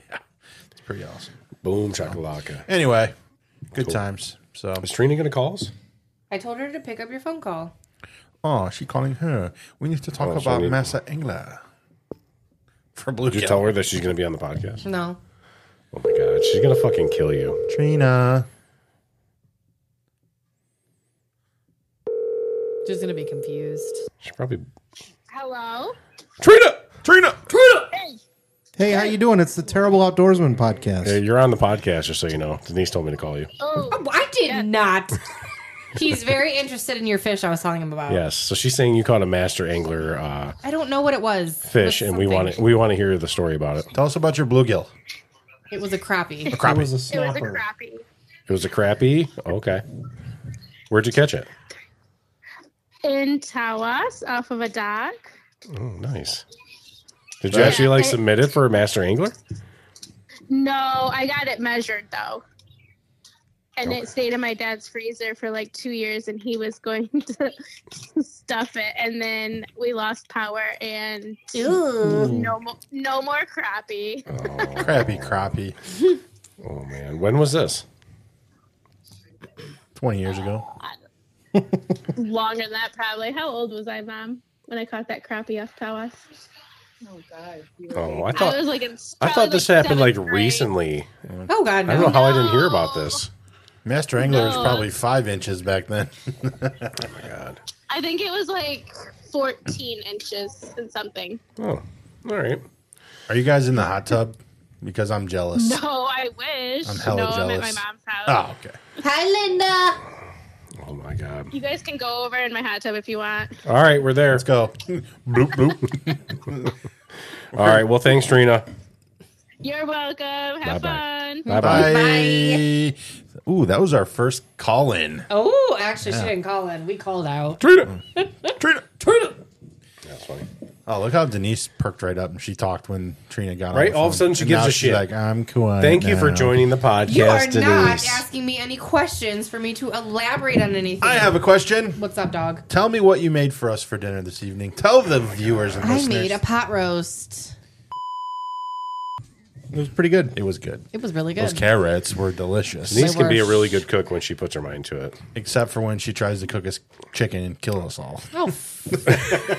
[SPEAKER 8] it's pretty awesome.
[SPEAKER 2] boom, chakalaka.
[SPEAKER 8] Anyway, good
[SPEAKER 2] Cool.
[SPEAKER 8] times. So
[SPEAKER 2] is Trina gonna call us?
[SPEAKER 10] I told her to pick up your phone call.
[SPEAKER 8] Oh, she calling her. We need to talk
[SPEAKER 2] Oh, so
[SPEAKER 8] about
[SPEAKER 2] we-
[SPEAKER 8] Massa Engler. For blue.
[SPEAKER 2] Did you tell her that she's gonna be on the podcast?
[SPEAKER 10] No.
[SPEAKER 2] Oh my god, she's gonna fucking kill you.
[SPEAKER 8] Trina.
[SPEAKER 10] She's gonna be confused.
[SPEAKER 2] She probably
[SPEAKER 12] Hello.
[SPEAKER 2] Trina. Trina. Trina.
[SPEAKER 9] Hey, how you doing? It's the Terrible Outdoorsman podcast.
[SPEAKER 2] Yeah, you're on the podcast, just so you know. Denise told me to call you.
[SPEAKER 10] Oh, I did not. He's very interested in your fish. I was telling him about.
[SPEAKER 2] Yes. So she's saying you caught a master angler uh,
[SPEAKER 10] I don't know what it was.
[SPEAKER 2] fish, and we want to we want to hear the story about it.
[SPEAKER 8] Tell us about your bluegill.
[SPEAKER 10] It was a crappie.
[SPEAKER 2] A crappie. It was a
[SPEAKER 12] It was a crappie.
[SPEAKER 2] It was a crappie. Okay. Where'd you catch it?
[SPEAKER 12] In Tawas off of a dock.
[SPEAKER 2] Oh, nice. Did you
[SPEAKER 12] Yeah,
[SPEAKER 2] actually like
[SPEAKER 12] I-
[SPEAKER 2] submit it for a master angler?
[SPEAKER 12] No, I got it measured though. And it stayed in my dad's freezer for like two years, and he was going to stuff it. And then we lost power, and
[SPEAKER 10] Ew.
[SPEAKER 12] no, mo- no more crappie.
[SPEAKER 8] Crappy, crappy.
[SPEAKER 2] oh man, when was this?
[SPEAKER 8] Twenty years ago.
[SPEAKER 12] Longer than that, probably. How old was I, Mom, when I caught that crappie off Tawas? Oh God!
[SPEAKER 2] Oh, I thought
[SPEAKER 12] was like, in,
[SPEAKER 2] I
[SPEAKER 12] probably,
[SPEAKER 2] thought this
[SPEAKER 12] like,
[SPEAKER 2] happened like
[SPEAKER 12] seventh grade.
[SPEAKER 2] recently.
[SPEAKER 10] Oh God,
[SPEAKER 2] I don't
[SPEAKER 10] no.
[SPEAKER 2] know how I didn't hear about this.
[SPEAKER 8] Master angler was
[SPEAKER 12] No.
[SPEAKER 8] probably five inches back then. oh my
[SPEAKER 2] god.
[SPEAKER 12] I think it was like 14 inches and something.
[SPEAKER 2] Oh, all right.
[SPEAKER 8] Are you guys in the hot tub? Because I'm jealous.
[SPEAKER 12] No, Oh, I wish.
[SPEAKER 8] I'm hella
[SPEAKER 12] no,
[SPEAKER 8] jealous.
[SPEAKER 12] I'm at my mom's house.
[SPEAKER 2] Ah.
[SPEAKER 8] Oh, okay.
[SPEAKER 10] Hi, Linda.
[SPEAKER 2] Oh my god.
[SPEAKER 12] You guys can go over in my hot tub if you want.
[SPEAKER 2] All right, we're there. Let's
[SPEAKER 8] go. bloop bloop.
[SPEAKER 2] All right. Well, thanks, Trina.
[SPEAKER 12] You're welcome. Have fun.
[SPEAKER 8] Bye bye. Ooh, that was our first call in.
[SPEAKER 10] Oh, actually, she
[SPEAKER 8] Yeah.
[SPEAKER 10] didn't call in. We called out.
[SPEAKER 2] Trina.
[SPEAKER 8] Trina.
[SPEAKER 2] Trina. That's funny.
[SPEAKER 8] Oh, look how Denise perked right up and she talked when Trina got on
[SPEAKER 2] Right,
[SPEAKER 8] the
[SPEAKER 2] all of a
[SPEAKER 8] phone.
[SPEAKER 2] sudden she
[SPEAKER 8] And
[SPEAKER 2] gives
[SPEAKER 8] now
[SPEAKER 2] a
[SPEAKER 8] she's
[SPEAKER 2] shit.
[SPEAKER 8] Like I'm cool.
[SPEAKER 2] Thank you for joining the podcast,
[SPEAKER 10] You are
[SPEAKER 2] Denise.
[SPEAKER 10] not asking me any questions for me to elaborate on anything.
[SPEAKER 8] I have a question.
[SPEAKER 10] What's up, dog?
[SPEAKER 8] Tell me what you made for us for dinner this evening. Tell the viewers and
[SPEAKER 10] Oh I
[SPEAKER 8] listeners.
[SPEAKER 10] made a pot roast.
[SPEAKER 8] It was pretty good. It was good.
[SPEAKER 10] It was really good.
[SPEAKER 8] Those carrots were delicious.
[SPEAKER 2] Denise can be a really good cook when she puts her mind to it.
[SPEAKER 8] Except for when she tries to cook us chicken and kill us all.
[SPEAKER 10] Oh,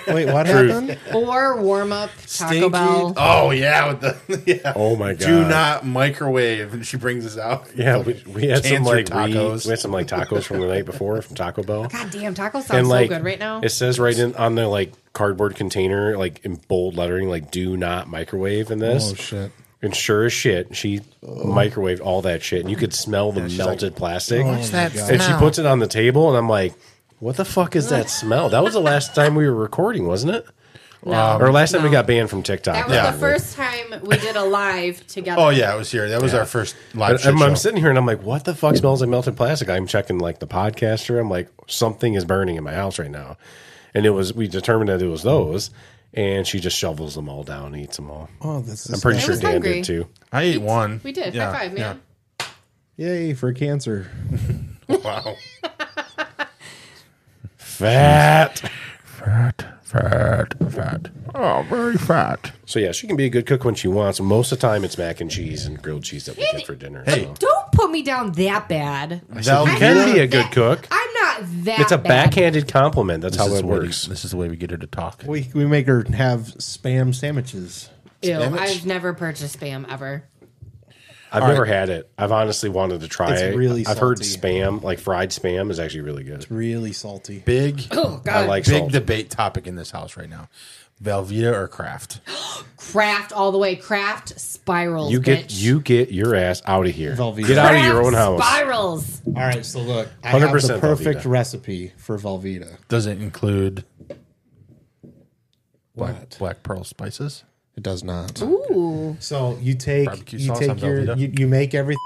[SPEAKER 8] Wait,
[SPEAKER 9] what
[SPEAKER 8] Truth.
[SPEAKER 9] happened?
[SPEAKER 10] or warm up Taco Bell.
[SPEAKER 8] Oh yeah, with the yeah.
[SPEAKER 2] Oh my god.
[SPEAKER 8] Do not microwave. And she brings us out.
[SPEAKER 2] Yeah, we, we had some
[SPEAKER 8] Cancer
[SPEAKER 2] like tacos.
[SPEAKER 8] tacos.
[SPEAKER 2] We, had some like tacos from the night before from Taco Bell.
[SPEAKER 10] God damn, taco sounds
[SPEAKER 2] and like
[SPEAKER 10] so good right now.
[SPEAKER 2] it says right in on the like cardboard container, like in bold lettering, like "Do not microwave in this."
[SPEAKER 9] Oh, shit.
[SPEAKER 2] And sure as shit, she microwaved all that shit, and you could smell the melted plastic.
[SPEAKER 8] "Oh my What's that God."
[SPEAKER 2] And she
[SPEAKER 8] smell?
[SPEAKER 2] puts it on the table, and I'm like, "What the fuck is that smell?" That was the last time we were recording, wasn't it?
[SPEAKER 10] No.
[SPEAKER 2] um, or last time we
[SPEAKER 10] No.
[SPEAKER 2] got banned from TikTok.
[SPEAKER 10] That was the
[SPEAKER 2] probably.
[SPEAKER 10] first time we did a live together.
[SPEAKER 8] Oh yeah, um, it was here. That was
[SPEAKER 2] Yeah.
[SPEAKER 8] our first live
[SPEAKER 2] And
[SPEAKER 8] shit
[SPEAKER 2] I'm,
[SPEAKER 8] show.
[SPEAKER 2] I'm sitting here and I'm like, what the fuck smells like melted plastic? I'm checking like the podcaster. I'm like, something is burning in my house right now. And it was, we determined that it was those. And she just shovels them all down and eats them all.
[SPEAKER 9] Oh, this is
[SPEAKER 2] I'm pretty
[SPEAKER 9] nice.
[SPEAKER 2] sure
[SPEAKER 9] I was
[SPEAKER 2] Dan
[SPEAKER 9] hungry.
[SPEAKER 2] did too.
[SPEAKER 8] I ate one.
[SPEAKER 10] We did.
[SPEAKER 9] Yeah,
[SPEAKER 10] High five, man.
[SPEAKER 9] Yay for cancer.
[SPEAKER 8] wow.
[SPEAKER 2] Fat.
[SPEAKER 8] Fat. Fat. Fat. Oh, very fat.
[SPEAKER 2] So yeah, she can be a good cook when she wants. Most of the time, it's mac and cheese and grilled cheese that we get for dinner.
[SPEAKER 10] Don't put me down that bad.
[SPEAKER 2] so. Val
[SPEAKER 10] I'm
[SPEAKER 2] can
[SPEAKER 10] not
[SPEAKER 2] be a
[SPEAKER 10] that-
[SPEAKER 2] good cook.
[SPEAKER 10] I'm not that.
[SPEAKER 2] it's a
[SPEAKER 10] bad.
[SPEAKER 2] backhanded compliment. That's
[SPEAKER 8] This
[SPEAKER 2] how
[SPEAKER 8] is
[SPEAKER 2] it
[SPEAKER 8] what
[SPEAKER 2] works.
[SPEAKER 8] This is the way we get her to talk.
[SPEAKER 9] We we make her have spam sandwiches.
[SPEAKER 10] Ew, I've never purchased spam ever.
[SPEAKER 2] I've
[SPEAKER 9] All
[SPEAKER 2] never
[SPEAKER 9] right.
[SPEAKER 2] had it. I've honestly wanted to try
[SPEAKER 9] It's
[SPEAKER 2] it.
[SPEAKER 9] really
[SPEAKER 2] I've heard
[SPEAKER 9] salty.
[SPEAKER 2] spam, like fried spam, is actually really good.
[SPEAKER 9] Really salty.
[SPEAKER 8] Big.
[SPEAKER 10] Oh, God.
[SPEAKER 8] I like big
[SPEAKER 2] salt.
[SPEAKER 8] debate topic in this house right now. Velveeta or Kraft?
[SPEAKER 10] Craft all the way. Craft spirals.
[SPEAKER 2] You get
[SPEAKER 10] bitch.
[SPEAKER 2] you get your ass out of here. Get out of your own house.
[SPEAKER 10] Spirals.
[SPEAKER 9] All right, so look, I have
[SPEAKER 2] 100%
[SPEAKER 9] the perfect
[SPEAKER 2] Velveeta.
[SPEAKER 9] recipe for Velveeta.
[SPEAKER 8] Does it include black, black pearl spices?
[SPEAKER 9] It does not.
[SPEAKER 10] Ooh.
[SPEAKER 9] So you take
[SPEAKER 8] Barbecue
[SPEAKER 9] you
[SPEAKER 8] sauce on
[SPEAKER 9] take your
[SPEAKER 8] Velveeta?
[SPEAKER 9] you, you make everything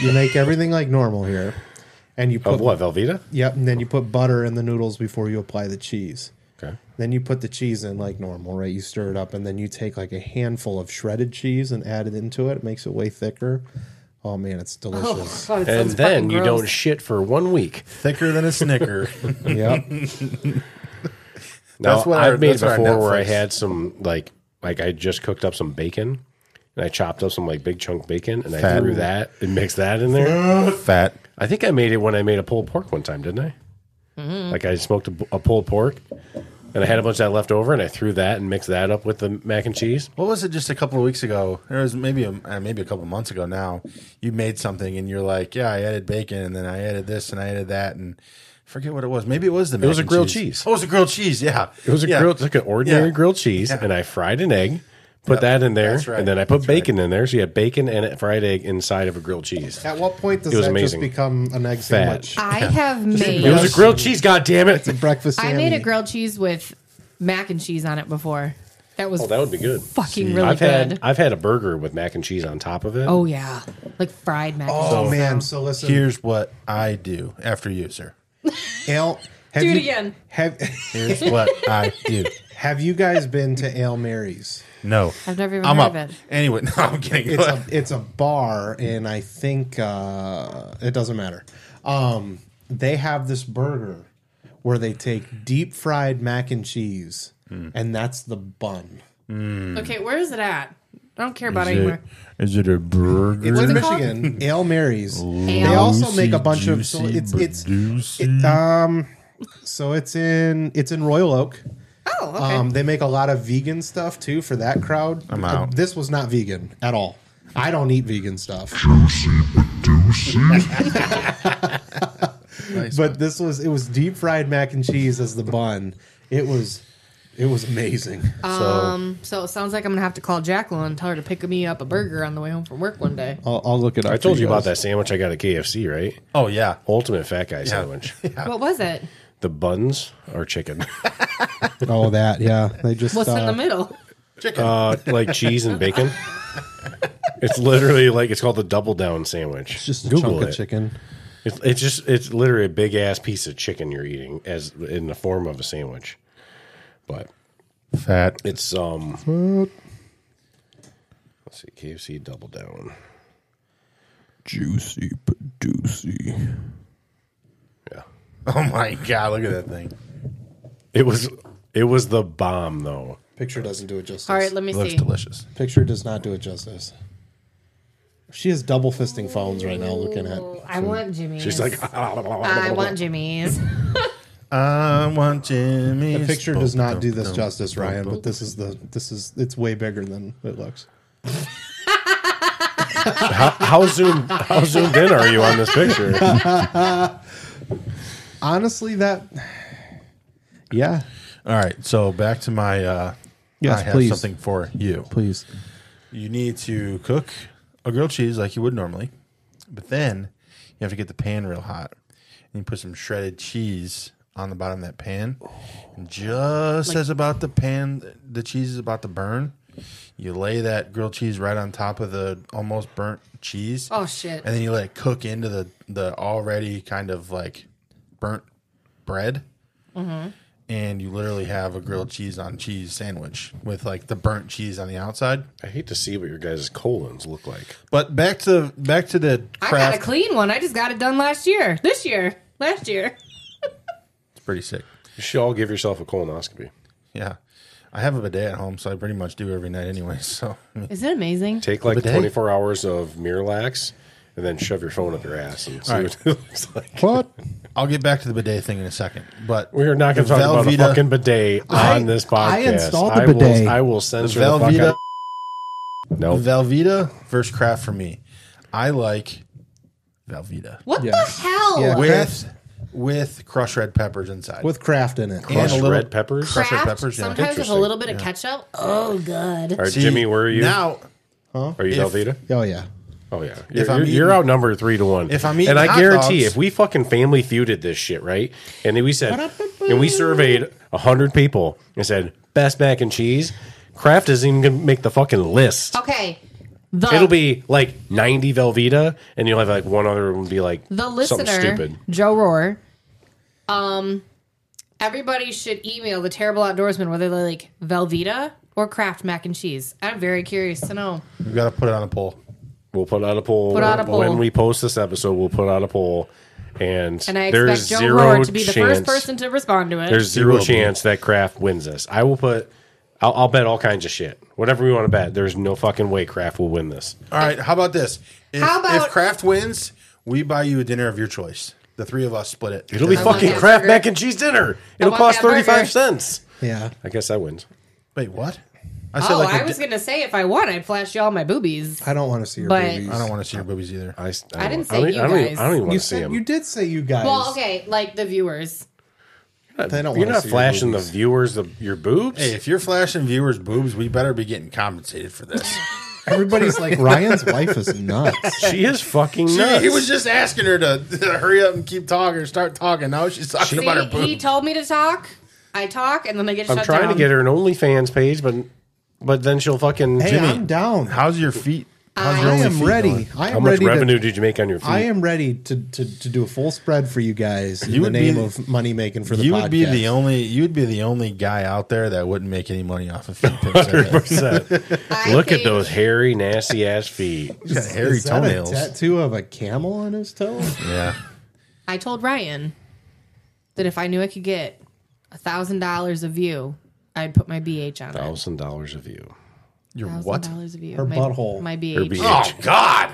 [SPEAKER 9] you make everything like normal here, and you put
[SPEAKER 2] Of what, Velveeta?
[SPEAKER 9] Yep, and then you put butter in the noodles before you apply the cheese.
[SPEAKER 2] Okay.
[SPEAKER 9] Then you put the cheese in like normal, right? You stir it up, and then you take like a handful of shredded cheese and add it into it. It makes it way thicker. Oh man, it's delicious.
[SPEAKER 10] God,
[SPEAKER 2] And
[SPEAKER 10] it sounds
[SPEAKER 2] then
[SPEAKER 10] fucking
[SPEAKER 2] you
[SPEAKER 10] gross.
[SPEAKER 2] don't shit for one week.
[SPEAKER 8] Thicker than a snicker.
[SPEAKER 9] Yep.
[SPEAKER 2] Now,
[SPEAKER 8] That's what I-
[SPEAKER 2] I've made
[SPEAKER 8] that's what I
[SPEAKER 2] before where I
[SPEAKER 8] Netflix.
[SPEAKER 2] had some like like I just cooked up some bacon and I chopped up some like big chunk bacon and I
[SPEAKER 8] Fat.
[SPEAKER 2] threw that and mixed that in there.
[SPEAKER 8] Fat.
[SPEAKER 2] I think I made it when I made a pulled pork one time, didn't I?
[SPEAKER 10] Mm-hmm.
[SPEAKER 2] Like I smoked a, a pulled pork and I had a bunch of that left over and I threw that and mixed that up with the mac and cheese.
[SPEAKER 8] What was it just a couple of weeks ago? There was maybe a, uh, maybe a couple of months ago now. You made something and you're like, yeah, I added bacon and then I added this and I added that and I forget what it was. Maybe it was the
[SPEAKER 2] It was
[SPEAKER 8] mac
[SPEAKER 2] a
[SPEAKER 8] and
[SPEAKER 2] grilled cheese.
[SPEAKER 8] Oh, it was a grilled cheese. Yeah,
[SPEAKER 2] It was a
[SPEAKER 8] Yeah.
[SPEAKER 2] grilled, like an ordinary
[SPEAKER 8] Yeah.
[SPEAKER 2] grilled cheese, and I fried an egg, put that in there,
[SPEAKER 8] right.
[SPEAKER 2] and then I put bacon in there. So you had bacon and a fried egg inside of a grilled cheese.
[SPEAKER 9] At what point does
[SPEAKER 2] It was
[SPEAKER 9] that
[SPEAKER 2] amazing.
[SPEAKER 9] just become an egg
[SPEAKER 2] Fat.
[SPEAKER 9] sandwich?
[SPEAKER 10] I have made.
[SPEAKER 2] It was a grilled cheese. God damn it!
[SPEAKER 9] It's a breakfast.
[SPEAKER 10] I made a
[SPEAKER 9] sandwich.
[SPEAKER 10] grilled cheese with mac and cheese on it before. That was
[SPEAKER 2] Oh, that would be good.
[SPEAKER 10] Fucking really
[SPEAKER 2] I've
[SPEAKER 10] good.
[SPEAKER 2] had I've had a burger with mac and cheese on top of it.
[SPEAKER 10] Oh yeah, like fried mac.
[SPEAKER 9] Oh
[SPEAKER 10] and cheese.
[SPEAKER 9] man, so listen.
[SPEAKER 8] Here's what I do after you, sir.
[SPEAKER 9] Ale, have
[SPEAKER 10] Do it
[SPEAKER 9] you-
[SPEAKER 10] again.
[SPEAKER 9] Have
[SPEAKER 8] Here's what I do.
[SPEAKER 9] Have you guys been to Ale Mary's?
[SPEAKER 8] No,
[SPEAKER 10] I've never even
[SPEAKER 8] I'm
[SPEAKER 10] heard
[SPEAKER 8] up.
[SPEAKER 10] of it.
[SPEAKER 8] Anyway, no, I'm kidding.
[SPEAKER 9] It's a it's a bar, and I think uh, it doesn't matter. Um, they have this burger where they take deep fried mac and cheese, and that's the bun.
[SPEAKER 10] Oh, Okay, where is it at? I don't care about it anymore.
[SPEAKER 8] is it a burger?
[SPEAKER 9] It's in
[SPEAKER 10] it called?
[SPEAKER 9] Michigan. Ale Mary's.
[SPEAKER 10] Ale.
[SPEAKER 9] They also make a bunch of so
[SPEAKER 8] Juicy,
[SPEAKER 9] it's it's
[SPEAKER 8] juicy.
[SPEAKER 9] it, um so it's in it's in Royal Oak.
[SPEAKER 10] Oh, okay.
[SPEAKER 9] Um, they make a lot of vegan stuff too for that crowd. Uh,
[SPEAKER 8] I'm out.
[SPEAKER 9] This was not vegan at all. I don't eat vegan stuff. but this was it was deep fried mac and cheese as the bun. It was it was amazing.
[SPEAKER 10] um, so it sounds like I'm gonna have to call Jacqueline and tell her to pick me up a burger on the way home from work one day.
[SPEAKER 9] I'll, I'll look it up.
[SPEAKER 2] I
[SPEAKER 9] for
[SPEAKER 2] told you about
[SPEAKER 9] guys.
[SPEAKER 2] that sandwich I got at KFC, right?
[SPEAKER 8] oh yeah,
[SPEAKER 2] Ultimate fat guy sandwich.
[SPEAKER 10] What was it?
[SPEAKER 2] The buns are chicken,
[SPEAKER 9] Oh, that yeah. They just
[SPEAKER 10] What's in
[SPEAKER 9] uh,
[SPEAKER 10] the middle?
[SPEAKER 2] uh, like cheese and bacon. It's literally like it's called the double down sandwich.
[SPEAKER 9] it's just a chunk of
[SPEAKER 2] it.
[SPEAKER 9] chicken.
[SPEAKER 2] It's, it's just it's literally a big ass piece of chicken you're eating as in the form of a sandwich, but
[SPEAKER 8] fat.
[SPEAKER 2] it's um. Let's see, KFC double down.
[SPEAKER 8] Juicy, but juicy.
[SPEAKER 2] Yeah,
[SPEAKER 8] Oh my god, look at that thing.
[SPEAKER 2] it was it was the bomb though.
[SPEAKER 9] Picture doesn't do it justice.
[SPEAKER 10] All right, let me
[SPEAKER 8] It looks
[SPEAKER 10] see.
[SPEAKER 8] delicious.
[SPEAKER 9] Picture does not do it justice. She is double fisting phones right now, looking at.
[SPEAKER 10] I want Jimmy's.
[SPEAKER 2] She's like,
[SPEAKER 10] I want Jimmy's.
[SPEAKER 8] I want Jimmy.
[SPEAKER 9] The picture does not do this justice, Ryan. But this is the this is it's way bigger than it looks.
[SPEAKER 2] how, how zoomed how zoomed in are you on this picture?
[SPEAKER 9] Honestly, that. Yeah.
[SPEAKER 8] All right, so back to my. uh
[SPEAKER 9] Yes,
[SPEAKER 8] I have
[SPEAKER 9] please.
[SPEAKER 8] something for you.
[SPEAKER 9] Please.
[SPEAKER 8] You need to cook a grilled cheese like you would normally, but then you have to get the pan real hot and you put some shredded cheese on the bottom of that pan. And just as about the pan, the cheese is about to burn, you lay that grilled cheese right on top of the almost burnt cheese.
[SPEAKER 10] Oh, shit.
[SPEAKER 8] And then you let it cook into the the already kind of like burnt bread.
[SPEAKER 10] Mm-hmm.
[SPEAKER 8] And you literally have a grilled cheese on cheese sandwich with like the burnt cheese on the outside.
[SPEAKER 2] I hate to see what your guys' colons look like.
[SPEAKER 8] But back to back to the
[SPEAKER 10] I got a
[SPEAKER 8] craft.
[SPEAKER 10] clean one. I just got it done last year. This year. Last year.
[SPEAKER 8] it's pretty sick.
[SPEAKER 2] You should all give yourself a colonoscopy.
[SPEAKER 8] Yeah, I have a bidet at home, so I pretty much do every night anyway. So
[SPEAKER 10] Is it amazing?
[SPEAKER 2] Take like
[SPEAKER 8] Bidet?
[SPEAKER 2] 24 hours of Miralax and then shove your phone up your ass and see
[SPEAKER 8] All
[SPEAKER 2] what
[SPEAKER 8] right.
[SPEAKER 2] it looks like.
[SPEAKER 8] What? I'll get back to the bidet thing in a second, but
[SPEAKER 2] We are not going to
[SPEAKER 8] the
[SPEAKER 2] talk about a
[SPEAKER 8] Velveeta-
[SPEAKER 2] fucking bidet
[SPEAKER 8] I-
[SPEAKER 2] on this podcast.
[SPEAKER 8] I installed the
[SPEAKER 2] will-
[SPEAKER 8] bidet.
[SPEAKER 2] I will censor the, fuck
[SPEAKER 8] Velveeta.
[SPEAKER 2] out- No.
[SPEAKER 8] Velveeta versus Kraft for me. I like Velveeta.
[SPEAKER 10] What the hell?
[SPEAKER 8] Yeah, with with crushed red peppers inside.
[SPEAKER 9] With Kraft in it.
[SPEAKER 8] And a little-
[SPEAKER 2] red peppers?
[SPEAKER 8] Crushed red
[SPEAKER 10] Kraft,
[SPEAKER 8] peppers. Yeah.
[SPEAKER 10] Sometimes with a little bit of ketchup. Oh, good.
[SPEAKER 2] All right, Jimmy, where are you?
[SPEAKER 8] Now,
[SPEAKER 2] Are you
[SPEAKER 8] If-
[SPEAKER 2] Velveeta?
[SPEAKER 9] Oh yeah.
[SPEAKER 2] Oh yeah. You're,
[SPEAKER 8] If I'm
[SPEAKER 2] you're, you're
[SPEAKER 8] eating-
[SPEAKER 2] outnumbered three to one.
[SPEAKER 8] If I'm eating
[SPEAKER 2] and I
[SPEAKER 8] hot
[SPEAKER 2] guarantee,
[SPEAKER 8] dogs-
[SPEAKER 2] if we fucking family feuded this shit right, and then we said, and we surveyed hundred people and said best mac and cheese, Kraft isn't even gonna make the fucking list.
[SPEAKER 10] Okay. The,
[SPEAKER 2] It'll be like ninety Velveeta, and you'll have like one other one be like
[SPEAKER 10] the
[SPEAKER 2] something
[SPEAKER 10] listener,
[SPEAKER 2] stupid.
[SPEAKER 10] Joe Rohr. Um, everybody should email the terrible outdoorsman whether they like Velveeta or Kraft mac and cheese. I'm very curious to know.
[SPEAKER 8] We've got to put it on a poll.
[SPEAKER 2] We'll put out a poll.
[SPEAKER 10] Put out a poll.
[SPEAKER 2] when we post this episode. We'll put out a poll, and,
[SPEAKER 10] And I
[SPEAKER 2] there's
[SPEAKER 10] expect Joe
[SPEAKER 2] zero
[SPEAKER 10] Rohr to be the
[SPEAKER 2] chance.
[SPEAKER 10] first person to respond to it.
[SPEAKER 2] There's zero chance that Kraft wins this. I will put. I'll, I'll bet all kinds of shit. Whatever we want to bet, there's no fucking way Kraft will win this.
[SPEAKER 8] All right, how about this? If,
[SPEAKER 10] How about-
[SPEAKER 8] if Kraft wins, we buy you a dinner of your choice. The three of us split it.
[SPEAKER 2] It'll be
[SPEAKER 8] I want
[SPEAKER 2] fucking
[SPEAKER 8] that
[SPEAKER 2] Kraft
[SPEAKER 8] burger.
[SPEAKER 2] mac and cheese dinner. It'll
[SPEAKER 10] want
[SPEAKER 2] cost
[SPEAKER 10] that burger.
[SPEAKER 2] thirty five cents.
[SPEAKER 9] Yeah.
[SPEAKER 2] I guess that wins.
[SPEAKER 8] Wait, what?
[SPEAKER 10] oh, I was gonna say if I won, I'd flash y'all my boobies.
[SPEAKER 9] I don't want to see your
[SPEAKER 10] But-
[SPEAKER 9] boobies.
[SPEAKER 8] I don't want to see your boobies either.
[SPEAKER 10] Oh,
[SPEAKER 2] I,
[SPEAKER 10] I didn't say you guys.
[SPEAKER 2] even wanna
[SPEAKER 9] you
[SPEAKER 2] see
[SPEAKER 9] said-
[SPEAKER 2] them.
[SPEAKER 9] You did say you guys.
[SPEAKER 10] Well, okay, like the viewers.
[SPEAKER 9] They don't
[SPEAKER 2] You're
[SPEAKER 9] wanna
[SPEAKER 2] not
[SPEAKER 9] see your
[SPEAKER 2] flashing the
[SPEAKER 9] boobies.
[SPEAKER 2] viewers the, your boobs.
[SPEAKER 8] Hey, if you're flashing viewers' boobs, we better be getting compensated for this.
[SPEAKER 9] Everybody's like Ryan's wife is nuts.
[SPEAKER 2] she is fucking
[SPEAKER 8] See,
[SPEAKER 2] nuts.
[SPEAKER 8] he was just asking her to, to hurry up and keep talking, start talking. Now she's talking
[SPEAKER 10] See,
[SPEAKER 8] about her boobs.
[SPEAKER 10] he told me to talk. I talk, and then I get
[SPEAKER 2] I'm
[SPEAKER 10] shut
[SPEAKER 2] trying
[SPEAKER 10] down.
[SPEAKER 2] to get her an OnlyFans page, but but then she'll fucking
[SPEAKER 9] Hey,
[SPEAKER 2] Jimmy.
[SPEAKER 9] I'm down.
[SPEAKER 8] How's your feet? How's
[SPEAKER 9] I am ready. I am
[SPEAKER 2] How much
[SPEAKER 9] ready to-
[SPEAKER 2] revenue did you make on your feet?
[SPEAKER 9] I am ready to, to, to do a full spread for you guys
[SPEAKER 8] You
[SPEAKER 9] in the
[SPEAKER 8] would be
[SPEAKER 9] name
[SPEAKER 8] the-
[SPEAKER 9] of money making for the
[SPEAKER 8] you
[SPEAKER 9] podcast.
[SPEAKER 8] would be the only. You'd be the only guy out there that wouldn't make any money off of feet pics. I bet.
[SPEAKER 10] I
[SPEAKER 2] Look at
[SPEAKER 10] think-
[SPEAKER 2] those hairy, nasty ass feet.
[SPEAKER 8] He's got hairy
[SPEAKER 9] Is that a
[SPEAKER 8] toenails.
[SPEAKER 9] tattoo of a camel on his toe?
[SPEAKER 8] yeah.
[SPEAKER 10] I told Ryan that if I knew I could get a thousand dollars a view, I'd put my BH on it.
[SPEAKER 2] Thousand dollars a view.
[SPEAKER 8] Your
[SPEAKER 10] Thousand dollars a view.
[SPEAKER 9] Her
[SPEAKER 10] my,
[SPEAKER 9] butthole.
[SPEAKER 10] My
[SPEAKER 2] Or
[SPEAKER 10] BH.
[SPEAKER 8] Oh.
[SPEAKER 2] BH.
[SPEAKER 8] God,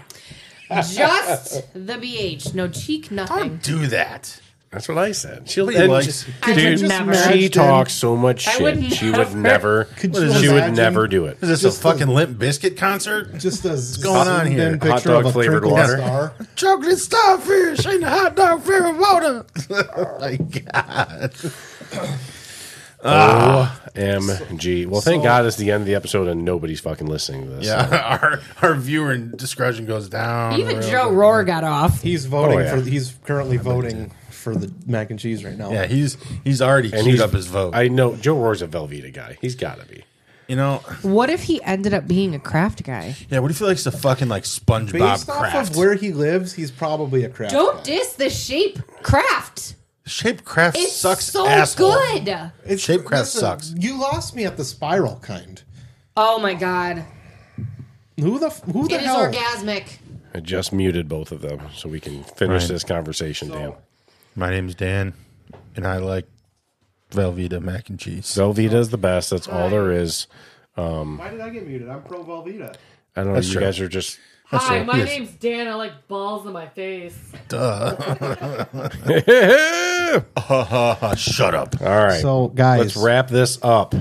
[SPEAKER 10] Just the BH. No cheek, nothing.
[SPEAKER 8] do that.
[SPEAKER 2] That's what I said. She'll
[SPEAKER 8] Nobody
[SPEAKER 2] and
[SPEAKER 8] likes-
[SPEAKER 2] she-
[SPEAKER 10] I
[SPEAKER 2] dude,
[SPEAKER 10] would never.
[SPEAKER 2] She
[SPEAKER 9] imagine-
[SPEAKER 2] talks so much
[SPEAKER 10] I
[SPEAKER 2] shit.
[SPEAKER 10] would
[SPEAKER 2] she would never.
[SPEAKER 9] Could
[SPEAKER 8] you
[SPEAKER 2] she would
[SPEAKER 9] imagine?
[SPEAKER 2] never do it.
[SPEAKER 8] Is this a fucking limp biscuit concert?
[SPEAKER 9] Just a What's
[SPEAKER 8] going on here?
[SPEAKER 2] Hot
[SPEAKER 9] picture
[SPEAKER 2] dog
[SPEAKER 9] of a
[SPEAKER 2] flavored
[SPEAKER 9] flavored
[SPEAKER 2] water.
[SPEAKER 9] star.
[SPEAKER 8] Chocolate starfish in the hot dog flavored water. oh my god. Ah.
[SPEAKER 2] OMG. Well, thank God it's the end of the episode and nobody's fucking listening to this.
[SPEAKER 8] Yeah, our our viewer discretion goes down.
[SPEAKER 10] Even
[SPEAKER 8] Real-
[SPEAKER 10] Joe Rohr got off.
[SPEAKER 9] He's voting
[SPEAKER 2] Oh, yeah.
[SPEAKER 9] for. He's currently voting for the mac and cheese right now.
[SPEAKER 8] Yeah, he's he's already
[SPEAKER 2] And
[SPEAKER 8] queued
[SPEAKER 2] he's
[SPEAKER 8] up his vote.
[SPEAKER 2] I know Joe Rohr's a Velveeta guy. He's got to be.
[SPEAKER 8] you know,
[SPEAKER 10] What if he ended up being a craft guy?
[SPEAKER 8] yeah. What if he likes the fucking like SpongeBob
[SPEAKER 9] Based off
[SPEAKER 8] craft?
[SPEAKER 9] of where he lives, he's probably a craft.
[SPEAKER 10] Don't
[SPEAKER 9] guy.
[SPEAKER 10] diss the shape craft.
[SPEAKER 8] Shape craft
[SPEAKER 10] It's
[SPEAKER 8] sucks.
[SPEAKER 10] so
[SPEAKER 8] asshole.
[SPEAKER 10] good.
[SPEAKER 9] It's-
[SPEAKER 8] Shapecraft
[SPEAKER 9] listen,
[SPEAKER 8] sucks.
[SPEAKER 9] You lost me at the spiral kind.
[SPEAKER 10] Oh my god.
[SPEAKER 9] Who the f- who the
[SPEAKER 10] It is
[SPEAKER 9] hell?
[SPEAKER 10] orgasmic.
[SPEAKER 2] I just muted both of them so we can finish
[SPEAKER 8] Right.
[SPEAKER 2] this conversation, Dan.
[SPEAKER 8] My name's Dan, and I like Velveeta mac and cheese.
[SPEAKER 2] Velveeta is the best. That's all there is.
[SPEAKER 9] Why did I get muted? I'm pro Velveeta.
[SPEAKER 2] I don't know.
[SPEAKER 8] That's
[SPEAKER 2] you
[SPEAKER 8] true.
[SPEAKER 2] guys are just.
[SPEAKER 10] Hi,
[SPEAKER 8] right.
[SPEAKER 10] my
[SPEAKER 8] Yes.
[SPEAKER 10] name's Dan. I like balls in my face.
[SPEAKER 2] all
[SPEAKER 8] Shut up.
[SPEAKER 2] right.
[SPEAKER 9] So, guys-
[SPEAKER 2] let's wrap this up.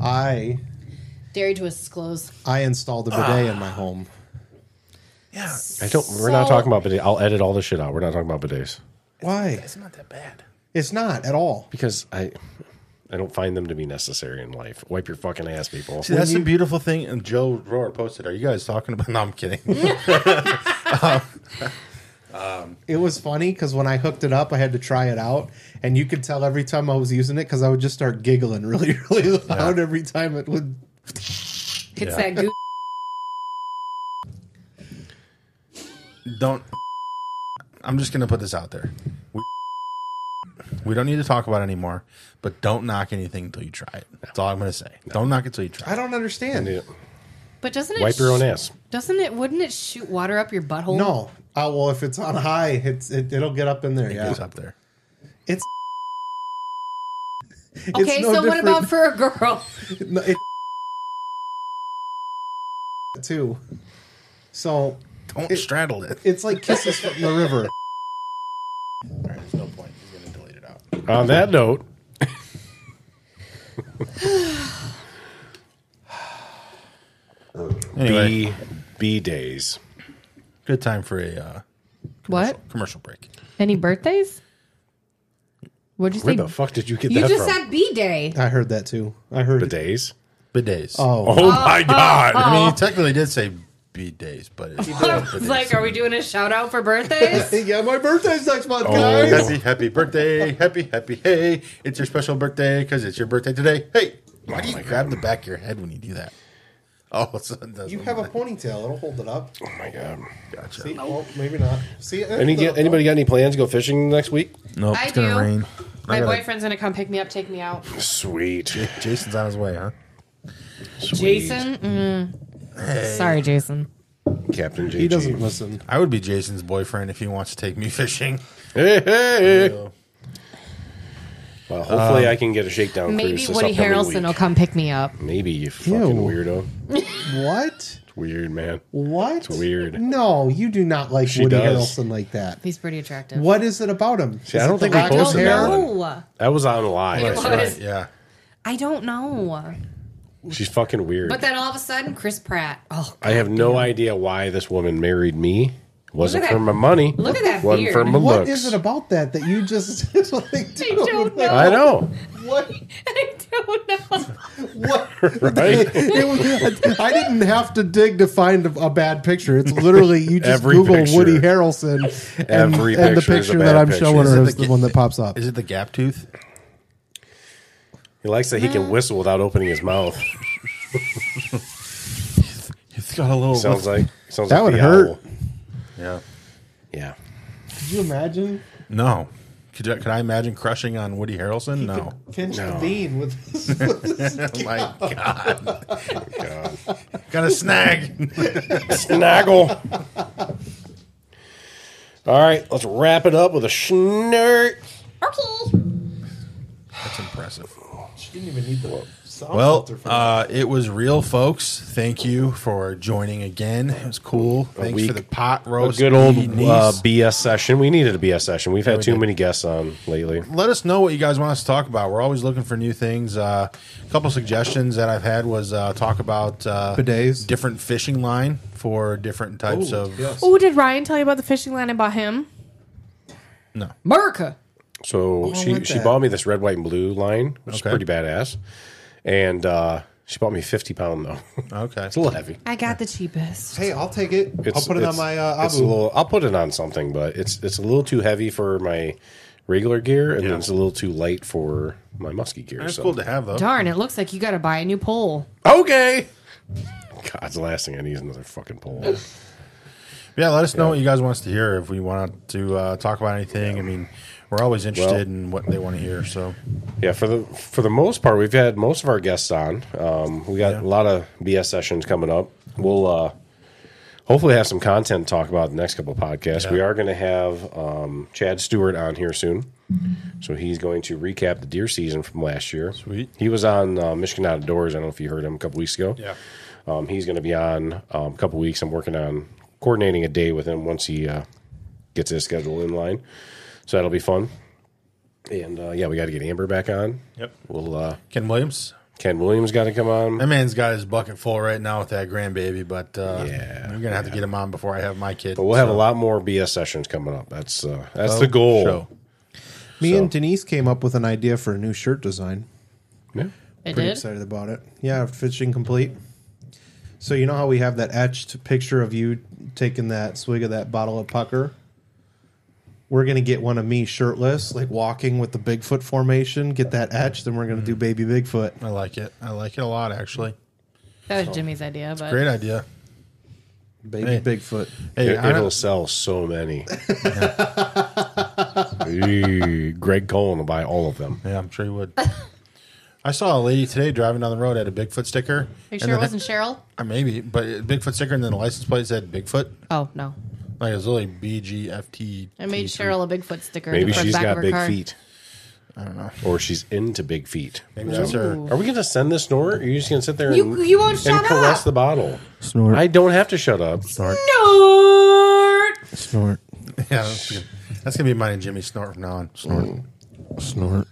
[SPEAKER 9] I
[SPEAKER 10] Dairy Twist is closed.
[SPEAKER 9] I installed a bidet in my home.
[SPEAKER 2] I don't. We're not
[SPEAKER 10] So-
[SPEAKER 2] talking about bidets. I'll edit all this shit out. We're not talking about bidets
[SPEAKER 9] Why?
[SPEAKER 8] It's not that bad.
[SPEAKER 9] It's not at all.
[SPEAKER 2] because I, I don't find them to be necessary in life. Wipe your fucking ass, people.
[SPEAKER 8] See, that's the beautiful thing. And Joe Rohr posted. Are you guys talking about? No, I'm kidding.
[SPEAKER 9] It was funny because when I hooked it up, I had to try it out, and you could tell every time I was using it because I would just start giggling really, really loud every time it would.
[SPEAKER 10] It's that goo.
[SPEAKER 8] don't. I'm just gonna put this out there. We, we don't need to talk about it anymore. But don't knock anything until you try it. That's all I'm gonna say. Don't knock it till you try.
[SPEAKER 9] I
[SPEAKER 8] it.
[SPEAKER 9] don't understand.
[SPEAKER 2] Yeah.
[SPEAKER 10] But doesn't it
[SPEAKER 2] Wipe your own
[SPEAKER 10] sh-
[SPEAKER 2] ass.
[SPEAKER 10] Doesn't it? Wouldn't it shoot water up your butthole?
[SPEAKER 9] No. Oh well, if it's on high, it's it, it'll get up in there.
[SPEAKER 8] It
[SPEAKER 9] Yeah.
[SPEAKER 8] goes up there.
[SPEAKER 9] It's
[SPEAKER 10] Okay, so what about for a girl?
[SPEAKER 9] about no, it, too? So
[SPEAKER 8] Don't straddle it.
[SPEAKER 9] It's like kisses from the river.
[SPEAKER 2] On that note,
[SPEAKER 8] Anyway.
[SPEAKER 2] B B days.
[SPEAKER 8] Good time for a uh,
[SPEAKER 10] What?
[SPEAKER 8] commercial break.
[SPEAKER 10] Any birthdays? What'd you
[SPEAKER 9] Where
[SPEAKER 10] say?
[SPEAKER 9] the fuck did you get
[SPEAKER 10] You
[SPEAKER 9] that
[SPEAKER 10] just
[SPEAKER 9] from?
[SPEAKER 10] said B day.
[SPEAKER 9] I heard that too. I heard
[SPEAKER 2] bidets.
[SPEAKER 8] Bidets.
[SPEAKER 9] Oh,
[SPEAKER 10] Oh, my oh, God.
[SPEAKER 8] I mean,
[SPEAKER 10] oh.
[SPEAKER 8] he technically did say bidets, but it's
[SPEAKER 10] It's like, are we doing a shout out for birthdays?
[SPEAKER 9] yeah, my birthday's next month,
[SPEAKER 8] Oh, happy, happy birthday. Happy, happy, hey. It's your special birthday because it's your birthday today. Hey, why do you grab the back of your head when you do that? Oh, it's, that's
[SPEAKER 9] You have a ponytail. It'll hold it up. Oh
[SPEAKER 2] my god.
[SPEAKER 8] Gotcha.
[SPEAKER 9] See, well, Oh, maybe not. See, uh,
[SPEAKER 2] Any anybody got any plans to go fishing next week?
[SPEAKER 8] Nope,
[SPEAKER 10] I it's gonna do. rain. My boyfriend's gonna come pick me up, take me out.
[SPEAKER 2] Sweet.
[SPEAKER 8] Jason's on his way, huh?
[SPEAKER 10] Jason, mm. sorry, Jason.
[SPEAKER 2] Captain
[SPEAKER 8] He doesn't
[SPEAKER 9] listen.
[SPEAKER 8] I would be Jason's boyfriend if he wants to take me fishing.
[SPEAKER 2] Hey, hey. Well, hopefully I can get a shakedown
[SPEAKER 10] Maybe
[SPEAKER 2] cruise this
[SPEAKER 10] Woody
[SPEAKER 2] upcoming
[SPEAKER 10] Harrelson
[SPEAKER 2] week.
[SPEAKER 10] will come pick me up.
[SPEAKER 2] Maybe you fucking weirdo.
[SPEAKER 9] What?
[SPEAKER 2] It's weird, man.
[SPEAKER 9] What?
[SPEAKER 2] It's weird.
[SPEAKER 9] No, you do not like
[SPEAKER 2] She
[SPEAKER 9] Woody
[SPEAKER 2] does.
[SPEAKER 9] Harrelson like that.
[SPEAKER 10] He's pretty attractive.
[SPEAKER 9] What is it about him?
[SPEAKER 2] See,
[SPEAKER 9] Is
[SPEAKER 2] I
[SPEAKER 9] it
[SPEAKER 2] don't
[SPEAKER 9] the
[SPEAKER 2] think we
[SPEAKER 9] lack of
[SPEAKER 2] posted
[SPEAKER 9] hair?
[SPEAKER 2] that one.
[SPEAKER 10] No,
[SPEAKER 2] That was on live.
[SPEAKER 10] It That's was. right,
[SPEAKER 8] yeah.
[SPEAKER 10] I don't know.
[SPEAKER 2] She's fucking weird.
[SPEAKER 10] But then all of a sudden, Chris Pratt. Oh,
[SPEAKER 2] I have no idea why this woman married me. Wasn't
[SPEAKER 10] Look at
[SPEAKER 2] for my
[SPEAKER 10] that-
[SPEAKER 2] money.
[SPEAKER 10] look at that
[SPEAKER 2] Wasn't for
[SPEAKER 10] beard.
[SPEAKER 2] my
[SPEAKER 9] What
[SPEAKER 2] looks.
[SPEAKER 9] is it about that that you just? That's what they do. I
[SPEAKER 10] don't know.
[SPEAKER 2] I know.
[SPEAKER 9] What?
[SPEAKER 10] I don't know.
[SPEAKER 9] What?
[SPEAKER 2] Right?
[SPEAKER 9] It was- I didn't have to dig to find a, a bad picture. It's literally you just
[SPEAKER 2] Every
[SPEAKER 9] Google
[SPEAKER 2] picture.
[SPEAKER 9] Woody Harrelson and,
[SPEAKER 2] Every
[SPEAKER 9] and
[SPEAKER 2] picture
[SPEAKER 9] the
[SPEAKER 2] is a
[SPEAKER 9] picture
[SPEAKER 2] bad
[SPEAKER 9] that I'm
[SPEAKER 2] picture.
[SPEAKER 9] showing
[SPEAKER 2] Is
[SPEAKER 9] her
[SPEAKER 2] it
[SPEAKER 9] is the one that pops up.
[SPEAKER 8] Is it the gap tooth?
[SPEAKER 2] He likes that he can whistle without opening his mouth.
[SPEAKER 8] It's got a little.
[SPEAKER 2] sounds like sounds
[SPEAKER 9] That
[SPEAKER 2] like
[SPEAKER 9] would
[SPEAKER 2] the
[SPEAKER 9] hurt.
[SPEAKER 2] owl.
[SPEAKER 8] Yeah.
[SPEAKER 2] Yeah.
[SPEAKER 9] Could you imagine?
[SPEAKER 8] No. Could, you, could I imagine crushing on Woody Harrelson? No.
[SPEAKER 9] Pinch
[SPEAKER 8] No.
[SPEAKER 9] the bean with this. with
[SPEAKER 8] Oh
[SPEAKER 9] this
[SPEAKER 8] my God.
[SPEAKER 2] God.
[SPEAKER 8] Got a snag.
[SPEAKER 2] Snaggle. All right, let's wrap it up with a snort.
[SPEAKER 8] That's impressive.
[SPEAKER 9] She didn't even need the sound
[SPEAKER 8] Well,
[SPEAKER 9] filter for
[SPEAKER 8] uh, it was real, folks. Thank you for joining again. It was cool. Thanks for
[SPEAKER 2] week-
[SPEAKER 8] the pot
[SPEAKER 2] A
[SPEAKER 8] roast.
[SPEAKER 2] good old
[SPEAKER 8] Denise.
[SPEAKER 2] uh, BS session. We needed a BS session. We've
[SPEAKER 8] Yeah,
[SPEAKER 2] had
[SPEAKER 8] we
[SPEAKER 2] too
[SPEAKER 8] did.
[SPEAKER 2] many guests on lately.
[SPEAKER 8] let us know what you guys want us to talk about. We're always looking for new things. Uh, a couple suggestions that I've had was uh, talk about uh,
[SPEAKER 9] Bidets.
[SPEAKER 8] different fishing line for different types
[SPEAKER 9] Ooh,
[SPEAKER 8] of.
[SPEAKER 9] yes.
[SPEAKER 10] Oh, did Ryan tell you about the fishing line I bought him?
[SPEAKER 8] No.
[SPEAKER 10] America.
[SPEAKER 2] So
[SPEAKER 10] Oh, I
[SPEAKER 2] she
[SPEAKER 10] want
[SPEAKER 2] she
[SPEAKER 10] that.
[SPEAKER 2] bought me this red, white, and blue line, which
[SPEAKER 8] Okay.
[SPEAKER 2] is pretty badass. And uh, she bought me fifty pound though.
[SPEAKER 8] Okay,
[SPEAKER 2] it's a little heavy.
[SPEAKER 10] I got the cheapest.
[SPEAKER 9] Hey, I'll take it.
[SPEAKER 2] It's,
[SPEAKER 9] I'll put it on
[SPEAKER 2] it's-
[SPEAKER 9] my uh,
[SPEAKER 2] it's a
[SPEAKER 9] Abu.
[SPEAKER 2] little, I'll put it on something, but it's it's a little too heavy for my regular gear, and then it's a little too light for my muskie gear.
[SPEAKER 8] It's
[SPEAKER 2] so.
[SPEAKER 8] cool to have though.
[SPEAKER 10] Darn, it looks like you got to buy a new pole.
[SPEAKER 2] Okay. God's the last thing I need is another fucking pole.
[SPEAKER 8] Yeah, let us know what you guys want us to hear. If we want to uh, talk about anything, I mean, we're always interested in what they want to hear. So
[SPEAKER 2] Yeah, for the for the most part, we've had most of our guests on. Um, we got a lot of BS sessions coming up. We'll uh, hopefully have some content to talk about in the next couple of podcasts. We are going to have um, Chad Stewart on here soon, so he's going to recap the deer season from last year.
[SPEAKER 8] Sweet.
[SPEAKER 2] He was on uh, Michigan Out of Doors. I don't know if you heard him a couple weeks ago.
[SPEAKER 8] Yeah.
[SPEAKER 2] Um, he's going to be on um, a couple weeks. I'm working on coordinating a day with him once he uh, gets his schedule in line. So that'll be fun. And uh, yeah, we got to get Amber back on.
[SPEAKER 8] Yep.
[SPEAKER 2] We'll uh,
[SPEAKER 8] Ken Williams.
[SPEAKER 2] Ken Williams got to come on.
[SPEAKER 8] That man's got his bucket full right now with that grandbaby, but uh,
[SPEAKER 2] Yeah,
[SPEAKER 8] we're gonna have to get him on before I have my kid.
[SPEAKER 2] But we'll have
[SPEAKER 8] so-
[SPEAKER 2] a lot more BS sessions coming up. That's uh, that's
[SPEAKER 8] Oh,
[SPEAKER 2] the goal.
[SPEAKER 8] show.
[SPEAKER 9] Me and Denise came up with an idea for a new shirt design.
[SPEAKER 2] Yeah.
[SPEAKER 10] It
[SPEAKER 9] Pretty
[SPEAKER 10] did?
[SPEAKER 9] excited about it. Yeah, fishing complete. So you know how we have that etched picture of you taking that swig of that bottle of pucker? We're gonna get one of me shirtless, like walking with the Bigfoot formation, get that etched, then we're gonna
[SPEAKER 2] Mm.
[SPEAKER 9] do baby Bigfoot.
[SPEAKER 8] I like it. I like it a lot, actually.
[SPEAKER 10] That was Jimmy's idea, but
[SPEAKER 8] Great idea.
[SPEAKER 9] Baby
[SPEAKER 8] Hey.
[SPEAKER 9] Bigfoot.
[SPEAKER 8] Hey,
[SPEAKER 2] it,
[SPEAKER 8] I
[SPEAKER 2] it'll
[SPEAKER 8] don't-
[SPEAKER 2] sell so many. Eee, Greg Cullen will buy all of them.
[SPEAKER 8] Yeah, I'm sure you would. I saw a lady today driving down the road had a Bigfoot sticker. Are
[SPEAKER 10] you sure it wasn't Cheryl?
[SPEAKER 8] maybe, but a Bigfoot sticker and then the license plate said Bigfoot.
[SPEAKER 10] Oh no,
[SPEAKER 8] like it was literally BGFT.
[SPEAKER 10] I made Cheryl a Bigfoot sticker. in
[SPEAKER 2] Maybe
[SPEAKER 10] the front
[SPEAKER 2] she's
[SPEAKER 10] back
[SPEAKER 2] got
[SPEAKER 10] of her
[SPEAKER 2] big
[SPEAKER 10] car.
[SPEAKER 2] feet.
[SPEAKER 8] I don't know.
[SPEAKER 2] Or she's into big feet.
[SPEAKER 8] Maybe that's her.
[SPEAKER 2] Are we going to send this snort? Or are you just going to sit there and,
[SPEAKER 10] You- you won't
[SPEAKER 2] and
[SPEAKER 10] shut
[SPEAKER 2] caress
[SPEAKER 10] up.
[SPEAKER 2] the bottle?
[SPEAKER 9] Snort.
[SPEAKER 2] I don't have to shut up.
[SPEAKER 8] Snort.
[SPEAKER 10] Snort.
[SPEAKER 9] Snort.
[SPEAKER 8] Yeah, that's, good. that's gonna be mine and Jimmy's snort from now on. Snort.
[SPEAKER 9] Snort.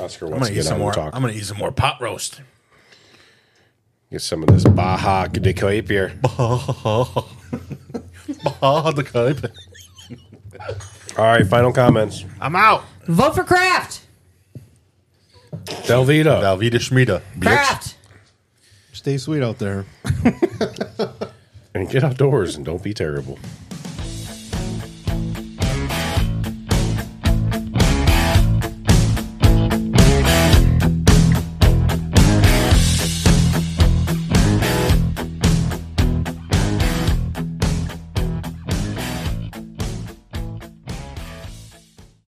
[SPEAKER 2] Oscar wants
[SPEAKER 8] I'm gonna
[SPEAKER 2] to
[SPEAKER 8] eat
[SPEAKER 2] get
[SPEAKER 8] some
[SPEAKER 2] on and
[SPEAKER 8] more.
[SPEAKER 2] talk.
[SPEAKER 8] I'm gonna eat some more pot roast.
[SPEAKER 2] Get some of this Baja de Capier.
[SPEAKER 8] Baja de Capier.
[SPEAKER 2] All right, final comments.
[SPEAKER 8] I'm out.
[SPEAKER 10] Vote for Kraft.
[SPEAKER 2] Velveeta.
[SPEAKER 8] Velveeta Schmida.
[SPEAKER 10] Kraft.
[SPEAKER 9] Stay sweet out there.
[SPEAKER 2] And get outdoors and don't be terrible.